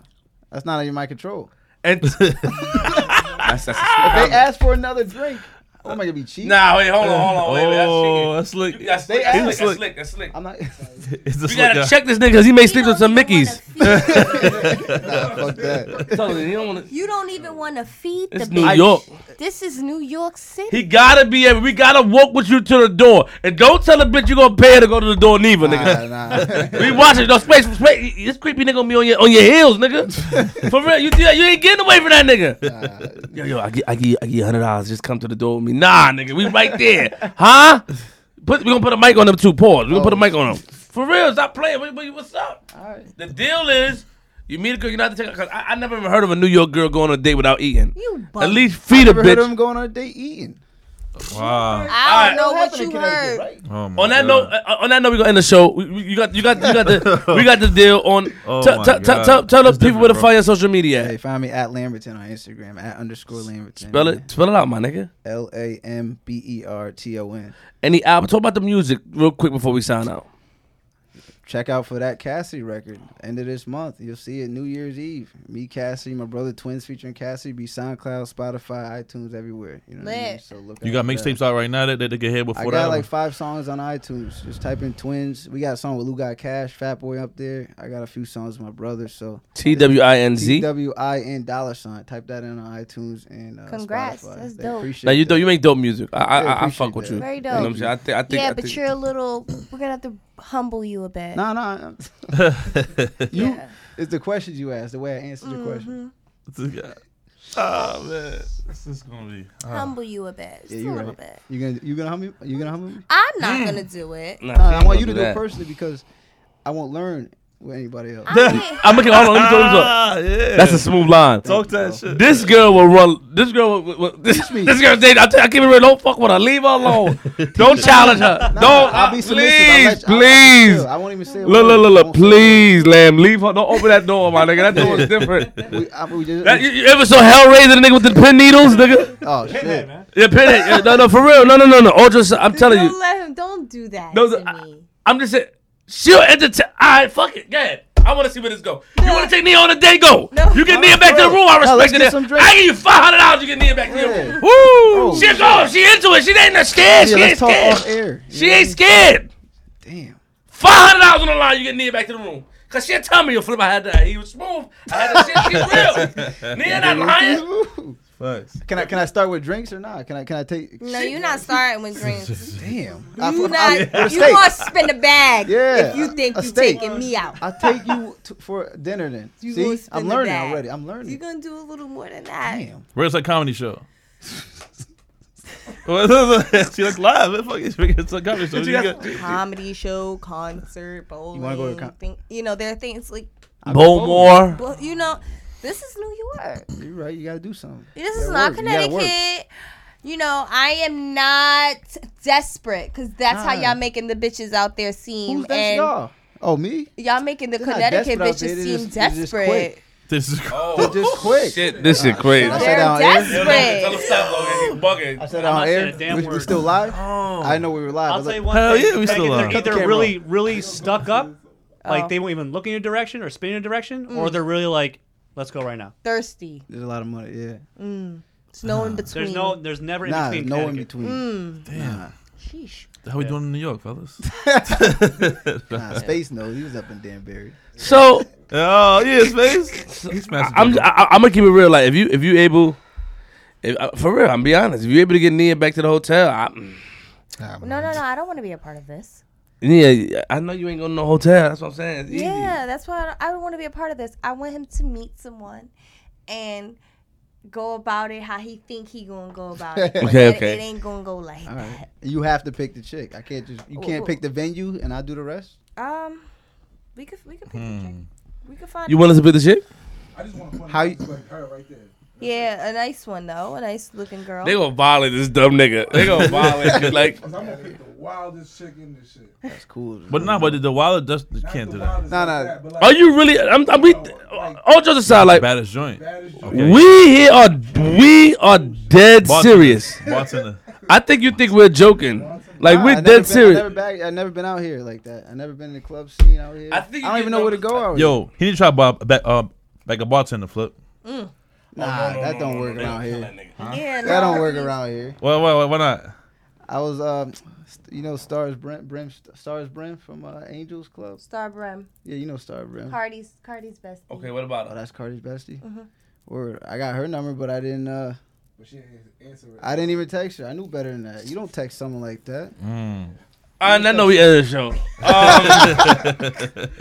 Speaker 2: that's not in my control.
Speaker 1: And that's, that's a
Speaker 2: If they ask for another drink, I'm not gonna be cheap.
Speaker 1: Nah, wait, hold on, hold on, wait, wait, that's
Speaker 5: Oh,
Speaker 1: slick.
Speaker 5: that's slick.
Speaker 1: That's slick,
Speaker 2: They
Speaker 1: that's
Speaker 2: asked-
Speaker 1: slick, that's slick,
Speaker 2: I'm
Speaker 1: that's
Speaker 2: not.
Speaker 5: It's a
Speaker 1: slick. We
Speaker 5: slick
Speaker 1: gotta
Speaker 5: guy.
Speaker 1: check this nigga because he may sleep
Speaker 4: don't
Speaker 1: with some
Speaker 4: even
Speaker 1: Mickeys.
Speaker 4: wanna feed-
Speaker 2: nah, fuck that.
Speaker 1: he don't wanna-
Speaker 4: You don't even want to feed the
Speaker 1: It's New
Speaker 4: baby.
Speaker 1: York.
Speaker 4: This is New York City.
Speaker 1: He gotta be able. We gotta walk with you to the door, and don't tell the bitch you gonna pay her to go to the door, neither, nigga.
Speaker 2: Nah, nah.
Speaker 1: We watching no space for space. This creepy nigga gonna be on your on your heels, nigga. For real, you do that, you ain't getting away from that nigga. Yo, yo, I get I get I get hundred dollars. Just come to the door with me. Nah, nigga, we right there, huh? Put we gonna put a mic on them too. Pause. We gonna put a mic on them. For real, stop playing. What- what- What's up?
Speaker 2: All right.
Speaker 1: The deal is, you meet a girl, you not to take her. Cause I, I never even heard of a New York girl going on a date without eating.
Speaker 4: You
Speaker 1: At
Speaker 4: bum.
Speaker 1: least feed a
Speaker 2: Never heard of
Speaker 1: bitch.
Speaker 2: them going on a date eating.
Speaker 5: Wow.
Speaker 4: I
Speaker 1: Alright.
Speaker 4: don't know what
Speaker 2: Happened in
Speaker 4: you
Speaker 2: Connecticut,
Speaker 4: heard.
Speaker 2: right?
Speaker 5: Oh my
Speaker 1: On that
Speaker 5: God.
Speaker 1: note, uh, on that note, we gonna end the show. We, we- you got, you got, you got the, we got the deal on.
Speaker 5: Oh
Speaker 1: tell
Speaker 5: my
Speaker 1: tell- tell-
Speaker 5: God.
Speaker 1: tell- tell the
Speaker 5: That's
Speaker 1: people where to
Speaker 5: different, bro.
Speaker 1: find your social media.
Speaker 2: Hey,
Speaker 1: at.
Speaker 2: find me at Lamberton on Instagram at underscore Lamberton.
Speaker 1: Spell it, spell it out, my nigga.
Speaker 2: L A M B E R T O N.
Speaker 1: Any album? Talk about the music real quick before we sign out.
Speaker 2: Check out for that Cassidy record. End of this month, you'll see it New Year's Eve. Me, Cassidy, my brother, twins featuring Cassidy, be SoundCloud, Spotify, iTunes, everywhere. You know what I mean?
Speaker 4: Lit.
Speaker 2: So look.
Speaker 5: you
Speaker 2: out
Speaker 5: got
Speaker 2: for that.
Speaker 5: mixtapes out right now that that they can hear
Speaker 2: I
Speaker 5: before
Speaker 2: got
Speaker 5: that.
Speaker 2: like five songs on iTunes. Just type in twins. We got a song with Lou Got Cash, Fat Boy up there. I got a few songs with my brother. So
Speaker 1: T W I N
Speaker 2: T
Speaker 1: Z.
Speaker 2: W I N dollar sign. Type that in on iTunes and uh,
Speaker 4: Congrats.
Speaker 2: Spotify.
Speaker 4: That's
Speaker 2: They
Speaker 4: dope.
Speaker 2: appreciate
Speaker 1: Now you
Speaker 2: that.
Speaker 1: do you make dope music. I I,
Speaker 2: Yeah,
Speaker 1: I, I
Speaker 2: appreciate
Speaker 1: fuck with
Speaker 2: that.
Speaker 1: you.
Speaker 4: Very
Speaker 1: You know what
Speaker 4: dope.
Speaker 1: I'm saying? I think I think.
Speaker 4: yeah,
Speaker 1: I
Speaker 4: but
Speaker 1: think-
Speaker 4: you're a little. We're gonna have to humble you a bit.
Speaker 2: No, no. you,
Speaker 4: Yeah.
Speaker 2: It's the questions you ask, the way I answer the
Speaker 4: Mm-hmm.
Speaker 2: question.
Speaker 5: oh man, this is gonna be.
Speaker 4: humble you a bit. Just
Speaker 2: Yeah,
Speaker 4: a
Speaker 2: you're
Speaker 4: little
Speaker 2: right.
Speaker 4: bit.
Speaker 2: You gonna you gonna help me? You gonna help me?
Speaker 4: I'm not
Speaker 1: Mm.
Speaker 4: gonna do it.
Speaker 1: Nah,
Speaker 2: No,
Speaker 1: she
Speaker 2: I
Speaker 1: ain't
Speaker 2: want
Speaker 1: gonna
Speaker 2: you to do
Speaker 1: that.
Speaker 2: it personally because I won't learn with anybody else.
Speaker 4: I
Speaker 1: I'm looking. Hold on. Let me talk. Let me talk.
Speaker 5: Ah, yeah.
Speaker 1: That's a smooth line.
Speaker 5: talk that shit.
Speaker 1: This girl will run. This girl will. will this,
Speaker 2: me.
Speaker 1: this girl, I, tell- I keep it real. Don't fuck with her. Leave her alone. Don't challenge her.
Speaker 2: No,
Speaker 1: don't.
Speaker 2: I'll be submissive. I'll
Speaker 1: please,
Speaker 2: let you- I'll let you
Speaker 1: please.
Speaker 2: feel. I won't even say. a
Speaker 1: Look,
Speaker 2: word.
Speaker 1: look, look,
Speaker 2: I
Speaker 1: look.
Speaker 2: won't say a word.
Speaker 1: Please, lamb. Leave her. Don't open that door, my nigga. That door is different.
Speaker 2: We, I, we just,
Speaker 1: That, you, you ever saw Hellraiser, the nigga with the pin needles, nigga?
Speaker 2: oh shit!
Speaker 1: Yeah, pin. yeah, No, no, for real. No, no, no, no. Ultra. I'm telling
Speaker 4: don't
Speaker 1: you.
Speaker 4: let him. Don't do that
Speaker 1: No,
Speaker 4: to
Speaker 1: the- I-
Speaker 4: me.
Speaker 1: I'm just saying. She'll entertain. All right, fuck it. Go ahead. I want to see where this go. You want to take Nia on a date? Go.
Speaker 4: No.
Speaker 1: You get Nia back to the room. I
Speaker 2: No, let's
Speaker 1: respect
Speaker 2: get some
Speaker 1: it.
Speaker 2: drinks.
Speaker 1: I give you five hundred dollars. You get Nia back to the
Speaker 2: Yeah. Oh,
Speaker 1: room. Woo! she go. She into it. She ain't not scared.
Speaker 2: Yeah,
Speaker 1: she ain't
Speaker 2: let's talk
Speaker 1: scared.
Speaker 2: off air.
Speaker 1: She ain't scared.
Speaker 2: Damn.
Speaker 1: Five hundred dollars on the line. You get Nia back to the room. Cause she'll tell me, "Yo, flip, I had that. He was smooth. I had that shit. She real. Nia not lying.
Speaker 2: Ooh.
Speaker 5: Facts.
Speaker 2: Can I can I start with drinks or not? Can I can I take?
Speaker 4: No, you're not starting with drinks.
Speaker 2: Damn.
Speaker 4: You
Speaker 2: I,
Speaker 4: not.
Speaker 2: I,
Speaker 4: You gonna spin a bag
Speaker 2: Yeah,
Speaker 4: if you think
Speaker 2: a
Speaker 4: you're
Speaker 2: steak.
Speaker 4: taking me out.
Speaker 2: will take you to, for dinner then.
Speaker 4: You gonna
Speaker 2: See,
Speaker 4: spin
Speaker 2: I'm
Speaker 4: the
Speaker 2: learning
Speaker 4: bag.
Speaker 2: already. I'm
Speaker 4: You're
Speaker 2: learning.
Speaker 4: gonna do a little more than that.
Speaker 2: Damn.
Speaker 5: Where's that comedy show? she looks live. What the fuck is- It's a comedy show. You got-
Speaker 4: Comedy show, concert, bowling.
Speaker 2: wanna go to con-
Speaker 4: thing, you know, there are things like,
Speaker 1: Bowmore.
Speaker 4: well, you know, this is New York.
Speaker 2: You're right. You gotta do something.
Speaker 4: This
Speaker 2: You
Speaker 4: is
Speaker 2: gotta
Speaker 4: not
Speaker 2: work. You gotta work.
Speaker 4: Connecticut. You know, I am not desperate because that's how
Speaker 2: Nah.
Speaker 4: y'all making the bitches out there seem.
Speaker 2: Who's that?
Speaker 4: and
Speaker 2: Y'all? Oh me?
Speaker 4: y'all making the
Speaker 2: They're not
Speaker 4: Connecticut
Speaker 2: desperate out
Speaker 4: bitches
Speaker 2: there, they
Speaker 4: seem
Speaker 2: just- they just quit.
Speaker 4: desperate.
Speaker 5: This is.
Speaker 2: They're just quick.
Speaker 1: Shit, this shit crazy.
Speaker 2: I said
Speaker 4: They're
Speaker 2: out air.
Speaker 1: Tell him
Speaker 4: desperate.
Speaker 1: stop, Logan. You
Speaker 2: I
Speaker 1: bugging.
Speaker 2: said
Speaker 6: I'm
Speaker 2: on
Speaker 6: not saying
Speaker 2: air.
Speaker 6: a damn
Speaker 2: We, we
Speaker 6: word.
Speaker 2: still live. I know we were live.
Speaker 6: I'll
Speaker 2: I
Speaker 6: tell you
Speaker 2: look-
Speaker 6: one
Speaker 5: Hell
Speaker 6: thing.
Speaker 5: yeah, we still
Speaker 6: they're
Speaker 5: are.
Speaker 6: either
Speaker 2: Camera.
Speaker 6: really, really stuck up,
Speaker 4: Oh.
Speaker 6: like they won't even look in your direction or spin in your direction, or they're really like, let's go right now.
Speaker 4: Thirsty.
Speaker 2: There's a lot of money. Yeah.
Speaker 4: There's no in between.
Speaker 6: There's no, there's never in
Speaker 2: Nah,
Speaker 6: between.
Speaker 2: no in
Speaker 6: Connecticut.
Speaker 2: between.
Speaker 5: Damn.
Speaker 4: Sheesh.
Speaker 5: How we doing in New York, fellas?
Speaker 2: Nah, Space knows. He was up in Danbury.
Speaker 1: So
Speaker 5: Oh yeah, space. He's massive.
Speaker 1: I'm I, I- I'm gonna keep it real. Like if you if you able, if, uh, for real, I'm be honest. If you able to get Nia back to the hotel, I, mm,
Speaker 4: No, no, no. I don't want to be a part of this.
Speaker 1: Nia, I know you ain't going to no hotel. That's what I'm saying. It's easy.
Speaker 4: Yeah, that's why I don't, I don't want to be a part of this. I want him to meet someone and go about it how he think he gonna go about it.
Speaker 1: Okay,
Speaker 4: But
Speaker 1: okay.
Speaker 4: It ain't gonna go like
Speaker 2: All right. You have to pick the chick. I can't just. You can't pick the venue, and I'll do the rest.
Speaker 4: that. Um, we could we could pick a chick. We could find.
Speaker 1: You want us to pick the shit?
Speaker 8: I just want to find
Speaker 2: How
Speaker 8: How
Speaker 2: you-
Speaker 8: like her right there.
Speaker 4: Yeah, a nice one though, a nice looking girl.
Speaker 1: They gonna violate this dumb nigga. They gonna violate you like.
Speaker 8: 'Cause I'm gonna pick the wildest chick in this shit.
Speaker 2: That's cool.
Speaker 5: But nah, but the Wilder just
Speaker 8: Not
Speaker 5: can't
Speaker 8: the
Speaker 5: do that.
Speaker 8: wildest
Speaker 2: Nah,
Speaker 8: like
Speaker 2: nah.
Speaker 8: that, but like
Speaker 1: Are you really? I'm. I'm we, all jokes aside, like
Speaker 5: Baddest joint.
Speaker 8: baddest joint.
Speaker 5: Okay.
Speaker 1: we here are we are dead
Speaker 5: Bartender.
Speaker 1: serious.
Speaker 5: Bartender.
Speaker 1: I think you think we're joking. Like
Speaker 2: I
Speaker 1: we're
Speaker 2: never
Speaker 1: dead
Speaker 2: been, I
Speaker 1: serious.
Speaker 2: never, back, I never been out here like that. I never been in the club scene out here.
Speaker 1: I
Speaker 2: I,
Speaker 1: think you
Speaker 2: don't
Speaker 1: get
Speaker 2: even know where to go out here.
Speaker 5: Yo, he need to try Bob back uh back a bartender flip.
Speaker 2: Nah, that don't work around here.
Speaker 4: yeah,
Speaker 2: That
Speaker 4: no,
Speaker 2: don't work
Speaker 4: please.
Speaker 2: around here.
Speaker 5: Why why why, why not?
Speaker 2: I was, um, st- you know, Stars Brent, Brim, Stars Brim from uh, Angels Club.
Speaker 4: Star Brim,
Speaker 2: Yeah, you know Star Brim.
Speaker 4: Cardi's Cardi's best.
Speaker 1: what
Speaker 2: Oh,
Speaker 1: about
Speaker 2: that's Cardi's bestie. Word. I got her number, but I didn't. Uh,
Speaker 8: But she ain't answer it.
Speaker 2: I didn't even text her. I knew better than that. You don't text someone like that.
Speaker 5: Mm.
Speaker 1: I didn't know we ended the show. Um,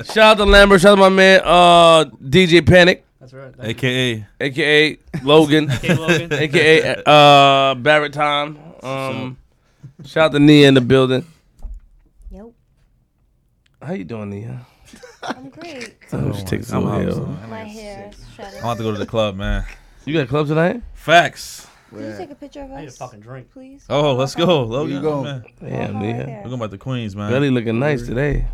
Speaker 1: shout out to Lambert. Shout out to my man uh, DJ Panic,
Speaker 6: That's right. That's
Speaker 5: AKA
Speaker 1: aka Logan,
Speaker 6: Hey, Logan.
Speaker 1: aka uh, Barrett Time. Um, shout out to Nia in the building.
Speaker 4: Yep,
Speaker 1: How you doing, Nia?
Speaker 4: I'm great.
Speaker 1: Oh, just take some
Speaker 5: I'm
Speaker 1: L.
Speaker 5: out.
Speaker 4: My hair is shredded.
Speaker 5: I want to go to the club, man.
Speaker 1: You got club tonight?
Speaker 5: Facts.
Speaker 4: Can you
Speaker 2: Where?
Speaker 4: take a picture of us?
Speaker 6: I need a fucking drink.
Speaker 4: please.
Speaker 5: Oh, let's go, Logan.
Speaker 2: you going?
Speaker 5: man.
Speaker 1: Damn,
Speaker 4: Right
Speaker 1: Nia.
Speaker 4: there.
Speaker 5: We're going back to Queens, man.
Speaker 1: Belly looking nice today.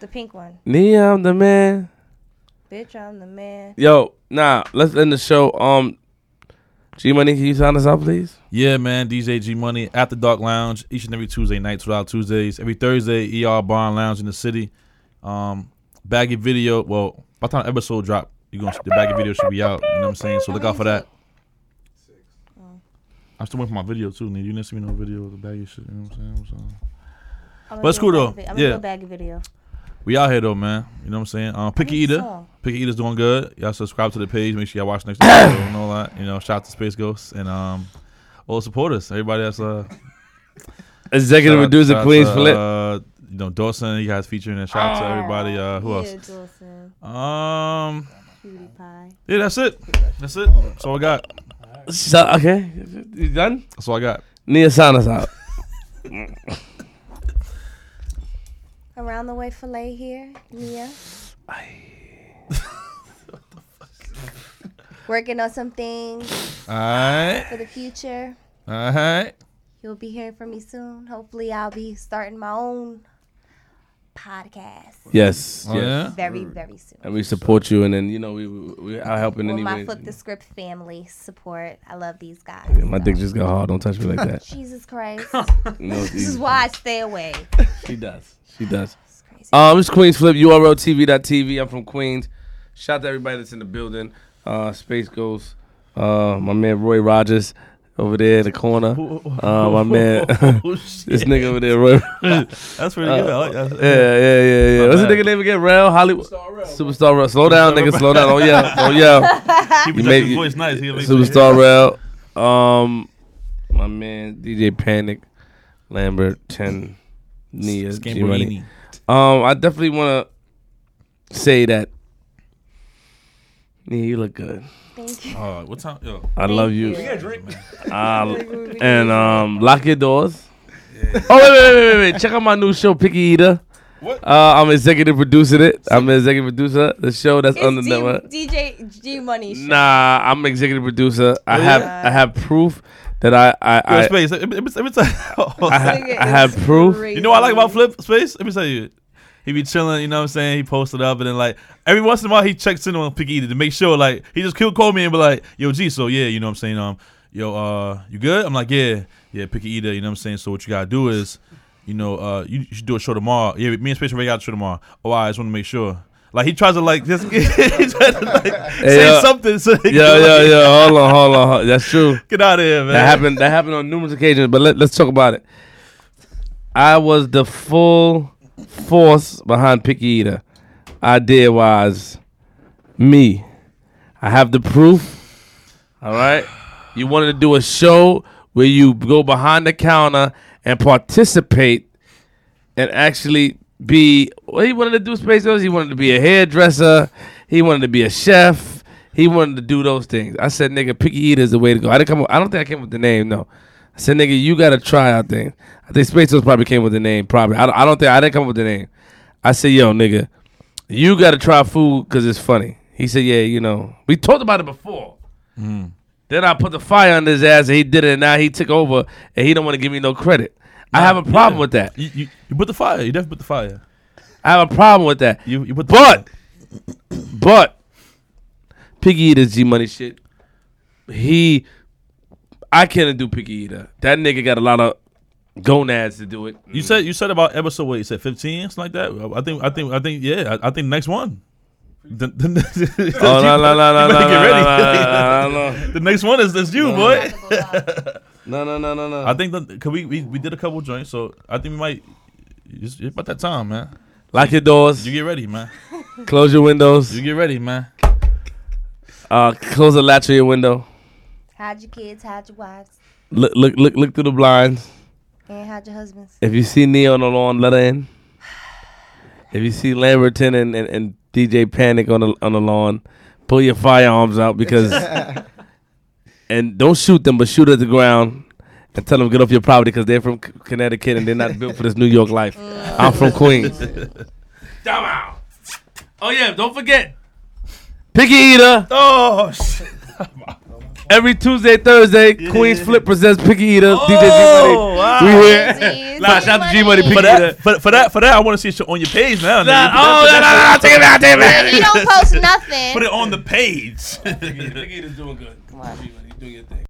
Speaker 4: The pink one.
Speaker 1: Nia, I'm the man.
Speaker 4: Bitch, I'm the man.
Speaker 1: Yo, nah, let's end the show. Um, G Money, can you sign us out, please?
Speaker 5: Yeah, man. DJ G Money After Dark Lounge each and every Tuesday night, Twelve Tuesdays. Every Thursday, ER Bond Lounge in the city. Um, baggy video. Well, by the time episode drop, you gonna the baggy video should be out. You know what I'm saying? So look out for that. I'm still waiting for my video too, nigga. You didn't see me no video of the baggy shit. You know what I'm saying? So,
Speaker 4: I'm
Speaker 5: But it's cool, though.
Speaker 4: I'm
Speaker 5: Yeah.
Speaker 4: gonna do a baggy video.
Speaker 5: we out here though, man. You know what I'm saying? Um, Picky
Speaker 4: What's the
Speaker 5: Eater.
Speaker 4: song?
Speaker 5: Picky Eater's doing good. Y'all subscribe to the page. Make sure y'all watch next episode and all that. You know, shout out to Space Ghost and um, all the supporters. Everybody that's uh.
Speaker 1: Executive
Speaker 5: Shout out-
Speaker 1: producer,
Speaker 5: shout out
Speaker 1: Queens
Speaker 5: to,
Speaker 1: Flip.
Speaker 5: Uh, you know Dawson, he has featuring and shout out to everybody. Uh, who
Speaker 4: yeah,
Speaker 5: else?
Speaker 4: Dawson,
Speaker 5: Um,
Speaker 4: cutie pie.
Speaker 5: yeah, that's it. That's it. That's all I got.
Speaker 1: So- okay, you done?
Speaker 5: That's all I got.
Speaker 1: Nia, sign us out.
Speaker 4: Around the way fillet here, Nia. Working on some things
Speaker 5: All right,
Speaker 4: for the future.
Speaker 5: all right.
Speaker 4: You'll be hearing from me soon. Hopefully, I'll be starting my own podcast
Speaker 1: Yes, yes.
Speaker 5: Oh, yeah.
Speaker 4: very, very soon.
Speaker 1: And we support you, and then you know we we, we are helping
Speaker 4: With
Speaker 1: anyway.
Speaker 4: my Flip the Script family support. I love these guys.
Speaker 1: My dick just got hard. Don't touch me like that.
Speaker 4: Jesus Christ.
Speaker 1: No, it's
Speaker 4: this is
Speaker 1: easy.
Speaker 4: why I stay away.
Speaker 1: she does. She does.
Speaker 4: It's crazy.
Speaker 1: Um, it's Queens Flip. URLTV.tv. I'm from Queens. Shout out to everybody that's in the building. Uh, Space Ghost. Uh, my man Roy Rogers over there in the corner. Uh, my man.
Speaker 5: Oh,
Speaker 1: this
Speaker 5: shit.
Speaker 1: nigga over there, Roy.
Speaker 5: That's pretty good. I like that.
Speaker 1: Yeah,
Speaker 3: Uh,
Speaker 1: yeah, yeah, yeah.
Speaker 5: My
Speaker 1: What's the
Speaker 5: bad.
Speaker 1: nigga name again? Rail Hollywood
Speaker 8: Star Rail,
Speaker 1: Superstar Rail. Slow down, nigga. Slow down. Oh yeah, oh yeah.
Speaker 5: He projected
Speaker 1: made-
Speaker 5: his voice nice. He at least-
Speaker 1: Superstar Rail. Um, my man DJ Panic, Lambert, Ten, Nia, G Money.
Speaker 5: Scambolini.
Speaker 1: Um, I definitely want to say that. Nia, you look good.
Speaker 4: Thank you.
Speaker 5: Oh, what time? Yo,
Speaker 1: I love you.
Speaker 4: you.
Speaker 6: drink.
Speaker 1: Uh, and um, lock your doors. Oh wait, wait, wait, wait, wait! Check out my new show, Picky Eater.
Speaker 5: What?
Speaker 1: Uh, I'm executive producing it. I'm the executive producer. The show that's on the
Speaker 4: It's
Speaker 1: network.
Speaker 4: D- DJ G Money. show.
Speaker 1: Nah, I'm executive producer. I have
Speaker 4: yeah?
Speaker 1: I have proof that I I
Speaker 5: yo
Speaker 1: I,
Speaker 5: space. Let me- let me- let me tell you.
Speaker 1: I, ha-
Speaker 4: Nigga is
Speaker 1: I have proof.
Speaker 4: crazy.
Speaker 5: You know what I like about Flip Space? Let me tell you. He be chilling, you know what I'm saying? He posted up and then like every once in a while he checks in on Picky Eater to make sure like he just could call me and be like, yo G, so yeah, you know what I'm saying? Um, yo, uh, you good? I'm like, Yeah, yeah, Picky Eater, you know what I'm saying? So what you gotta do is, you know, uh you, you should do a show tomorrow. Yeah, me and Space already got a show tomorrow. Oh, I just wanna make sure. Like he tries to like just he tries to, like, say
Speaker 1: yo.
Speaker 5: something so he
Speaker 1: Yo
Speaker 5: can,
Speaker 1: yo
Speaker 5: like,
Speaker 1: yo! Hold on, hold on. hold on. That's true.
Speaker 5: get out of here, man.
Speaker 1: That happened. That happened on numerous occasions. But let, let's talk about it. I was the full force behind Picky Eater. Idea wise, me. I have the proof. All right. You wanted to do a show where you go behind the counter and participate and actually be what he wanted to do space Ghost, he wanted to be a hairdresser he wanted to be a chef he wanted to do those things i said nigga picky eater is the way to go i didn't come up, i don't think i came up with the name no i said nigga you gotta try out things i think space Ghost probably came with the name probably I don't, I don't think i didn't come up with the name i said yo nigga you gotta try food because it's funny He said, "Yeah, you know, we talked about it before." Then I put the fire under his ass, and he did it. And now he took over, and he don't want to give me no credit. I have a problem
Speaker 5: Yeah.
Speaker 1: with that.
Speaker 5: You, you, you put the fire. You definitely put the fire.
Speaker 1: I have a problem with that.
Speaker 5: You you put the
Speaker 1: But, but, Piggy Eater's G Money shit. He, I can't do Piggy Eater. That nigga got a lot of gonads to do it.
Speaker 5: You said you said about episode what you said fifteen something like that. I think I think I think yeah. I, I think next one. The, the,
Speaker 1: Oh, no,
Speaker 5: you
Speaker 1: no, no, no,
Speaker 5: better-
Speaker 1: no,
Speaker 5: you
Speaker 1: no,
Speaker 5: better get
Speaker 1: no,
Speaker 5: ready.
Speaker 1: no, no, no,
Speaker 5: the next one is is you, boy.
Speaker 1: no, no, no, no, no.
Speaker 5: I think that cause we, we we did a couple joints, so I think we might. It's, it's about that time, man.
Speaker 1: Lock your doors.
Speaker 5: You get ready, man.
Speaker 1: Close your windows.
Speaker 5: You get ready, man.
Speaker 1: Uh, close the latch of your window.
Speaker 4: Hide your kids, hide your wives,
Speaker 1: Look, look, look, look through the blinds.
Speaker 4: and hide your husbands.
Speaker 1: If you see Neo on the lawn, let her in. If you see Lamberton and, and, and DJ Panic on the on the lawn, pull your firearms out because and don't shoot them, but shoot at the ground and tell them get off your property because they're from C- Connecticut and they're not built for this New York life. I'm from Queens. Dumb Mm. out. Oh yeah, don't forget. Picky Eater
Speaker 5: Oh shit.
Speaker 1: every Tuesday, Thursday. Queens Flip presents Picky Eater. DJ G Money.
Speaker 5: Oh, wow.
Speaker 1: We here.
Speaker 4: Jeez,
Speaker 1: Nah, shout out to G Money.
Speaker 5: For
Speaker 1: Picky Eater.
Speaker 5: that, for, for that, for that, I want to see shit on your page now.
Speaker 1: Nah,
Speaker 5: nigga. Put that-
Speaker 1: Oh,
Speaker 5: put
Speaker 1: no, no,
Speaker 5: that-
Speaker 1: no, take it back, take it back.
Speaker 4: You don't post nothing.
Speaker 5: Put it on the page.
Speaker 11: Nigga, doing good. Come on, doing your thing.